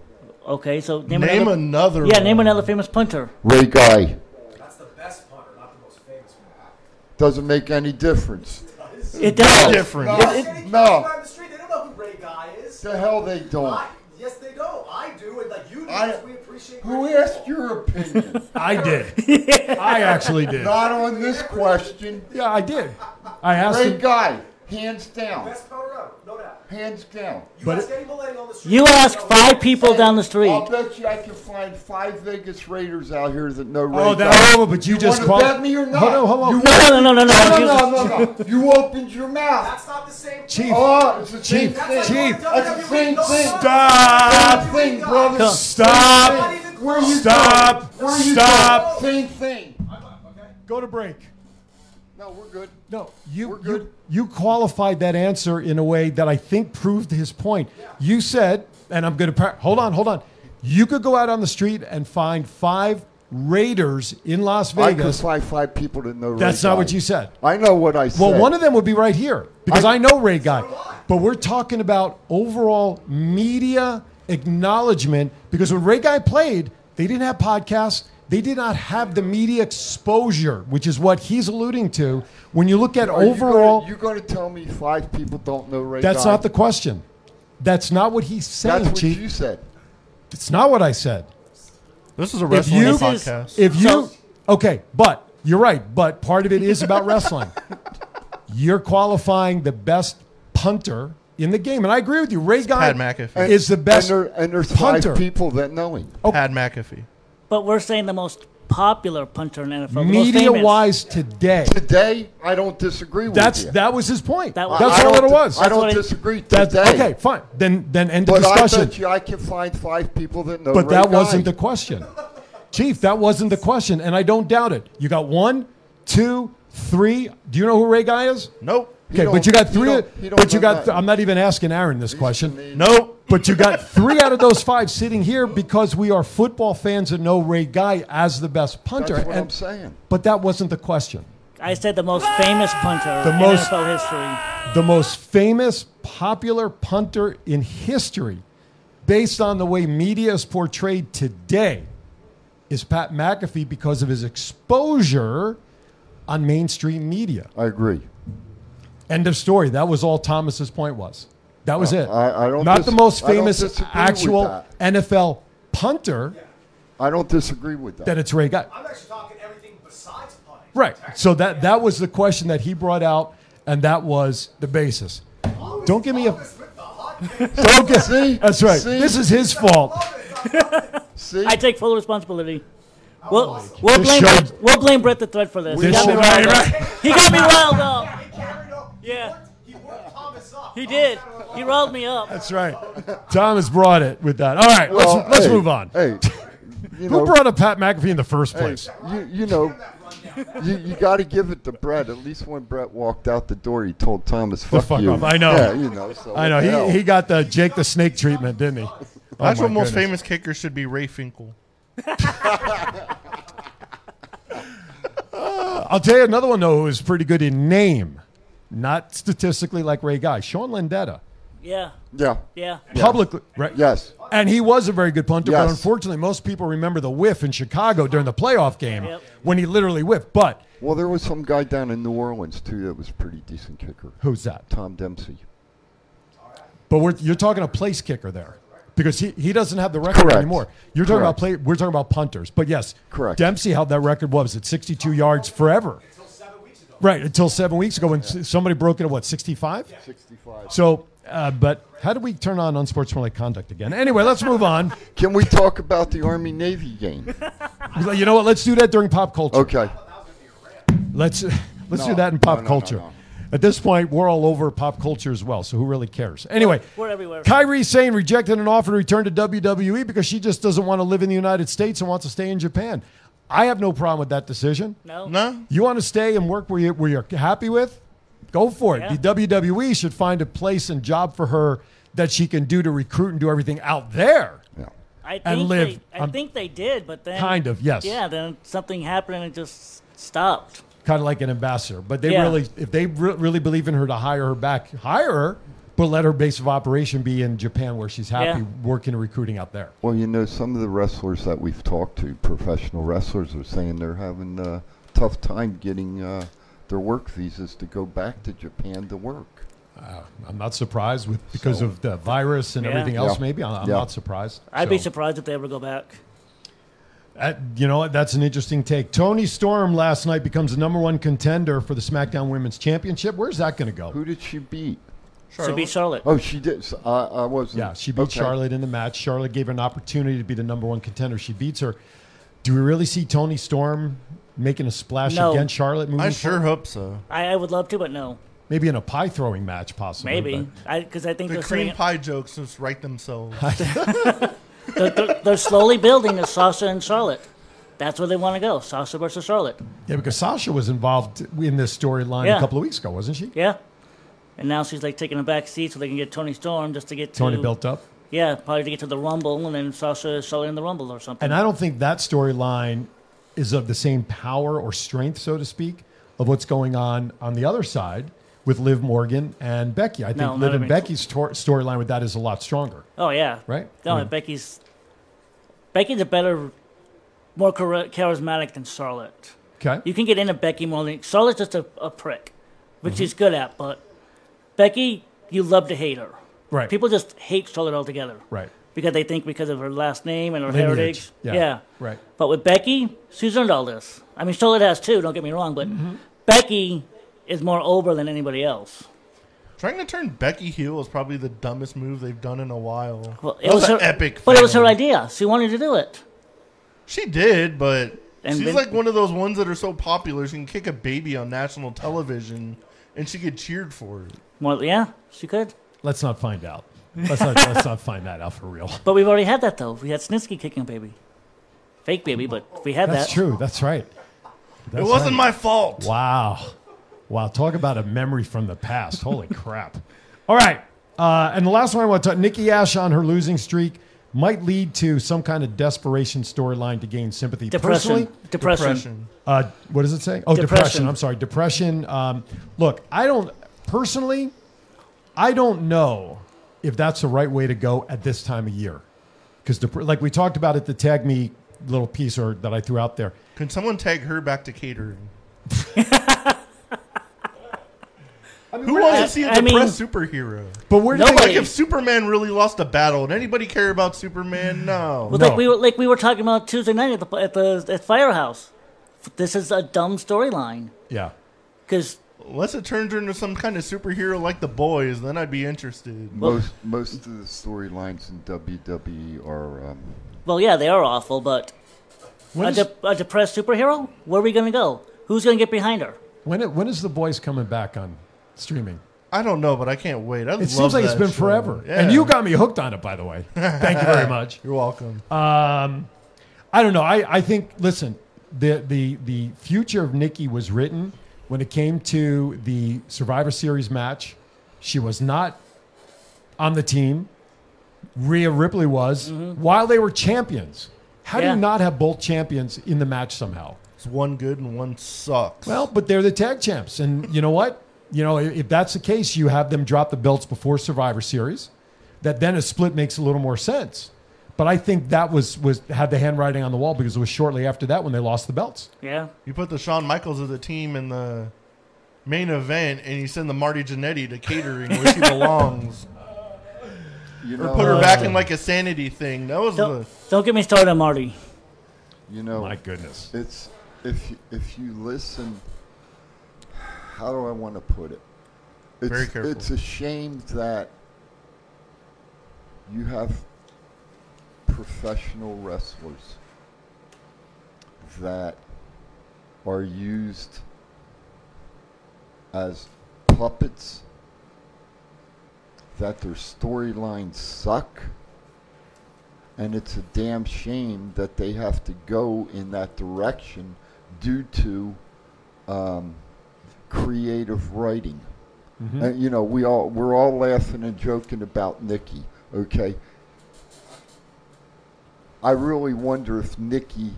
Speaker 4: Okay, so name,
Speaker 3: Name another
Speaker 4: Yeah, name
Speaker 3: one.
Speaker 4: another famous punter.
Speaker 2: Ray Guy. Doesn't make any difference.
Speaker 4: It does. No difference.
Speaker 2: No,
Speaker 4: It- it-
Speaker 2: no,
Speaker 14: Down the street, they don't know who Ray Guy is.
Speaker 2: the hell they don't.
Speaker 14: I, yes, they do. I do, and like you do.
Speaker 2: I-
Speaker 14: because we appreciate.
Speaker 2: Who
Speaker 14: great
Speaker 2: asked your opinion?
Speaker 1: I did. I actually did.
Speaker 2: Not on this question.
Speaker 1: Yeah, I did. I asked
Speaker 2: Ray
Speaker 1: him-
Speaker 2: Guy, hands down. Best no doubt. Hands down.
Speaker 1: But
Speaker 2: ask
Speaker 1: it-
Speaker 2: any millennial on the street,
Speaker 4: You
Speaker 2: they'll
Speaker 4: ask
Speaker 2: know
Speaker 4: five
Speaker 2: Ray-
Speaker 4: people down the street.
Speaker 2: I'll bet you I can find five Vegas Raiders out here that know Ray
Speaker 1: Oh,
Speaker 2: Guy.
Speaker 1: that- oh, but you
Speaker 2: wanna
Speaker 1: just called-
Speaker 2: bet me or not?
Speaker 1: Hold on, hold on.
Speaker 2: You
Speaker 1: No,
Speaker 2: want-
Speaker 1: no, no, no, no,
Speaker 2: no, no,
Speaker 1: you-
Speaker 2: no, no. You opened your mouth. That's
Speaker 14: not the same.
Speaker 1: Chief.
Speaker 2: Oh, it's the same
Speaker 1: Chief.
Speaker 2: thing.
Speaker 1: Chief.
Speaker 2: That's the same thing.
Speaker 1: Stop.
Speaker 2: Same thing, brother.
Speaker 1: Come. Stop.
Speaker 2: Same thing. Where you
Speaker 1: Stop.
Speaker 2: going? Where you
Speaker 1: Stop.
Speaker 2: going? Same thing.
Speaker 1: Go to break.
Speaker 2: No, we're good.
Speaker 1: No, you you you qualified that answer in a way that I think proved his point. You said, and I'm going to par- hold on, hold on. You could go out on the street and find five Raiders in Las
Speaker 2: I could
Speaker 1: Vegas.
Speaker 2: find five people that know. Ray
Speaker 1: That's not
Speaker 2: Guy.
Speaker 1: what you said.
Speaker 2: I know what I said.
Speaker 1: Well, one of them would be right here because I, know Ray Guy. But we're talking about overall media acknowledgement because when Ray Guy played, they didn't have podcasts. They did not have the media exposure, which is what he's alluding to. When you look at
Speaker 2: Are you gonna-
Speaker 1: overall,
Speaker 2: You're going to tell me five people don't know Ray
Speaker 1: that's
Speaker 2: Guy?
Speaker 1: not the question. That's not what he's saying,
Speaker 2: That's what
Speaker 1: Chief.
Speaker 2: you said.
Speaker 1: It's not what I said.
Speaker 3: This is a
Speaker 1: If
Speaker 3: wrestling
Speaker 1: you-
Speaker 3: podcast.
Speaker 1: If you
Speaker 3: So-
Speaker 1: okay, but you're right. But part of it is about wrestling. You're qualifying the best punter in the game, and I agree with you. Ray Guy
Speaker 3: Pat McAfee.
Speaker 1: is the best
Speaker 2: And, there, and there's
Speaker 1: punter.
Speaker 2: five people that know him.
Speaker 1: Oh.
Speaker 3: Pat McAfee.
Speaker 4: But we're saying the most popular punter in NFL. the most
Speaker 1: Media
Speaker 4: famous.
Speaker 1: wise today.
Speaker 2: Today, I don't disagree with
Speaker 1: That's
Speaker 2: you.
Speaker 1: that was his point.
Speaker 2: That was-
Speaker 1: That's
Speaker 2: I
Speaker 1: all it
Speaker 2: don't-
Speaker 1: was.
Speaker 2: I That's don't what I- disagree
Speaker 1: That's,
Speaker 2: today.
Speaker 1: Okay, fine. Then then end the
Speaker 2: but I
Speaker 1: discussion.
Speaker 2: bet you I can find five people that know.
Speaker 1: But
Speaker 2: Ray
Speaker 1: that
Speaker 2: Guy.
Speaker 1: wasn't the question. Chief, that wasn't the question, and I don't doubt it. You got one, two, three. Do you know who Ray Guy is?
Speaker 3: Nope.
Speaker 1: Okay,
Speaker 3: He
Speaker 1: but you
Speaker 3: don't-
Speaker 1: got
Speaker 3: he
Speaker 1: three.
Speaker 3: don't- he don't
Speaker 1: but you
Speaker 3: know
Speaker 1: got.
Speaker 3: that.
Speaker 1: I'm not even asking Aaron this question. Nope. But you got three out of those five sitting here because we are football fans and know Ray Guy as the best punter.
Speaker 4: That's what
Speaker 1: and,
Speaker 4: I'm saying.
Speaker 1: But that wasn't the question.
Speaker 4: I said the most famous punter
Speaker 1: The
Speaker 4: in
Speaker 1: most-
Speaker 4: NFL history.
Speaker 1: the most famous popular punter in history, based on the way media is portrayed today, is Pat McAfee because of his exposure on mainstream media.
Speaker 2: I agree.
Speaker 1: End of story. That was all Thomas's point was. That was
Speaker 2: Uh,
Speaker 1: it.
Speaker 2: I- I don't
Speaker 1: Not
Speaker 2: dis-
Speaker 1: the most
Speaker 2: I don't
Speaker 1: famous
Speaker 2: disagree with
Speaker 1: actual
Speaker 2: that.
Speaker 1: NFL punter.
Speaker 2: I don't disagree with that.
Speaker 1: That it's Ray Guy. Right. So that that was the question that he brought out, and that was the basis. Don't give me a. Don't get. that's right.
Speaker 4: See?
Speaker 1: This is his fault.
Speaker 4: I take full responsibility. We'll, we'll,
Speaker 1: This
Speaker 4: blame
Speaker 1: show-
Speaker 4: Brett, we'll blame Brett the Thread for this.
Speaker 1: This
Speaker 4: he got me
Speaker 1: show-
Speaker 4: riled
Speaker 1: Right,
Speaker 4: up. He got me riled up. Yeah. He did. He riled me up.
Speaker 1: That's right. Thomas brought it with that. All right, let's,
Speaker 2: Well,
Speaker 1: let's
Speaker 2: hey,
Speaker 1: move on.
Speaker 2: Hey,
Speaker 1: Who
Speaker 2: you know-
Speaker 1: brought up Pat McAfee in the first place?
Speaker 2: Hey, you, you know, you, you got to give it to Brett. At least when Brett walked out the door, he told Thomas,
Speaker 1: The
Speaker 2: "Fuck,
Speaker 1: fuck
Speaker 2: you."
Speaker 1: up. I know.
Speaker 2: Yeah, you know. So
Speaker 1: I know.
Speaker 2: what the hell?
Speaker 1: He, he got the Jake the Snake treatment, didn't he? Oh,
Speaker 3: That's
Speaker 1: my
Speaker 3: what most
Speaker 1: goodness.
Speaker 3: famous kickers should be Ray Finkel.
Speaker 1: I'll tell you another one though who is pretty good in name, not statistically like Ray Guy. Sean Landetta.
Speaker 4: Yeah.
Speaker 2: Yeah.
Speaker 4: Yeah.
Speaker 1: Publicly, right?
Speaker 2: Yes.
Speaker 1: And he was a very good punter, but
Speaker 2: Yes.
Speaker 1: unfortunately, most people remember the whiff in Chicago during the playoff game when he literally whiffed. But
Speaker 2: Well, there was some guy down in New Orleans too that was a pretty decent kicker.
Speaker 1: Who's that?
Speaker 2: Tom Dempsey.
Speaker 1: but we're, you're talking a place kicker there because he, he doesn't have the record
Speaker 2: Correct.
Speaker 1: anymore. You're talking about
Speaker 2: Correct.
Speaker 1: play. We're talking about punters. But yes,
Speaker 2: Correct.
Speaker 1: Dempsey held that record. What was it? 62 yards forever. Right until seven weeks ago when s- somebody broke it at what 65.
Speaker 2: 65.
Speaker 1: So, uh, but how do we turn on unsportsmanlike conduct again? Anyway, let's move on.
Speaker 2: Can we talk about the Army Navy game?
Speaker 1: You know what? Let's do that during pop culture.
Speaker 2: Okay.
Speaker 1: Let's let's
Speaker 2: No,
Speaker 1: do that in
Speaker 2: no,
Speaker 1: pop
Speaker 2: no, no,
Speaker 1: culture.
Speaker 2: no.
Speaker 1: At this point, we're all over pop culture as well, so who really cares? Anyway,
Speaker 4: We're everywhere.
Speaker 1: Kyrie Sane rejected an offer to return to WWE because she just doesn't want to live in the United States and wants to stay in Japan. I have no problem with that decision.
Speaker 4: No.
Speaker 3: No.
Speaker 1: You want to stay and work where, you, where you're happy with? Go for it.
Speaker 4: Yeah.
Speaker 1: The WWE should find a place and job for her that she can do to recruit and do everything out there.
Speaker 4: I think
Speaker 1: And live.
Speaker 4: They, I
Speaker 1: I'm-
Speaker 4: think they did, but then
Speaker 1: Kind of, yes.
Speaker 4: Yeah. Then something happened and it just stopped.
Speaker 1: kind of like an ambassador. But they
Speaker 4: Yeah.
Speaker 1: really, if they re- really believe in her to hire her back, hire her, but let her base of operation be in Japan where she's happy
Speaker 4: Yeah.
Speaker 1: working and recruiting out there.
Speaker 2: Well, you know, some of the wrestlers that we've talked to, professional wrestlers, are saying they're having a tough time getting uh, their work visas to go back to Japan to work.
Speaker 1: Uh, I'm not surprised with because of the virus and
Speaker 4: Yeah.
Speaker 1: everything else.
Speaker 2: Yeah.
Speaker 1: Maybe I'm, I'm
Speaker 2: Yeah.
Speaker 1: not surprised.
Speaker 4: I'd be
Speaker 1: So,
Speaker 4: surprised if they ever go back.
Speaker 1: uh, you know what? That's an interesting take. Tony Storm last night becomes the number one contender for the SmackDown Women's Championship. Where's that going to go?
Speaker 2: Who did she beat?
Speaker 4: Should be Charlotte.
Speaker 2: Oh, she did. So I, I wasn't.
Speaker 1: Yeah, she beat
Speaker 2: okay.
Speaker 1: Charlotte in the match. Charlotte gave her an opportunity to be the number one contender. She beats her. Do we really see Tony Storm making a splash
Speaker 4: No.
Speaker 1: against Charlotte? Moving
Speaker 3: I sure
Speaker 1: forward?
Speaker 3: hope so.
Speaker 4: I, I would love to, but no.
Speaker 1: Maybe in a pie throwing match, possibly.
Speaker 4: Maybe. I because I think
Speaker 3: The
Speaker 4: they're
Speaker 3: cream
Speaker 4: setting-
Speaker 3: pie jokes just write themselves.
Speaker 4: they're, they're, they're slowly building a Sasha and Charlotte. That's where they want to go. Sasha versus Charlotte.
Speaker 1: but- yeah, because Sasha was involved in this storyline
Speaker 4: Yeah.
Speaker 1: a couple of weeks ago, wasn't she?
Speaker 4: Yeah. And now she's like taking a back seat so they can get Tony Storm just to get to,
Speaker 1: Tony built up.
Speaker 4: Yeah, probably to get to the Rumble and then Sasha Charlotte in the Rumble or something.
Speaker 1: And I don't think that storyline is of the same power or strength, so to speak, of what's going on on the other side with Liv Morgan and Becky. I think
Speaker 4: No, not
Speaker 1: Liv
Speaker 4: at
Speaker 1: and
Speaker 4: all.
Speaker 1: Becky's tor- storyline with that is a lot stronger.
Speaker 4: Oh yeah.
Speaker 1: Right?
Speaker 4: No,
Speaker 1: Yeah.
Speaker 4: Becky's Becky's a better, more chara- charismatic than Charlotte.
Speaker 1: Okay.
Speaker 4: You can get into Becky more than Charlotte's just a, a prick, which
Speaker 1: Mhm.
Speaker 4: she's good at. But Becky, you love to hate her.
Speaker 1: Right.
Speaker 4: People just hate Charlotte altogether.
Speaker 1: Right.
Speaker 4: Because they think because of her last name and her
Speaker 1: Lineage.
Speaker 4: heritage.
Speaker 1: Yeah.
Speaker 4: yeah.
Speaker 1: Right.
Speaker 4: But with Becky, she's earned all this. I mean, Charlotte has too. Don't get me wrong, but
Speaker 1: Mm-hmm.
Speaker 4: Becky is more over than anybody else.
Speaker 3: Trying to turn Becky heel is probably the dumbest move they've done in a while.
Speaker 4: Well,
Speaker 3: That was an epic.
Speaker 4: But it was
Speaker 3: fail.
Speaker 4: her idea. She wanted to do it.
Speaker 3: She did, but
Speaker 4: And
Speaker 3: She's
Speaker 4: Vin-
Speaker 3: like one of those ones that are so popular she can kick a baby on national television and she get cheered for it.
Speaker 4: Well, yeah, she could.
Speaker 1: Let's not find out. Let's not, let's not find that out for real.
Speaker 4: But we've already had that though. We had Snitsky kicking a baby, fake baby, but we had
Speaker 1: That's
Speaker 4: that.
Speaker 1: true. That's right. That's
Speaker 3: wasn't my fault.
Speaker 1: Wow. Wow. Talk about a memory from the past. Holy crap. All right. Uh, and the last one I want to talk Nikki Ash on her losing streak might lead to some kind of desperation storyline to gain sympathy.
Speaker 4: Depression.
Speaker 1: Personally,
Speaker 4: Depression. Depression.
Speaker 1: Uh, what does it say? Oh, depression.
Speaker 4: Depression.
Speaker 1: I'm sorry. Depression. Um, look, I don't personally, I don't know if that's the right way to go at this time of year. Because, dep- like we talked about at the Tag Me little piece or that I threw out there,
Speaker 3: Can someone tag her back to catering? Who
Speaker 4: we're
Speaker 3: wants
Speaker 4: not-
Speaker 3: to see a
Speaker 4: I mean-
Speaker 3: depressed superhero?
Speaker 1: But where do they-
Speaker 3: like if Superman really lost a battle? Would anybody care about Superman? No.
Speaker 4: Well, like we were like we were talking about Tuesday night at the at the at Firehouse. This is a dumb storyline
Speaker 1: yeah.
Speaker 4: because
Speaker 3: Unless it turns her into some kind of superhero like the boys, then I'd be interested.
Speaker 2: Most most of the storylines in WWE are um,
Speaker 4: well, yeah, they are awful, but
Speaker 1: When
Speaker 4: a,
Speaker 1: is-
Speaker 4: de- a depressed superhero. Where are we gonna go? Who's gonna get behind her?
Speaker 1: When it, when is the boys coming back on streaming?
Speaker 3: I don't know, but I can't wait. I
Speaker 1: It seems like it's been forever. And you got me hooked on it, by the way. Thank you very much.
Speaker 3: You're welcome.
Speaker 1: Um, I don't know. I, I think listen, the the the future of Nikki was written when it came to the Survivor Series match. She was not on the team. Rhea Ripley was while they were champions. How do
Speaker 3: Yeah.
Speaker 1: you not have both champions in the match somehow?
Speaker 3: It's one good and one sucks.
Speaker 1: Well, but they're the tag champs, and you know what? You know, i- if that's the case, you have them drop the belts before Survivor Series. That then a split makes a little more sense. But I think that was was had the handwriting on the wall because it was shortly after that when they lost the belts.
Speaker 4: Yeah.
Speaker 3: You put the Shawn Michaels of the team in the main event, and you send the Marty Jannetty to catering where she belongs. or put her
Speaker 2: uh,
Speaker 3: back in like a sanity thing. That was the.
Speaker 4: Don't get me started on Marty.
Speaker 2: You know,
Speaker 1: my goodness.
Speaker 2: It's if you- if you listen. How do I want to put it? It's,
Speaker 3: Very careful.
Speaker 2: It's a shame that you have professional wrestlers that are used as puppets. That their storylines suck. And it's a damn shame that they have to go in that direction due to um, creative writing.
Speaker 1: Mm-hmm.
Speaker 16: Mhm.
Speaker 2: And, you know, we all we're all laughing and joking about Nikki. Okay, I really wonder if Nikki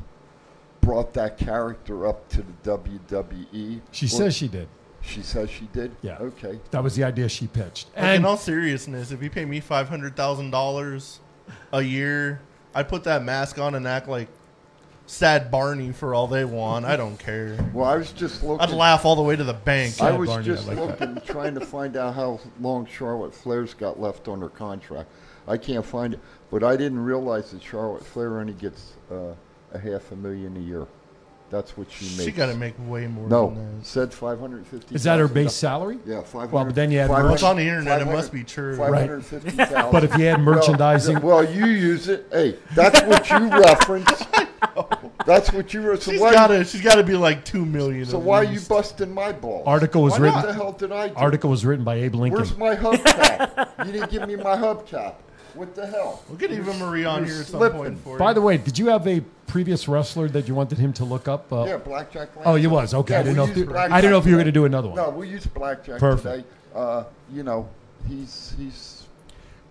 Speaker 2: brought that character up to the WWE.
Speaker 1: She
Speaker 2: or-
Speaker 1: says she did.
Speaker 2: She says she did. Yeah. Okay.
Speaker 1: That was the idea she pitched.
Speaker 3: Like, in all seriousness, if you pay me five hundred thousand dollars a year, I'd put that mask on and act like sad Barney for all they want. I don't care.
Speaker 2: Well, I was just looking.
Speaker 3: I'd laugh all the way to the bank.
Speaker 2: I was just looking, trying to find out how long Charlotte Flair's got left on her contract. I can't find it, but I didn't realize that Charlotte Flair only gets uh, a half a million a year. That's what she makes.
Speaker 3: She got to make way more.
Speaker 2: No,
Speaker 3: than that.
Speaker 2: said five hundred fifty.
Speaker 1: Is that her base salary?
Speaker 2: Yeah, five hundred.
Speaker 1: Well, but then you add merch-
Speaker 3: It's on the internet, it must be true.
Speaker 2: Five
Speaker 1: Right.
Speaker 2: hundred fifty thousand.
Speaker 1: But if you add merchandising-
Speaker 2: well, you use it. Hey, that's what you reference. That's what you. So
Speaker 3: She's
Speaker 2: why-
Speaker 3: got to. She's got to be like two million.
Speaker 2: So
Speaker 3: at
Speaker 2: why are you
Speaker 3: least.
Speaker 2: busting my balls?
Speaker 1: Article was
Speaker 2: why
Speaker 1: written.
Speaker 2: What the hell did I do?
Speaker 1: Article was written by Abe Lincoln.
Speaker 2: Where's my hubcap? you didn't give me my hubcap. What the hell?
Speaker 3: We'll get Eva Marie on here at some point for
Speaker 1: By the way, did you have a previous wrestler that you wanted him to look up? Uh,
Speaker 2: Yeah, Blackjack Lance.
Speaker 1: Oh, you was okay.
Speaker 2: Yeah,
Speaker 1: I didn't
Speaker 2: we'll
Speaker 1: know. If
Speaker 2: use
Speaker 1: you,
Speaker 2: Blackjack
Speaker 1: I didn't know if you were going
Speaker 2: today.
Speaker 1: to do another one.
Speaker 2: No, we'll use Blackjack
Speaker 1: Perfect.
Speaker 2: today. Uh, you know, he's he's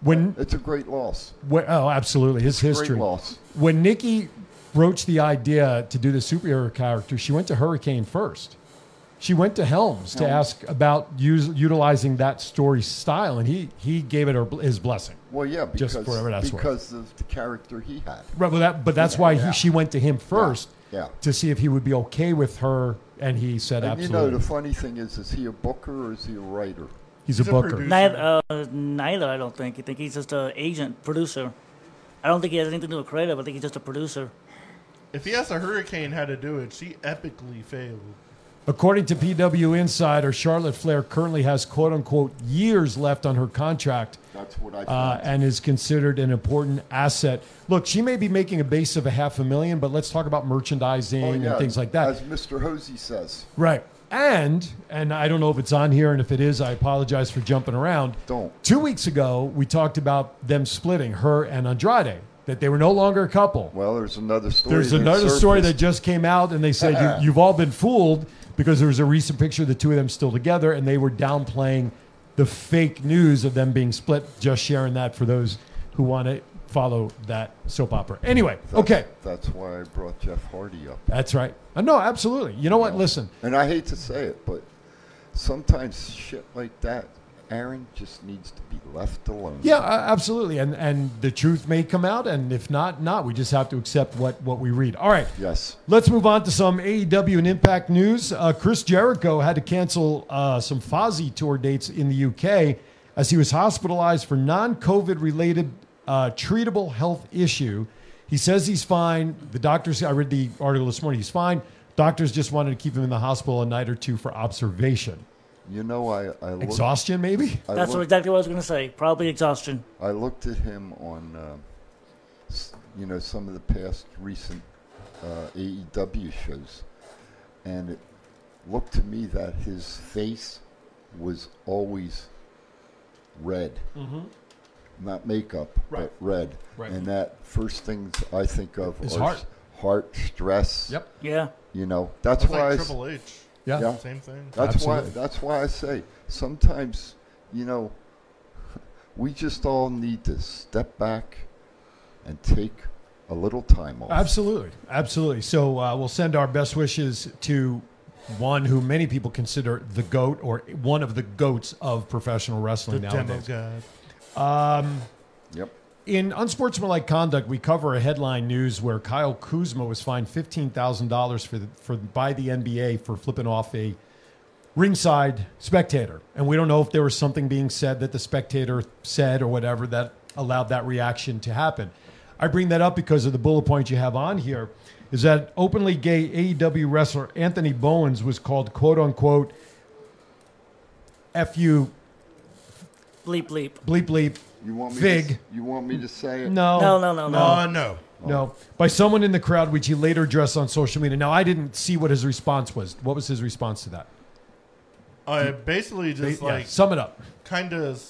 Speaker 1: When
Speaker 2: it's a great loss.
Speaker 1: Wh- oh, absolutely. His
Speaker 2: Great
Speaker 1: history.
Speaker 2: loss.
Speaker 1: When Nikki broached the idea to do the superhero character, she went to Hurricane first. She went to Helms to
Speaker 2: Helms.
Speaker 1: ask about us- utilizing that story style, and he, he gave it her, bl- his blessing.
Speaker 2: Well, yeah, because
Speaker 1: Just for whatever that's worth.
Speaker 2: because of the character he had.
Speaker 1: Right, well, that, but that's
Speaker 2: Yeah,
Speaker 1: why
Speaker 2: yeah.
Speaker 1: He, she went to him first
Speaker 2: yeah.
Speaker 1: to see if he would be okay with her, and he said
Speaker 2: And you
Speaker 1: absolutely.
Speaker 2: know, the funny thing is, is he a booker or is he a writer?
Speaker 1: He's a He's a booker. producer.
Speaker 4: Neither, uh, neither, I don't think. I think he's just an agent, producer. I don't think he has anything to do with creative. I think he's just a producer.
Speaker 3: if he asked a hurricane how to do it, she epically failed.
Speaker 1: According to PW Insider, Charlotte Flair currently has quote unquote years left on her contract
Speaker 2: That's what I
Speaker 1: uh,
Speaker 2: thought.
Speaker 1: and is considered an important asset. Look, she may be making a base of a half a million, but let's talk about merchandising
Speaker 2: Oh, yeah,
Speaker 1: and things like that.
Speaker 2: As Mr. Hosey says.
Speaker 1: Right. And and I don't know if it's on here, and if it is, I apologize for jumping around. Don't. Two weeks ago, we talked about them splitting, her and Andrade, that they were no longer a couple.
Speaker 2: Well, there's another story.
Speaker 1: There's
Speaker 2: that
Speaker 1: another story that
Speaker 2: surfaced.
Speaker 1: just came out, and they said you, you've all been fooled because there was a recent picture of the two of them still together, and they were downplaying the fake news of them being split. Just sharing that for those who want to follow that soap opera. Anyway,
Speaker 2: That's-
Speaker 1: okay,
Speaker 2: That's why I brought Jeff Hardy up.
Speaker 1: that's right. Uh, No, absolutely. You know what? Listen,
Speaker 2: And I hate to say it, but sometimes shit like that, Aaron just needs to be left alone.
Speaker 1: Yeah, uh, absolutely. And and the truth may come out, and if not, not. We just have to accept what what we read. All right.
Speaker 2: Yes.
Speaker 1: Let's move on to some AEW and Impact news. Uh, Chris Jericho had to cancel uh, some Fozzy tour dates in the UK as he was hospitalized for non-COVID related uh, treatable health issue. He says he's fine. The doctors. I read the article this morning. He's fine. Doctors just wanted to keep him in the hospital a night or two for observation.
Speaker 2: You know, I, I looked,
Speaker 1: Exhaustion, maybe?
Speaker 2: I
Speaker 4: That's what
Speaker 2: looked,
Speaker 4: exactly what I was going to say. Probably exhaustion.
Speaker 2: I looked at him on, um, s- you know, some of the past recent uh, AEW shows, and it looked to me that his face was always red.
Speaker 1: Mhm.
Speaker 2: Not makeup,
Speaker 1: Right.
Speaker 2: but red.
Speaker 1: Right.
Speaker 2: And that first things I think of
Speaker 1: His
Speaker 2: are
Speaker 1: heart.
Speaker 2: s- heart stress.
Speaker 1: Yep.
Speaker 4: Yeah.
Speaker 2: You know, that's
Speaker 3: That's
Speaker 2: why
Speaker 3: like
Speaker 2: I s-
Speaker 3: Triple H.
Speaker 1: Yeah.
Speaker 3: Same thing.
Speaker 2: That's why.
Speaker 1: Absolutely.
Speaker 2: That's why I say sometimes, you know, we just all need to step back and take a little time off.
Speaker 1: Absolutely, absolutely. So uh, we'll send our best wishes to one who many people consider the goat or one of the goats of professional wrestling
Speaker 3: The demo
Speaker 1: nowadays.
Speaker 3: god.
Speaker 1: Um,
Speaker 2: Yep.
Speaker 1: In unsportsmanlike conduct, we cover a headline news where Kyle Kuzma was fined fifteen thousand dollars for the, for by the NBA for flipping off a ringside spectator, and we don't know if there was something being said that the spectator said or whatever that allowed that reaction to happen. I bring that up because of the bullet point you have on here is that openly gay AEW wrestler Anthony Bowens was called quote unquote "fu
Speaker 4: Bleep bleep.
Speaker 1: bleep bleep
Speaker 2: You want me? To,
Speaker 1: fig."
Speaker 2: s- you want me to say it?
Speaker 1: No.
Speaker 3: No, Uh, no.
Speaker 1: No. By someone in the crowd, which he later addressed on social media. Now, I didn't see what his response was. What was his response to that?
Speaker 3: I basically just
Speaker 1: Ba- yeah,
Speaker 3: like
Speaker 1: sum it up.
Speaker 3: Kind of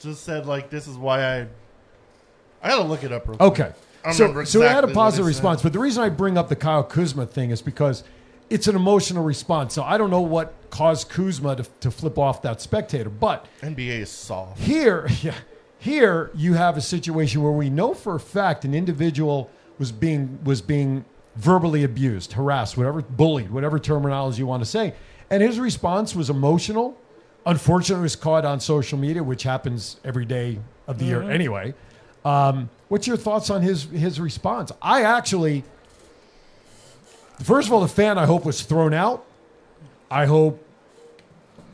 Speaker 3: just said like this is why I. I gotta look it up real quick.
Speaker 1: Okay.
Speaker 3: I don't
Speaker 1: So,
Speaker 3: remember
Speaker 1: so we had a
Speaker 3: exactly what he
Speaker 1: positive
Speaker 3: said.
Speaker 1: response. But the reason I bring up the Kyle Kuzma thing is because it's an emotional response. So I don't know what caused Kuzma to, to flip off that spectator. But
Speaker 3: NBA is soft.
Speaker 1: Here, yeah, here you have a situation where we know for a fact an individual was being was being verbally abused, harassed, whatever, bullied, whatever terminology you want to say, and his response was emotional. Unfortunately, it was caught on social media, which happens every day of the year
Speaker 9: Mhm.
Speaker 1: anyway. Um, what's your thoughts on his his response? I actually, first of all, the fan I hope was thrown out. I hope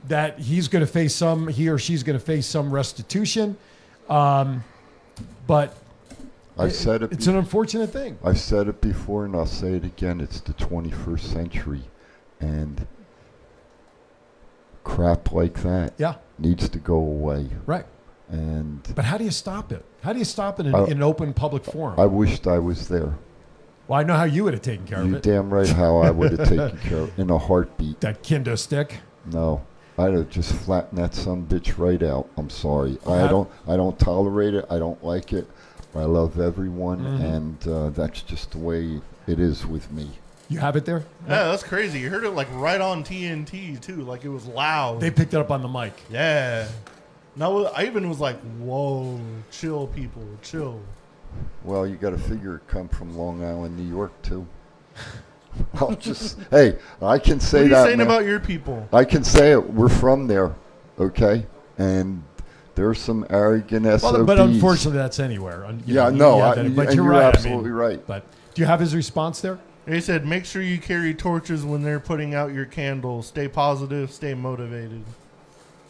Speaker 1: that he's going to face some, he or she's going to face some restitution. Um, but
Speaker 2: I've said it
Speaker 1: It's
Speaker 2: be-
Speaker 1: an unfortunate thing.
Speaker 2: I've said it before, and I'll say it again. It's the 21st century, and crap like that
Speaker 1: Yeah.
Speaker 2: needs to go away.
Speaker 1: Right.
Speaker 2: And
Speaker 1: But how do you stop it? How do you stop it in,
Speaker 2: I-
Speaker 1: in an open public forum?
Speaker 2: I wished I was there.
Speaker 1: well, I know how you would have taken care of
Speaker 2: You
Speaker 1: it.
Speaker 2: damn right how I would have taken care of in a heartbeat.
Speaker 1: that kendo stick.
Speaker 2: No, I'd have just flattened that some bitch right out. I'm sorry. I
Speaker 1: Have-
Speaker 2: don't. I don't tolerate it. I don't like it. I love everyone,
Speaker 1: Mhm.
Speaker 2: and uh, that's just the way it is with me.
Speaker 1: You have it there?
Speaker 3: Yeah, that's crazy. You heard it like right on TNT too. Like it was loud.
Speaker 1: They picked it up on the mic.
Speaker 3: Yeah. No, I even was like, "Whoa, chill, people, chill."
Speaker 2: Well, you got to figure it come from Long Island, New York, too. I'll just hey, I can say
Speaker 3: What are you
Speaker 2: that.
Speaker 3: saying
Speaker 2: man.
Speaker 3: about your people?
Speaker 2: I can say it. We're from there, okay? And there's some arrogant
Speaker 1: Well,
Speaker 2: SOBs.
Speaker 1: but unfortunately, that's anywhere. Un- you
Speaker 2: yeah,
Speaker 1: know, you-
Speaker 2: no,
Speaker 1: you have
Speaker 2: I,
Speaker 1: that,
Speaker 2: and
Speaker 1: but
Speaker 2: you're,
Speaker 1: you're, right. I mean,
Speaker 2: absolutely right.
Speaker 1: But do you have his response there?
Speaker 3: They said, "Make sure you carry torches when they're putting out your candle. Stay positive. Stay motivated."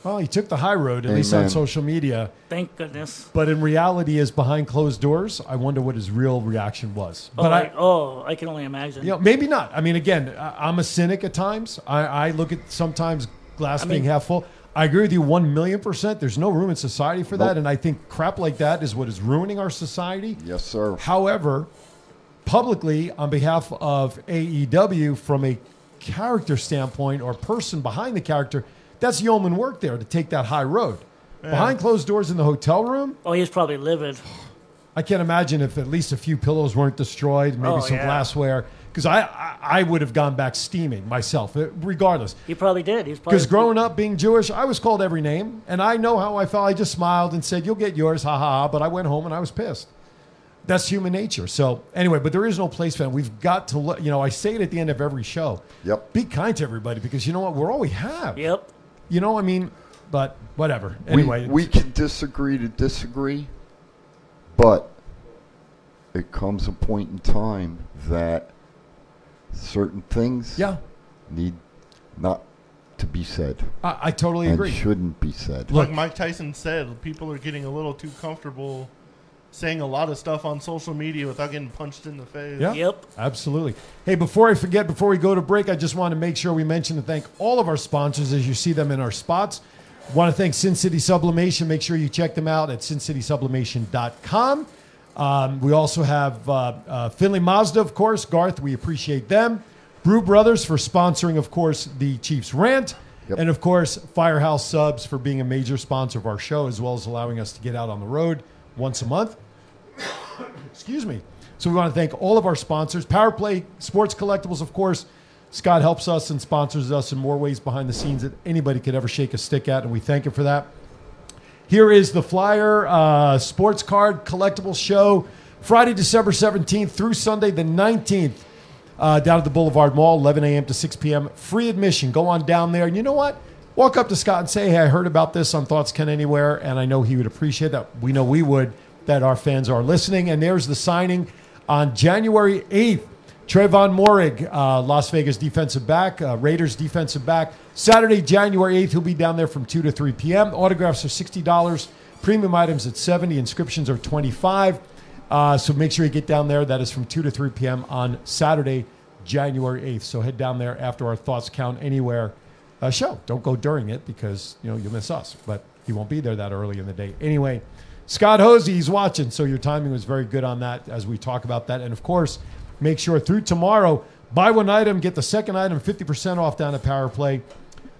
Speaker 1: Well, he took the high road, at least on
Speaker 3: Amen.
Speaker 1: social media.
Speaker 4: Thank goodness.
Speaker 1: But in reality, is behind closed doors. I wonder what his real reaction was.
Speaker 4: Oh,
Speaker 1: But I,
Speaker 4: I, oh, I can only imagine.
Speaker 1: you know, maybe not. I mean, again, I, I'm a cynic at times. I, I look at sometimes glass
Speaker 4: I
Speaker 1: being
Speaker 4: mean-
Speaker 1: half full. I agree with you one million percent. There's no room in society for that, and I think crap like that is what is ruining our society.
Speaker 2: Yes, sir.
Speaker 1: However, publicly on behalf of AEW, from a character standpoint or person behind the character, that's yeoman work there to take that high road.
Speaker 4: Yeah.
Speaker 1: Behind closed doors in the hotel room,
Speaker 4: Oh, he's probably livid.
Speaker 1: I can't imagine if at least a few pillows weren't destroyed, maybe
Speaker 4: Oh,
Speaker 1: some
Speaker 4: yeah.
Speaker 1: glassware. Because I, I, I would have gone back steaming myself, eh, regardless.
Speaker 4: He probably did. He's probably
Speaker 1: Because growing up being Jewish, I was called every name, and I know how I felt. I just smiled and said, "You'll get yours," ha ha. ha, But I went home and I was pissed. That's human nature. So anyway, but there is no place for that. We've got to look. You know, I say it at the end of every show.
Speaker 2: Yep.
Speaker 1: Be kind to everybody because you know what? We're all we have.
Speaker 4: Yep.
Speaker 1: You know, I mean, but whatever. Anyway,
Speaker 2: we, we can disagree to disagree, but it comes a point in time that certain things
Speaker 1: yeah.
Speaker 2: need not to be said.
Speaker 1: I, I totally
Speaker 2: and
Speaker 1: agree.
Speaker 2: Shouldn't be said.
Speaker 3: like Mike Tyson said, people are getting a little too comfortable saying a lot of stuff on social media without getting punched in the face.
Speaker 1: Yeah. Absolutely. Hey, before I forget, before we go to break, I just want to make sure we mention and thank all of our sponsors as you see them in our spots. Want to thank Sin City Sublimation. Make sure you check them out at sincitysublimation.com. Um, we also have uh, uh, Finley Mazda, of course, Garth. We appreciate them. Brew Brothers for sponsoring, of course, the Chiefs Rant. And of course, Firehouse Subs for being a major sponsor of our show, as well as allowing us to get out on the road once a month. Excuse me. So we want to thank all of our sponsors. Power Play Sports Collectibles, of course. Scott helps us and sponsors us in more ways behind the scenes that anybody could ever shake a stick at, and we thank him for that. Here is the Flyer uh, Sports Card Collectible Show, Friday, December 17th through Sunday, the 19th, uh, down at the Boulevard Mall, 11 a.m. to 6 p.m. Free admission. Go on down there. And you know what? Walk up to Scott and say, hey, I heard about this on Thoughts Can Anywhere, and I know he would appreciate that. We know we would, that our fans are listening. And there's the signing on January 8th. Trayvon Morig, uh, Las Vegas defensive back, uh, Raiders defensive back. Saturday, January 8th, he'll be down there from 2 to 3 p.m. Autographs are $60, premium items at 70 inscriptions are 25 uh, So make sure you get down there. That is from 2 to 3 p.m. on Saturday, January 8th. So head down there after our Thoughts Count Anywhere uh, show. Don't go during it because, you know, you'll miss us, but he won't be there that early in the day. Anyway, Scott Hosey, he's watching, so your timing was very good on that as we talk about that. And of course, make sure through tomorrow, buy one item, get the second item 50% off down at Power Play.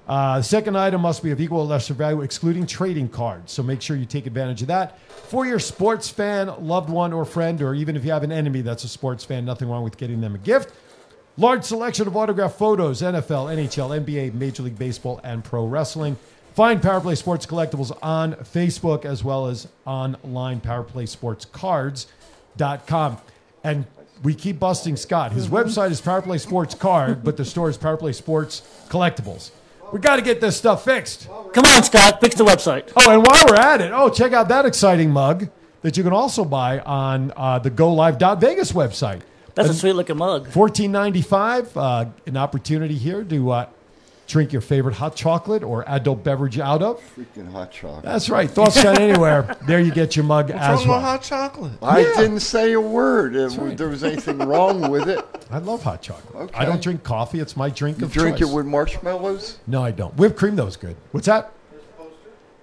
Speaker 1: Uh, the second item must be of equal or lesser value, excluding trading cards. So make sure you take advantage of that. For your sports fan, loved one, or friend, or even if you have an enemy that's a sports fan, nothing wrong with getting them a gift. Large selection of autographed photos NFL, NHL, NBA, Major League Baseball, and pro wrestling. Find Powerplay Sports Collectibles on Facebook as well as online powerplaysportscards.com. And we keep busting Scott. His website is Powerplay Sports Card, but the store is Powerplay Sports Collectibles. We got to get this stuff fixed.
Speaker 4: Come on, Scott, fix the website.
Speaker 1: Oh, and while we're at it, oh, check out that exciting mug that you can also buy on uh, the GoLive.Vegas website.
Speaker 4: That's a sweet looking mug.
Speaker 1: Fourteen ninety five. Uh, an opportunity here to uh, drink your favorite hot chocolate or adult beverage out of.
Speaker 2: Freaking hot chocolate.
Speaker 1: That's right. Thoughts got anywhere. There you get your mug
Speaker 3: What's
Speaker 1: as
Speaker 3: wrong with
Speaker 1: well.
Speaker 3: hot chocolate?
Speaker 2: I didn't say a word. If there was anything wrong with it,
Speaker 1: I love hot chocolate.
Speaker 2: Okay.
Speaker 1: I don't drink coffee. It's my drink
Speaker 2: You
Speaker 1: of
Speaker 2: drink
Speaker 1: choice.
Speaker 2: it with marshmallows.
Speaker 1: No, I don't. Whipped cream, though, is good. What's that?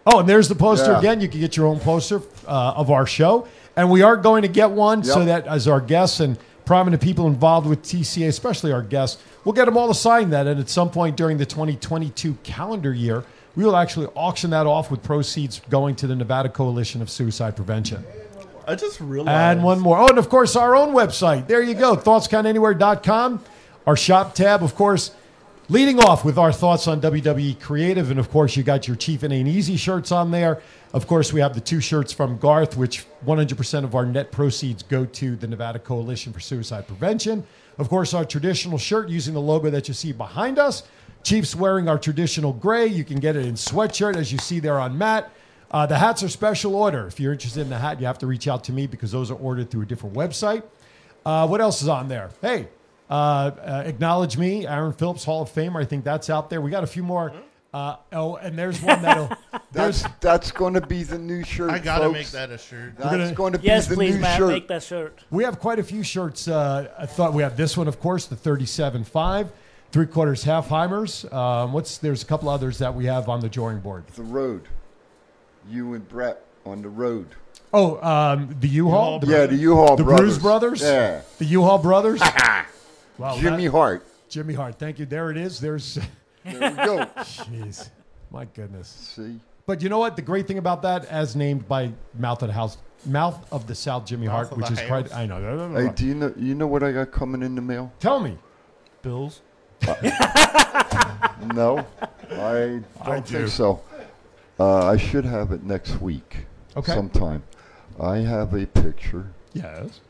Speaker 1: Oh, and there's the poster
Speaker 2: Yeah.
Speaker 1: again. You can get your own poster uh, of our show. And we are going to get one so
Speaker 2: Yep.
Speaker 1: that as our guests and prominent people involved with TCA, especially our guests, we'll get them all to sign that. And at some point during the 2022 calendar year, we will actually auction that off with proceeds going to the Nevada Coalition of Suicide Prevention.
Speaker 3: I just realized.
Speaker 1: And one more. Oh, and of course, our own website. There you go, thoughtscountanywhere.com. Our shop tab, of course, leading off with our thoughts on WWE Creative. And of course, you got your Chief and Ain't Easy shirts on there. Of course, we have the two shirts from Garth, which 100% of our net proceeds go to the Nevada Coalition for Suicide Prevention. Of course, our traditional shirt using the logo that you see behind us. Chiefs wearing our traditional gray. You can get it in sweatshirt, as you see there on Matt. Uh, the hats are special order. If you're interested in the hat, you have to reach out to me because those are ordered through a different website. Uh, what else is on there? Hey, uh, uh, acknowledge me, Aaron Phillips, Hall of Famer. I think that's out there. We got a few more. Uh, oh, and there's one that'll.
Speaker 2: That's that's going to be the new shirt.
Speaker 1: I gotta
Speaker 2: folks.
Speaker 1: make that a shirt.
Speaker 2: That's
Speaker 1: We're gonna-
Speaker 2: going to be
Speaker 1: Yes,
Speaker 2: the
Speaker 1: please,
Speaker 2: new
Speaker 1: Matt,
Speaker 2: shirt.
Speaker 4: Make that shirt.
Speaker 1: We have quite a few shirts. Uh, I thought we have this one, of course, the 37.5. three quarters halfheimers. Um, what's there's a couple others that we have on the drawing board.
Speaker 2: The road. You and Brett on the road.
Speaker 1: Oh, um, the U-Haul.
Speaker 2: Yeah, the U-Haul
Speaker 1: The
Speaker 2: brothers.
Speaker 1: Bruise Brothers.
Speaker 2: Yeah.
Speaker 1: The U-Haul Brothers. Wow,
Speaker 2: Jimmy
Speaker 1: that-
Speaker 2: Hart.
Speaker 1: Jimmy Hart. Thank you. There it is. There's.
Speaker 2: There we go.
Speaker 1: Jeez, my goodness.
Speaker 2: See.
Speaker 1: But you know what? The great thing about that, as named by Mouth of the House, Mouth of the South, Jimmy
Speaker 2: Mouth
Speaker 1: Hart,
Speaker 2: of
Speaker 1: which
Speaker 2: the
Speaker 1: is quite.
Speaker 2: House.
Speaker 1: I know. blah, blah, blah,
Speaker 2: Hey,
Speaker 1: blah.
Speaker 2: do you know you know what I got coming in the mail?
Speaker 1: Tell me.
Speaker 3: Bills.
Speaker 2: No, I don't
Speaker 1: I do.
Speaker 2: think so. Uh, I should have it next week.
Speaker 1: Okay.
Speaker 2: Sometime. I have a picture.
Speaker 1: Yes.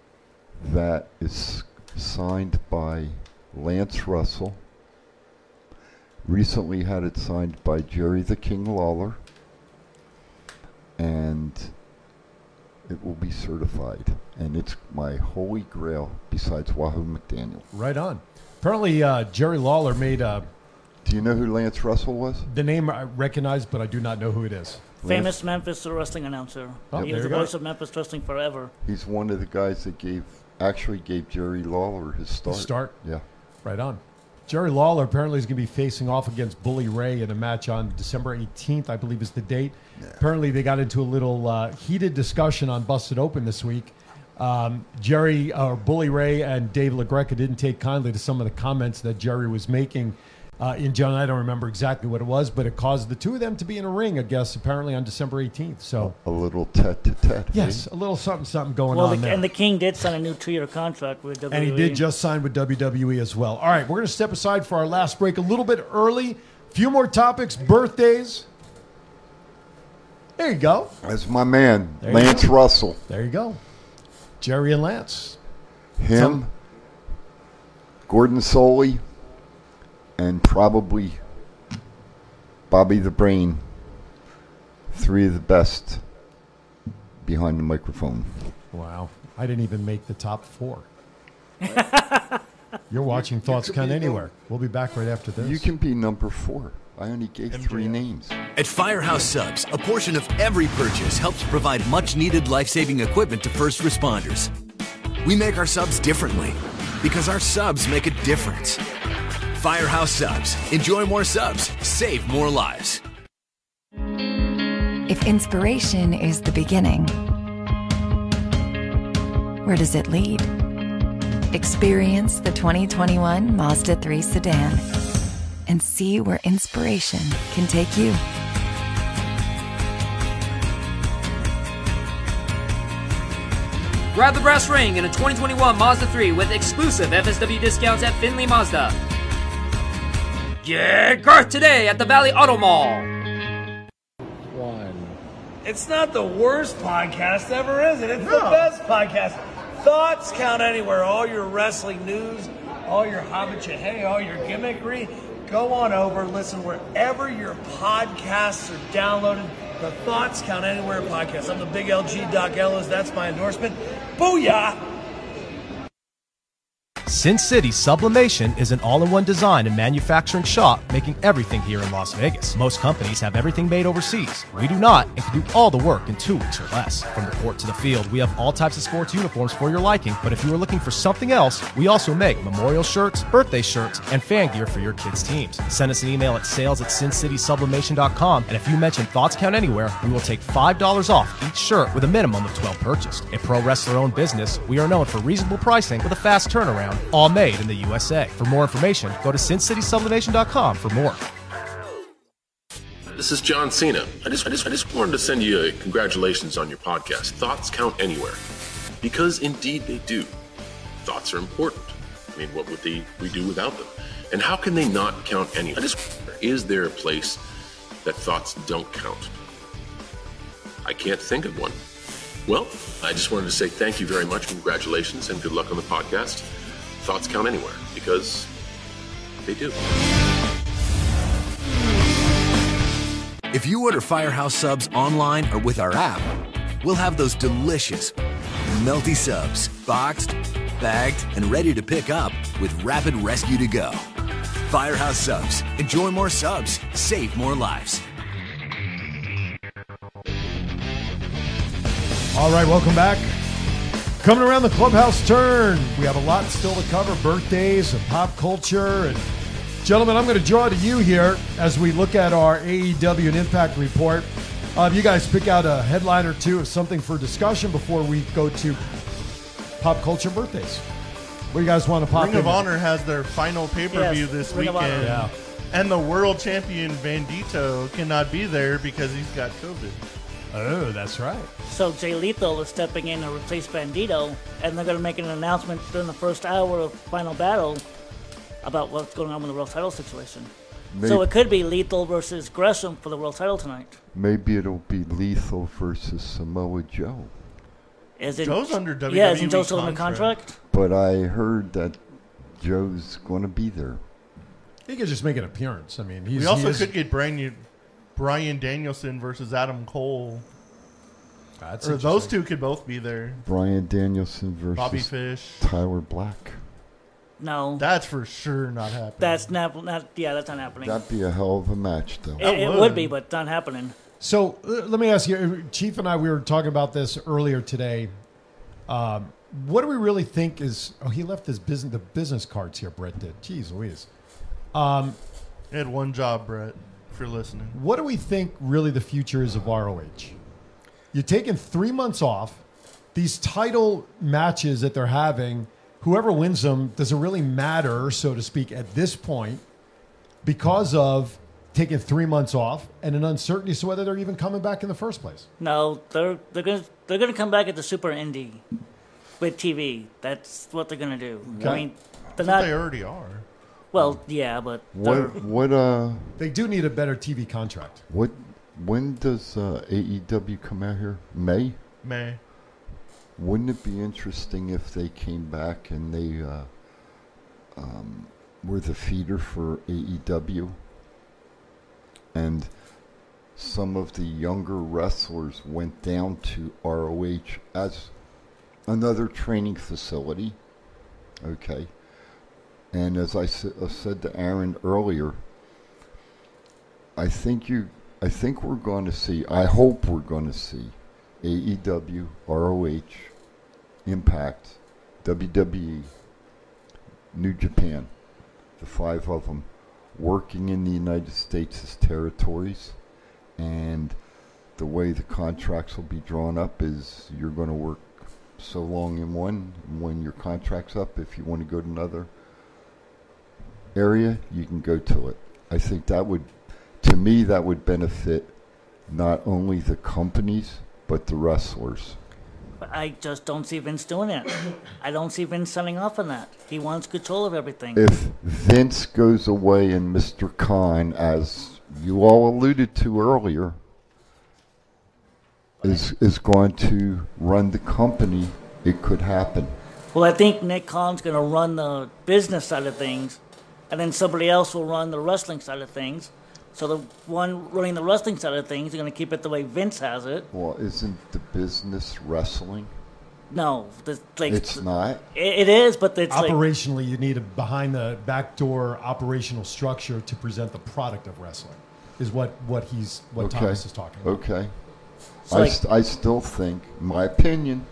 Speaker 2: That is signed by Lance Russell. Recently had it signed by Jerry the King Lawler. And it will be certified. And it's my holy grail besides Wahoo McDaniel.
Speaker 1: Right on. Apparently, uh, Jerry Lawler made uh,
Speaker 2: Do you know who Lance Russell was?
Speaker 1: the name I recognize, but I do not know who it is.
Speaker 4: Famous Memphis wrestling announcer.
Speaker 1: Oh,
Speaker 4: he
Speaker 1: there
Speaker 4: was the
Speaker 1: you go.
Speaker 4: voice of Memphis wrestling forever.
Speaker 2: He's one of the guys that gave actually gave Jerry Lawler his start.
Speaker 1: start?
Speaker 2: Yeah.
Speaker 1: Right on. Jerry Lawler apparently is going to be facing off against Bully Ray in a match on December 18th, I believe is the date. Apparently, they got into a little uh, heated discussion on Busted Open this week. Um, Jerry or Bully Ray and Dave LaGreca didn't take kindly to some of the comments that Jerry was making. Uh, in John, I don't remember exactly what it was, but it caused the two of them to be in a ring, I guess, apparently on December 18th. So,
Speaker 2: A little tete to tete.
Speaker 1: yes, a little something, something going
Speaker 4: well,
Speaker 1: on
Speaker 4: the,
Speaker 1: there.
Speaker 4: and the King did sign a new two-year contract with E. WWE.
Speaker 1: And he did just sign with WWE as well. All right, we're going to step aside for our last break a little bit early. Few more topics, birthdays. There you go.
Speaker 2: That's my man,
Speaker 1: There you
Speaker 2: Lance
Speaker 1: go.
Speaker 2: Russell.
Speaker 1: There you go. Jerry and Lance.
Speaker 2: Him, Gordon Soley, and probably Bobby the Brain. Three of the best behind the microphone.
Speaker 1: Wow. I didn't even make the top four. You're watching Thoughts Count Anywhere. We'll be back right after this.
Speaker 2: You can be number four. I only gave three names.
Speaker 6: At Firehouse Subs, a portion of every purchase helps provide much needed life saving equipment to first responders. We make our subs differently because our subs make a difference. Firehouse Subs. Enjoy more subs, save more lives.
Speaker 7: If inspiration is the beginning, where does it lead? Experience the 2021 Mazda 3 sedan and see where inspiration can take you.
Speaker 8: Grab the brass ring in a 2021 Mazda 3 with exclusive FSW discounts at Finley Mazda. Get Garth today at the Valley Auto Mall.
Speaker 5: One. It's not the worst podcast ever, is it? It's the best podcast. Thoughts count anywhere. All your wrestling news, all your hobbit shit, hey, all your gimmickry. Go on over, listen wherever your podcasts are downloaded. The Thoughts Count Anywhere podcast. I'm the big LG Doc Ellis. That's my endorsement. Booyah!
Speaker 9: Sin City Sublimation is an all in one design and manufacturing shop making everything here in Las Vegas. Most companies have everything made overseas. We do not and can do all the work in two weeks or less. From the court to the field, we have all types of sports uniforms for your liking, but if you are looking for something else, we also make memorial shirts, birthday shirts, and fan gear for your kids' teams. Send us an email at sales at sincitysublimation.com, and if you mention Thoughts Count Anywhere, we will take $5 off each shirt with a minimum of 12 purchased. A pro wrestler owned business, we are known for reasonable pricing with a fast turnaround, all made in the USA. For more information, go to sincitysublimation.com for more.
Speaker 13: This is John Cena. I just, I just, I just wanted to send you a congratulations on your podcast. Thoughts count anywhere, because indeed they do. Thoughts are important. I mean, what would they we do without them? And how can they not count anywhere? I just wonder, is there a place that thoughts don't count? I can't think of one. Well, I just wanted to say thank you very much, congratulations, and good luck on the podcast. Thoughts count anywhere because they do.
Speaker 6: If you order Firehouse Subs online or with our app, we'll have those delicious, melty subs boxed, bagged, and ready to pick up with Rapid Rescue to Go. Firehouse Subs. Enjoy more subs, save more lives.
Speaker 1: All right, welcome back. Coming around the clubhouse turn, we have a lot still to cover birthdays and pop culture and Gentlemen, I'm going to draw to you here as we look at our AEW and Impact report. Uh, you guys pick out a headline or two of something for discussion before we go to pop culture birthdays. What do you guys want to pop
Speaker 3: Ring of
Speaker 1: in?
Speaker 3: Honor has their final pay per view
Speaker 1: Yes,
Speaker 3: this
Speaker 1: Ring of Honor.
Speaker 3: weekend.
Speaker 1: Yeah.
Speaker 3: And the world champion Bandito cannot be there because he's got COVID.
Speaker 1: Oh, that's right.
Speaker 4: So Jay Lethal is stepping in to replace Bandito, and they're going to make an announcement during the first hour of Final Battle about what's going on with the world title situation. So
Speaker 2: Maybe-
Speaker 4: it could be Lethal versus Gresham for the world title tonight.
Speaker 2: Maybe it'll be Lethal versus Samoa Joe.
Speaker 4: Is it
Speaker 3: Joe's under
Speaker 4: Yeah, isn't
Speaker 3: WWE
Speaker 4: Joe still under
Speaker 3: contract.
Speaker 4: contract?
Speaker 2: But I heard that Joe's going to be there.
Speaker 1: He could just make an appearance. I mean, he's,
Speaker 3: we also
Speaker 1: he is-
Speaker 3: could get Brian, Brian Danielson versus Adam Cole. or those two could both be there.
Speaker 2: Brian Danielson versus
Speaker 3: Bobby Fish.
Speaker 2: Tyler Black.
Speaker 4: No,
Speaker 3: that's for sure not happening.
Speaker 4: That's not, not yeah, that's not happening.
Speaker 2: That'd be a hell of a match, though.
Speaker 4: it, it would be, but it's not happening.
Speaker 1: So uh, let me ask you, Chief and I, we were talking about this earlier today. Um, what do we really think is? Oh, he left his business the business cards here. Brett did. Jeez Louise. Um,
Speaker 3: I had one job, Brett, if you're listening.
Speaker 1: what do we think really the future is of ROH? You're taking three months off. These title matches that they're having, whoever wins them doesn't really matter, so to speak, at this point, because of taking three months off and an uncertainty as to whether they're even coming back in the first place.
Speaker 4: No, they're they're gonna they're gonna come back at the Super Indie with TV. That's what they're gonna do. I
Speaker 1: Okay.
Speaker 4: mean,
Speaker 1: I
Speaker 4: they're
Speaker 1: think
Speaker 4: not.
Speaker 1: they already are.
Speaker 4: Well, yeah, but they're-
Speaker 2: What? What? Uh.
Speaker 1: They do need a better TV contract.
Speaker 2: What? When does uh, AEW come out here? May.
Speaker 3: May.
Speaker 2: Wouldn't it be interesting if they came back and they uh, um, were the feeder for AEW? And some of the younger wrestlers went down to ROH as another training facility. Okay. And as I sa- uh, said to Aaron earlier, I think you. I think we're going to see. I hope we're going to see E AEW, ROH, Impact, WWE, New Japan, the five of them, working in the United States as territories, and the way the contracts will be drawn up is you're going to work so long in one. and When your contract's up, if you want to go to another, area, you can go to it. I think that would, to me, that would benefit not only the companies, but the wrestlers.
Speaker 4: I just don't see Vince doing it. I don't see Vince signing off on that. He wants control of everything.
Speaker 2: If Vince goes away and Mr. Khan, as you all alluded to earlier, is, is going to run the company, it could happen.
Speaker 4: Well, I think Nick Khan's going to run the business side of things, and then somebody else will run the wrestling side of things. So the one running the wrestling side of things is going to keep it the way Vince has it.
Speaker 2: Well, isn't the business wrestling?
Speaker 4: No, the, like
Speaker 2: It's not.
Speaker 4: It, it is, but it's like
Speaker 1: Operationally, you need a behind the back door operational structure to present the product of wrestling. Is what what he's what Thomas is talking. about.
Speaker 2: Okay.
Speaker 1: It's
Speaker 2: I,
Speaker 1: like-
Speaker 2: st- I still think, my opinion,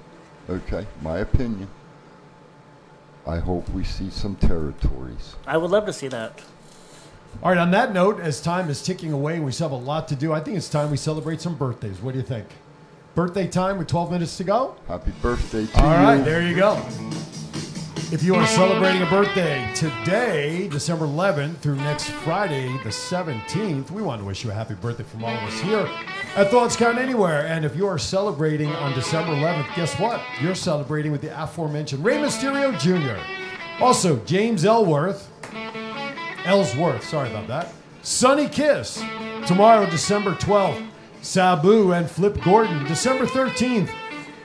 Speaker 2: okay, my opinion, I hope we see some territories.
Speaker 4: I would love to see that.
Speaker 1: All right. On that note, as time is ticking away and we still have a lot to do, I think it's time we celebrate some birthdays. What do you think? Birthday time with 12 minutes to go.
Speaker 2: Happy birthday to
Speaker 1: All
Speaker 2: you.
Speaker 1: right, there you go. If you are celebrating a birthday today, December 11th through next Friday, the 17th, we want to wish you a happy birthday from all of us here at Thoughts Count Anywhere. And if you are celebrating on December 11th, guess what? You're celebrating with the aforementioned Rey Mysterio Jr., also James Ellsworth, Ellsworth, sorry about that, Sunny Kiss, tomorrow, December 12th, Sabu and Flip Gordon, December 13th,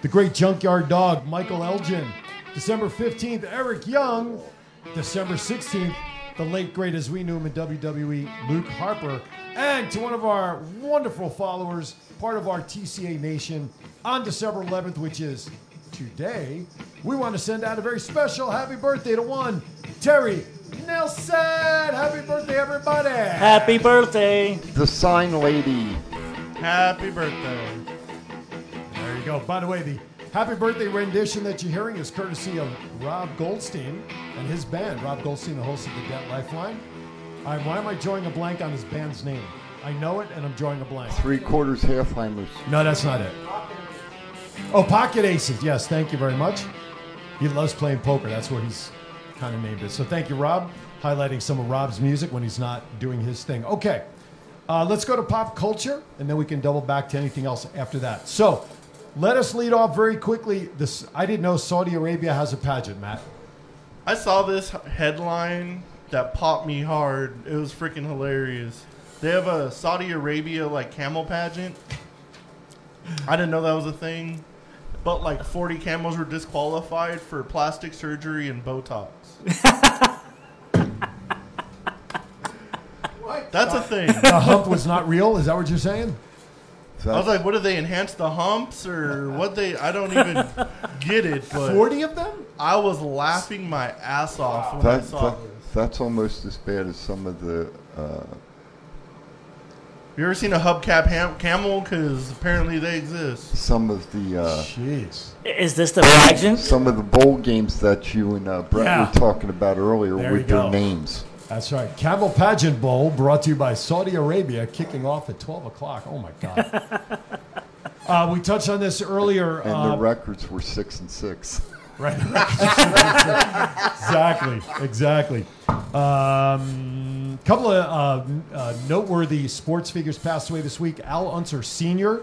Speaker 1: the great junkyard dog, Michael Elgin. December 15th, Eric Young. December 16th, the late great as we knew him in WWE, Luke Harper. And to one of our wonderful followers, part of our TCA Nation, on December 11th, which is today, we want to send out a very special happy birthday to one, Terry Nelson. Happy birthday, everybody.
Speaker 4: Happy birthday.
Speaker 2: The sign lady.
Speaker 1: Happy birthday. There you go. By the way, the happy birthday rendition that you're hearing is courtesy of Rob Goldstein and his band, Rob Goldstein, the host of the Debt Lifeline. I, why am I drawing a blank on his band's name? I know it, and I'm drawing a blank.
Speaker 2: Three quarters Halfheimers.
Speaker 1: No, that's not it. Oh, Pocket Aces. Yes, thank you very much. He loves playing poker. That's what he's kind of named it. So thank you, Rob, highlighting some of Rob's music when he's not doing his thing. Okay, uh, let's go to pop culture, and then we can double back to anything else after that. So let us lead off very quickly. This I didn't know Saudi Arabia has a pageant, Matt.
Speaker 3: I saw this headline that popped me hard. It was freaking hilarious. They have a Saudi Arabia like camel pageant. I didn't know that was a thing. But like 40 camels were disqualified for plastic surgery and Botox. That's a thing.
Speaker 1: the hump was not real. Is that what you're saying?
Speaker 3: I was like, what do they enhance the humps or what they? I don't even get it. But
Speaker 1: 40 of them?
Speaker 3: I was laughing my ass off when I
Speaker 2: That,
Speaker 3: saw
Speaker 2: that-
Speaker 3: this.
Speaker 2: that's almost as bad as some of the. Uh,
Speaker 3: You ever seen a hubcap ham- camel? Because apparently they exist.
Speaker 2: some of the. Uh,
Speaker 1: Jeez.
Speaker 4: Is this the pageant?
Speaker 2: Some of the bowl games that you and uh, Brett
Speaker 1: Yeah.
Speaker 2: were talking about earlier
Speaker 1: There you
Speaker 2: with their
Speaker 1: go.
Speaker 2: names.
Speaker 1: That's right. Camel Pageant Bowl brought to you by Saudi Arabia, kicking off at 12 o'clock. Oh my God. uh, we touched on this earlier.
Speaker 2: And
Speaker 1: uh,
Speaker 2: the records were six and six.
Speaker 1: Right. exactly. Exactly. Um, couple of uh, uh, noteworthy sports figures passed away this week. Al Unser Sr.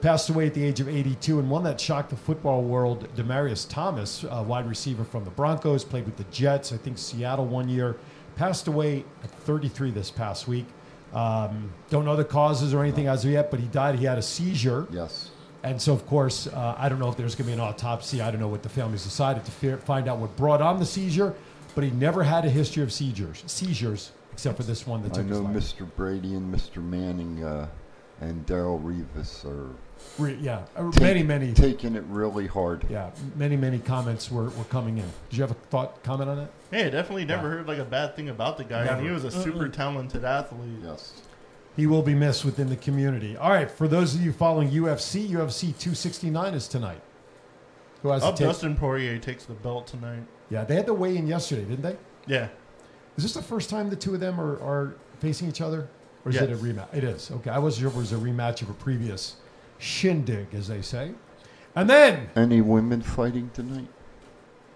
Speaker 1: passed away at the age of 82, and one that shocked the football world, Demarius Thomas, uh, wide receiver from the Broncos, played with the Jets, I think Seattle one year, passed away at 33 this past week. Um, don't know the causes or anything as of yet, but he died. He had a seizure.
Speaker 2: Yes.
Speaker 1: And so, of course, uh, I don't know if there's going to be an autopsy. I don't know what the families decided to fi- find out what brought on the seizure, but he never had a history of seizures, seizures except for this one that
Speaker 2: I
Speaker 1: took his
Speaker 2: know
Speaker 1: life.
Speaker 2: Mr. Brady and Mr. Manning uh, and Daryl Revis are.
Speaker 1: Re- yeah, uh, many, many-
Speaker 2: Taking it really hard.
Speaker 1: Yeah, many, many comments were, were coming in. Did you have a thought, comment on that?
Speaker 3: Hey, definitely never heard like a bad thing about the guy, and
Speaker 1: Never.
Speaker 3: he was a super talented athlete.
Speaker 2: Yes.
Speaker 1: He will be missed within the community. All right, for those of you following UFC, UFC 269 is tonight. Who has
Speaker 3: Up
Speaker 1: to take-
Speaker 3: Oh, Dustin Poirier takes the belt tonight.
Speaker 1: Yeah, they had the weigh in yesterday, didn't they?
Speaker 3: Yeah.
Speaker 1: Is this the first time the two of them are, are facing each other? Or is it a
Speaker 3: Yes.
Speaker 1: rematch? It is. Okay. I wasn't sure if it was a rematch of a previous shindig, as they say. And then
Speaker 2: Any women fighting tonight?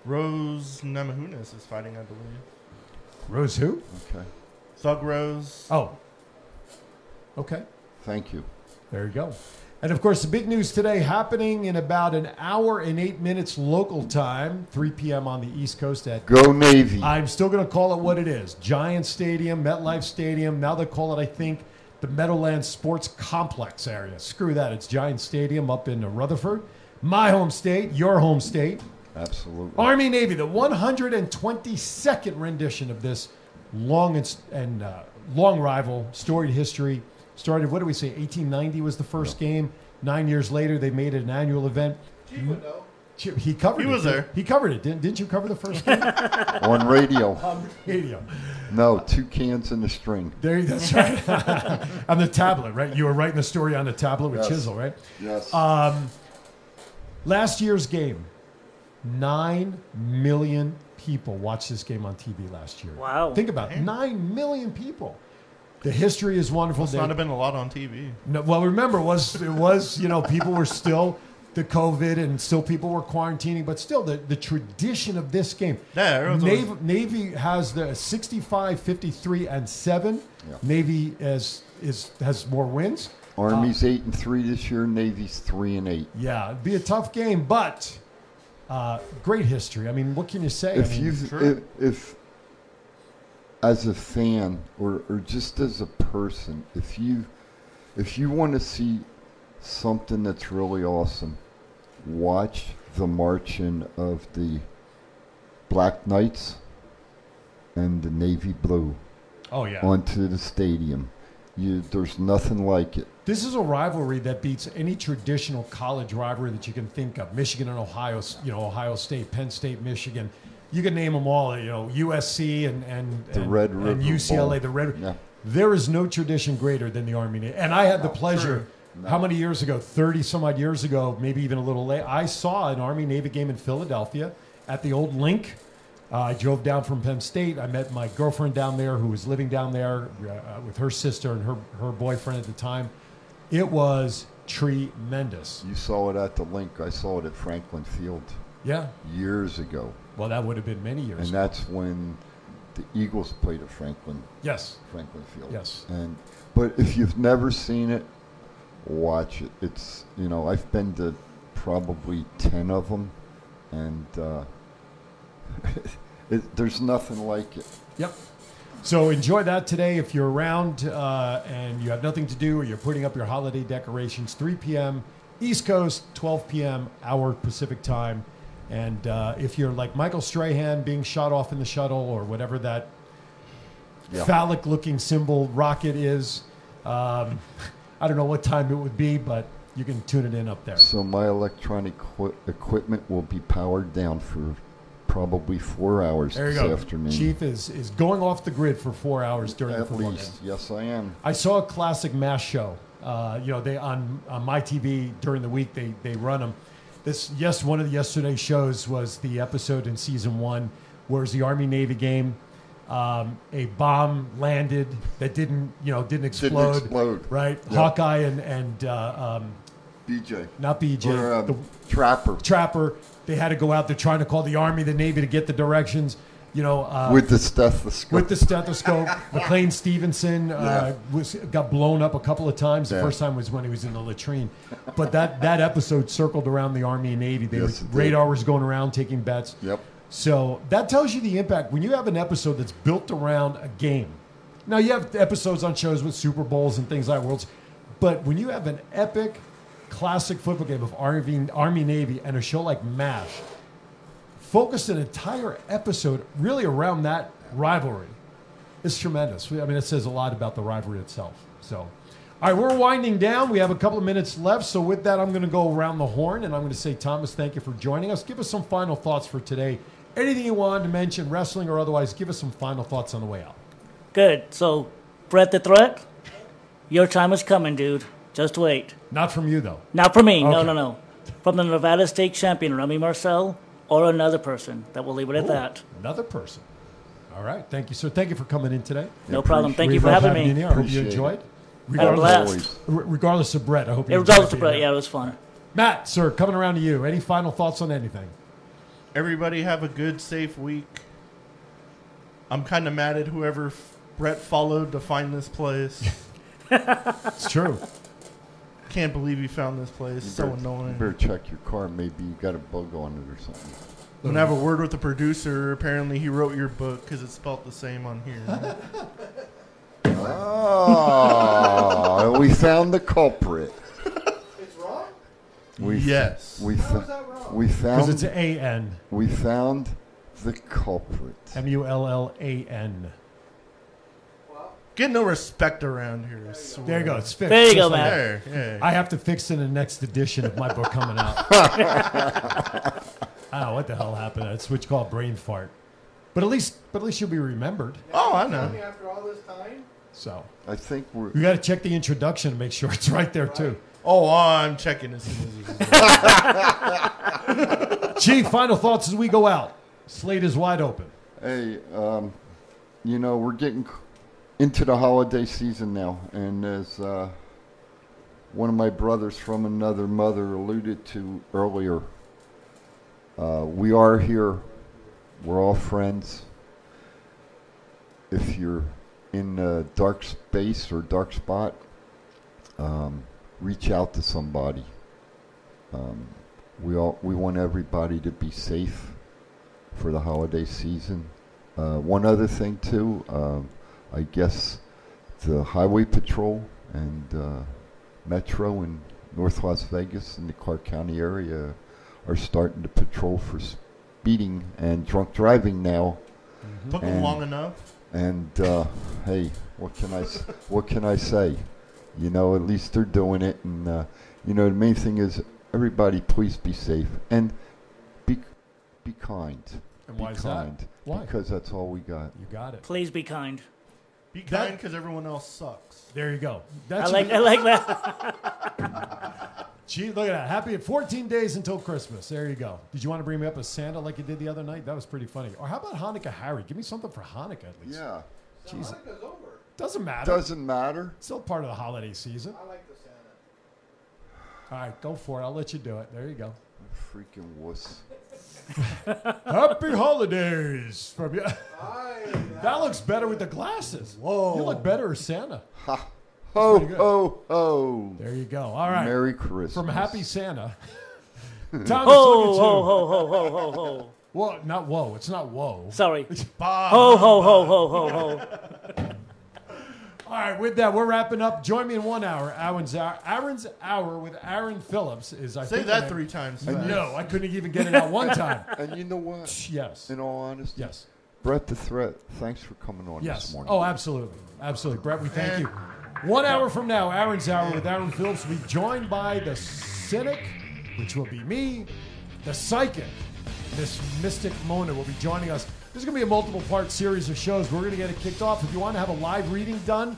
Speaker 3: Rose Namahunas is fighting, I believe.
Speaker 1: Rose who?
Speaker 2: Okay.
Speaker 3: Thug Rose.
Speaker 1: Oh. Okay.
Speaker 2: Thank you.
Speaker 1: There you go. And of course, the big news today happening in about an hour and eight minutes local time, 3 p.m. on the East Coast at
Speaker 2: Go Navy.
Speaker 1: I'm still going to call it what it is Giant Stadium, MetLife Stadium. Now they call it, I think, the Meadowlands Sports Complex area. Screw that. It's Giant Stadium up in Rutherford. My home state, your home state.
Speaker 2: Absolutely.
Speaker 1: Army Navy, the 122nd rendition of this long and, and uh, long rival storied history. Started, what do we say, 1890 was the first game. Nine years later, they made it an annual event. Chip- He covered
Speaker 3: He
Speaker 1: it.
Speaker 3: was
Speaker 1: didn't-
Speaker 3: there.
Speaker 1: He covered it. Didn't, didn't you cover the first game?
Speaker 2: On radio.
Speaker 1: On radio.
Speaker 2: No, two cans and a string.
Speaker 1: Um, There, you- that's right. on the tablet, right? You were writing the story on the tablet with
Speaker 2: Yes.
Speaker 1: chisel, right?
Speaker 2: Yes.
Speaker 1: Um, last year's game, nine million people watched this game on TV last year.
Speaker 3: Wow.
Speaker 1: Think about it,
Speaker 3: Damn.
Speaker 1: nine million people. The history is wonderful.
Speaker 3: Must
Speaker 1: They-
Speaker 3: not have been a lot on TV.
Speaker 1: no, well, remember, it was it was you know people were still the COVID and still people were quarantining, but still the, the tradition of this game.
Speaker 3: Yeah, everyone's
Speaker 1: Navy, Navy has the 65, 53, and seven.
Speaker 2: Yeah.
Speaker 1: Navy is is has more wins. Uh,
Speaker 2: Army's eight and three this year. Navy's three and eight.
Speaker 1: Yeah, it'd be a tough game, but uh, great history. I mean, what can you say? I
Speaker 2: if
Speaker 1: mean,
Speaker 2: you if, if as a fan or, or just as a person if you if you want to see something that's really awesome watch the marching of the black knights and the navy blue
Speaker 1: Oh, yeah.
Speaker 2: onto the stadium you there's nothing like it
Speaker 1: This is a rivalry that beats any traditional college rivalry that you can think of. Michigan and Ohio, you know, Ohio State, Penn State, Michigan. You can name them all. You know, USC and and
Speaker 2: The
Speaker 1: and,
Speaker 2: Red River
Speaker 1: and UCLA.
Speaker 2: Bowl.
Speaker 1: The Red.
Speaker 2: Yeah.
Speaker 1: There is no tradition greater than the Army Navy. And I had the pleasure. How many years ago? Thirty some odd years ago, maybe even a little late. I saw an Army Navy game in Philadelphia at the old link. Uh, I drove down from Penn State. I met my girlfriend down there who was living down there uh, with her sister and her, her boyfriend at the time. It was tremendous.
Speaker 2: You saw it at the link. I saw it at Franklin Field.
Speaker 1: Yeah.
Speaker 2: Years ago.
Speaker 1: Well, that would have been many years
Speaker 2: And
Speaker 1: ago.
Speaker 2: that's when the Eagles played at Franklin.
Speaker 1: Yes.
Speaker 2: Franklin Field.
Speaker 1: Yes.
Speaker 2: And but if you've never seen it, watch it. It's you know I've been to probably ten of them, and uh, it, there's nothing like it.
Speaker 1: Yep. So enjoy that today if you're around uh, and you have nothing to do or you're putting up your holiday decorations. 3 p.m. East Coast, 12 p.m. our Pacific time. And uh, if you're like Michael Strahan being shot off in the shuttle or whatever that
Speaker 2: Yeah.
Speaker 1: phallic looking symbol rocket is, um, I don't know what time it would be, but you can tune it in up there.
Speaker 2: So my electronic qu- equipment will be powered down for probably four hours
Speaker 1: There you
Speaker 2: this
Speaker 1: go.
Speaker 2: afternoon.
Speaker 1: Chief is, is going off the grid for four hours during the
Speaker 2: At
Speaker 1: football game.
Speaker 2: least, yes, I am.
Speaker 1: I saw a classic mass show. Uh, you know, they on, on my TV during the week they they run them. This yes, one of the yesterday's shows was the episode in season one where it's the Army Navy game. Um, a bomb landed that didn't you know didn't explode.
Speaker 2: explode.
Speaker 1: Right,
Speaker 2: Yeah.
Speaker 1: Hawkeye and and uh, um,
Speaker 2: BJ,
Speaker 1: not BJ,
Speaker 2: Or, um,
Speaker 1: the
Speaker 2: Trapper.
Speaker 1: Trapper. They had to go out there trying to call the Army, the Navy to get the directions. You know, uh,
Speaker 2: with the stethoscope.
Speaker 1: with the stethoscope. McLean Stevenson uh, was, got blown up a couple of times. The
Speaker 2: Yeah.
Speaker 1: first time was when he was in the latrine. But that, that episode circled around the Army and Navy. They
Speaker 2: Yes,
Speaker 1: were,
Speaker 2: it did.
Speaker 1: radar was going around taking bets.
Speaker 2: Yep.
Speaker 1: So that tells you the impact when you have an episode that's built around a game. Now you have episodes on shows with Super Bowls and things like worlds, but when you have an epic, classic football game of Army Army Navy and a show like Mash, focus an entire episode really around that rivalry. It's tremendous. I mean, it says a lot about the rivalry itself. So, all right, we're winding down. We have a couple of minutes left. So, with that, I'm going to go around the horn and I'm going to say, Thomas, thank you for joining us. Give us some final thoughts for today. Anything you wanted to mention, wrestling or otherwise, give us some final thoughts on the way out.
Speaker 4: Good. So, Brett the Threat, your time is coming, dude. Just wait.
Speaker 1: Not from you, though.
Speaker 4: Not from me. No,
Speaker 1: Okay.
Speaker 4: no, no. From the Nevada State Champion, Remy Marcel, or another person. That we'll leave it at
Speaker 1: Ooh,
Speaker 4: that.
Speaker 1: Another person. All right. Thank you, sir. Thank you for coming in today.
Speaker 4: No Yeah, problem. appreciate Thank you it. for having me.
Speaker 1: you in here. I hope you
Speaker 4: Appreciate it.
Speaker 1: enjoyed.
Speaker 4: Had a blast.
Speaker 1: Regardless, re- regardless of Brett, I hope you
Speaker 4: It was
Speaker 1: enjoyed
Speaker 4: all to
Speaker 1: being
Speaker 4: Brett.
Speaker 1: here.
Speaker 4: Yeah, it was fun.
Speaker 1: Matt, sir, coming around to you. Any final thoughts on anything?
Speaker 3: Everybody have a good, safe week. I'm kind of mad at whoever f- Brett followed to find this place.
Speaker 1: it's true.
Speaker 3: Can't believe he found this place.
Speaker 2: You
Speaker 3: so
Speaker 2: better- You
Speaker 3: annoying.
Speaker 2: better check your car. Maybe you got a bug on it or something.
Speaker 3: I'm gonna have a word with the producer. Apparently, he wrote your book because it's spelled the same on here.
Speaker 2: Oh, we found the culprit. It's wrong. We f-
Speaker 1: Yes.
Speaker 2: we
Speaker 1: How
Speaker 2: f-
Speaker 1: is that wrong?
Speaker 2: we
Speaker 1: 'Cause
Speaker 2: found
Speaker 1: it's A N.
Speaker 2: We found the culprit.
Speaker 1: M U L L A N.
Speaker 3: Get no respect around here. I swear.
Speaker 1: There you go. It's fixed.
Speaker 3: Just
Speaker 1: Just
Speaker 3: like-
Speaker 1: like
Speaker 3: There,
Speaker 1: that.
Speaker 3: yeah.
Speaker 1: I have to fix it in the next edition of my book coming out. oh, what the hell happened? That's what you call a brain fart. But at least, but at least you'll be remembered.
Speaker 3: Oh, I know.
Speaker 14: After all this time,
Speaker 1: So
Speaker 2: I think we're.
Speaker 1: you got to check the introduction to make sure it's right there too.
Speaker 3: Oh, I'm checking as soon as you.
Speaker 1: Chief, final thoughts as we go out. Slate is wide open.
Speaker 2: Hey, um, you know we're getting c- into the holiday season now, and as uh, one of my brothers from another mother alluded to earlier, uh, we are here. We're all friends. If you're in a dark space or dark spot, um, reach out to somebody. Um, we all we want everybody to be safe for the holiday season. Uh, one other thing too, um, I guess the Highway Patrol and uh, Metro in North Las Vegas and the Clark County area are starting to patrol for speeding and drunk driving now.
Speaker 3: Took 'em
Speaker 2: And-
Speaker 3: long enough.
Speaker 2: And uh, hey, what can I s- what can I say? You know, at least they're doing it, and uh, you know the main thing is everybody, please be safe and be be kind.
Speaker 1: And
Speaker 2: be
Speaker 1: why is that?
Speaker 2: kind.
Speaker 1: Why?
Speaker 2: Because that's all we got.
Speaker 1: You got it.
Speaker 4: Please be kind.
Speaker 3: Be kind because everyone else sucks.
Speaker 1: There you go.
Speaker 4: I like. I like that.
Speaker 1: Gee, look at that. Happy 14 days until Christmas. There you go. Did you want to bring me up a Santa like you did the other night? That was pretty funny. Or how about Hanukkah Harry? Give me something for Hanukkah at least.
Speaker 2: Yeah.
Speaker 1: Jeez. Doesn't matter.
Speaker 2: Doesn't matter.
Speaker 1: Still part of the holiday season. I like the Santa. All right, go for it. I'll let you do it. There you go.
Speaker 2: Freaking wuss.
Speaker 1: Happy holidays from you. that looks better with the glasses. Whoa. You look better as Santa.
Speaker 2: Ha. Oh. Ho, ho, ho.
Speaker 1: There you go. All right.
Speaker 2: Merry Christmas.
Speaker 1: From Happy Santa.
Speaker 4: ho,
Speaker 1: Thomas, look at you.
Speaker 4: ho, ho, ho, ho, ho, ho.
Speaker 1: Whoa, not whoa. It's not whoa.
Speaker 4: Sorry.
Speaker 1: It's Bob.
Speaker 4: Ho, ho, ho, ho, ho, ho.
Speaker 1: All right, with that, we're wrapping up. Join me in one hour. Aaron's hour, Aaron's hour with Aaron Phillips is I
Speaker 3: Say
Speaker 1: think
Speaker 3: that
Speaker 1: my-
Speaker 3: three times
Speaker 1: I
Speaker 3: fast.
Speaker 1: know. I couldn't even get it out one time.
Speaker 2: And you know what?
Speaker 1: Yes.
Speaker 2: In all honesty.
Speaker 1: Yes.
Speaker 2: Brett the Threat, thanks for coming on
Speaker 1: Yes.
Speaker 2: this morning.
Speaker 1: Oh, absolutely. Absolutely. Brett, we thank you. One hour from now, Aaron's Hour with Aaron Phillips will be joined by the cynic, which will be me, the psychic, Miss Mystic Mona will be joining us. This is going to be a multiple part series of shows. We're going to get it kicked off. If you want to have a live reading done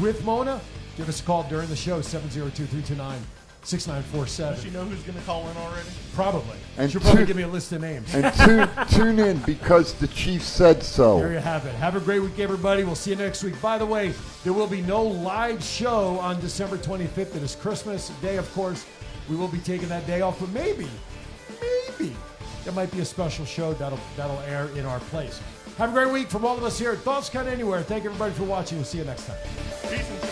Speaker 1: with Mona, give us a call during the show, 702 329
Speaker 3: Does she
Speaker 1: 6947.
Speaker 3: know who's going to call in already?
Speaker 1: Probably.
Speaker 2: And
Speaker 1: She'll probably
Speaker 2: two-
Speaker 1: give me a list of names.
Speaker 2: And tune, tune in because the chief said so.
Speaker 1: There you have it. Have a great week, everybody. We'll see you next week. By the way, there will be no live show on December 25th. It is Christmas Day, of course. We will be taking that day off, but maybe, maybe there might be a special show that'll that'll air in our place. Have a great week from all of us here at Thoughts Count Anywhere. Thank you, everybody, for watching. We'll see you next time.
Speaker 3: Peace and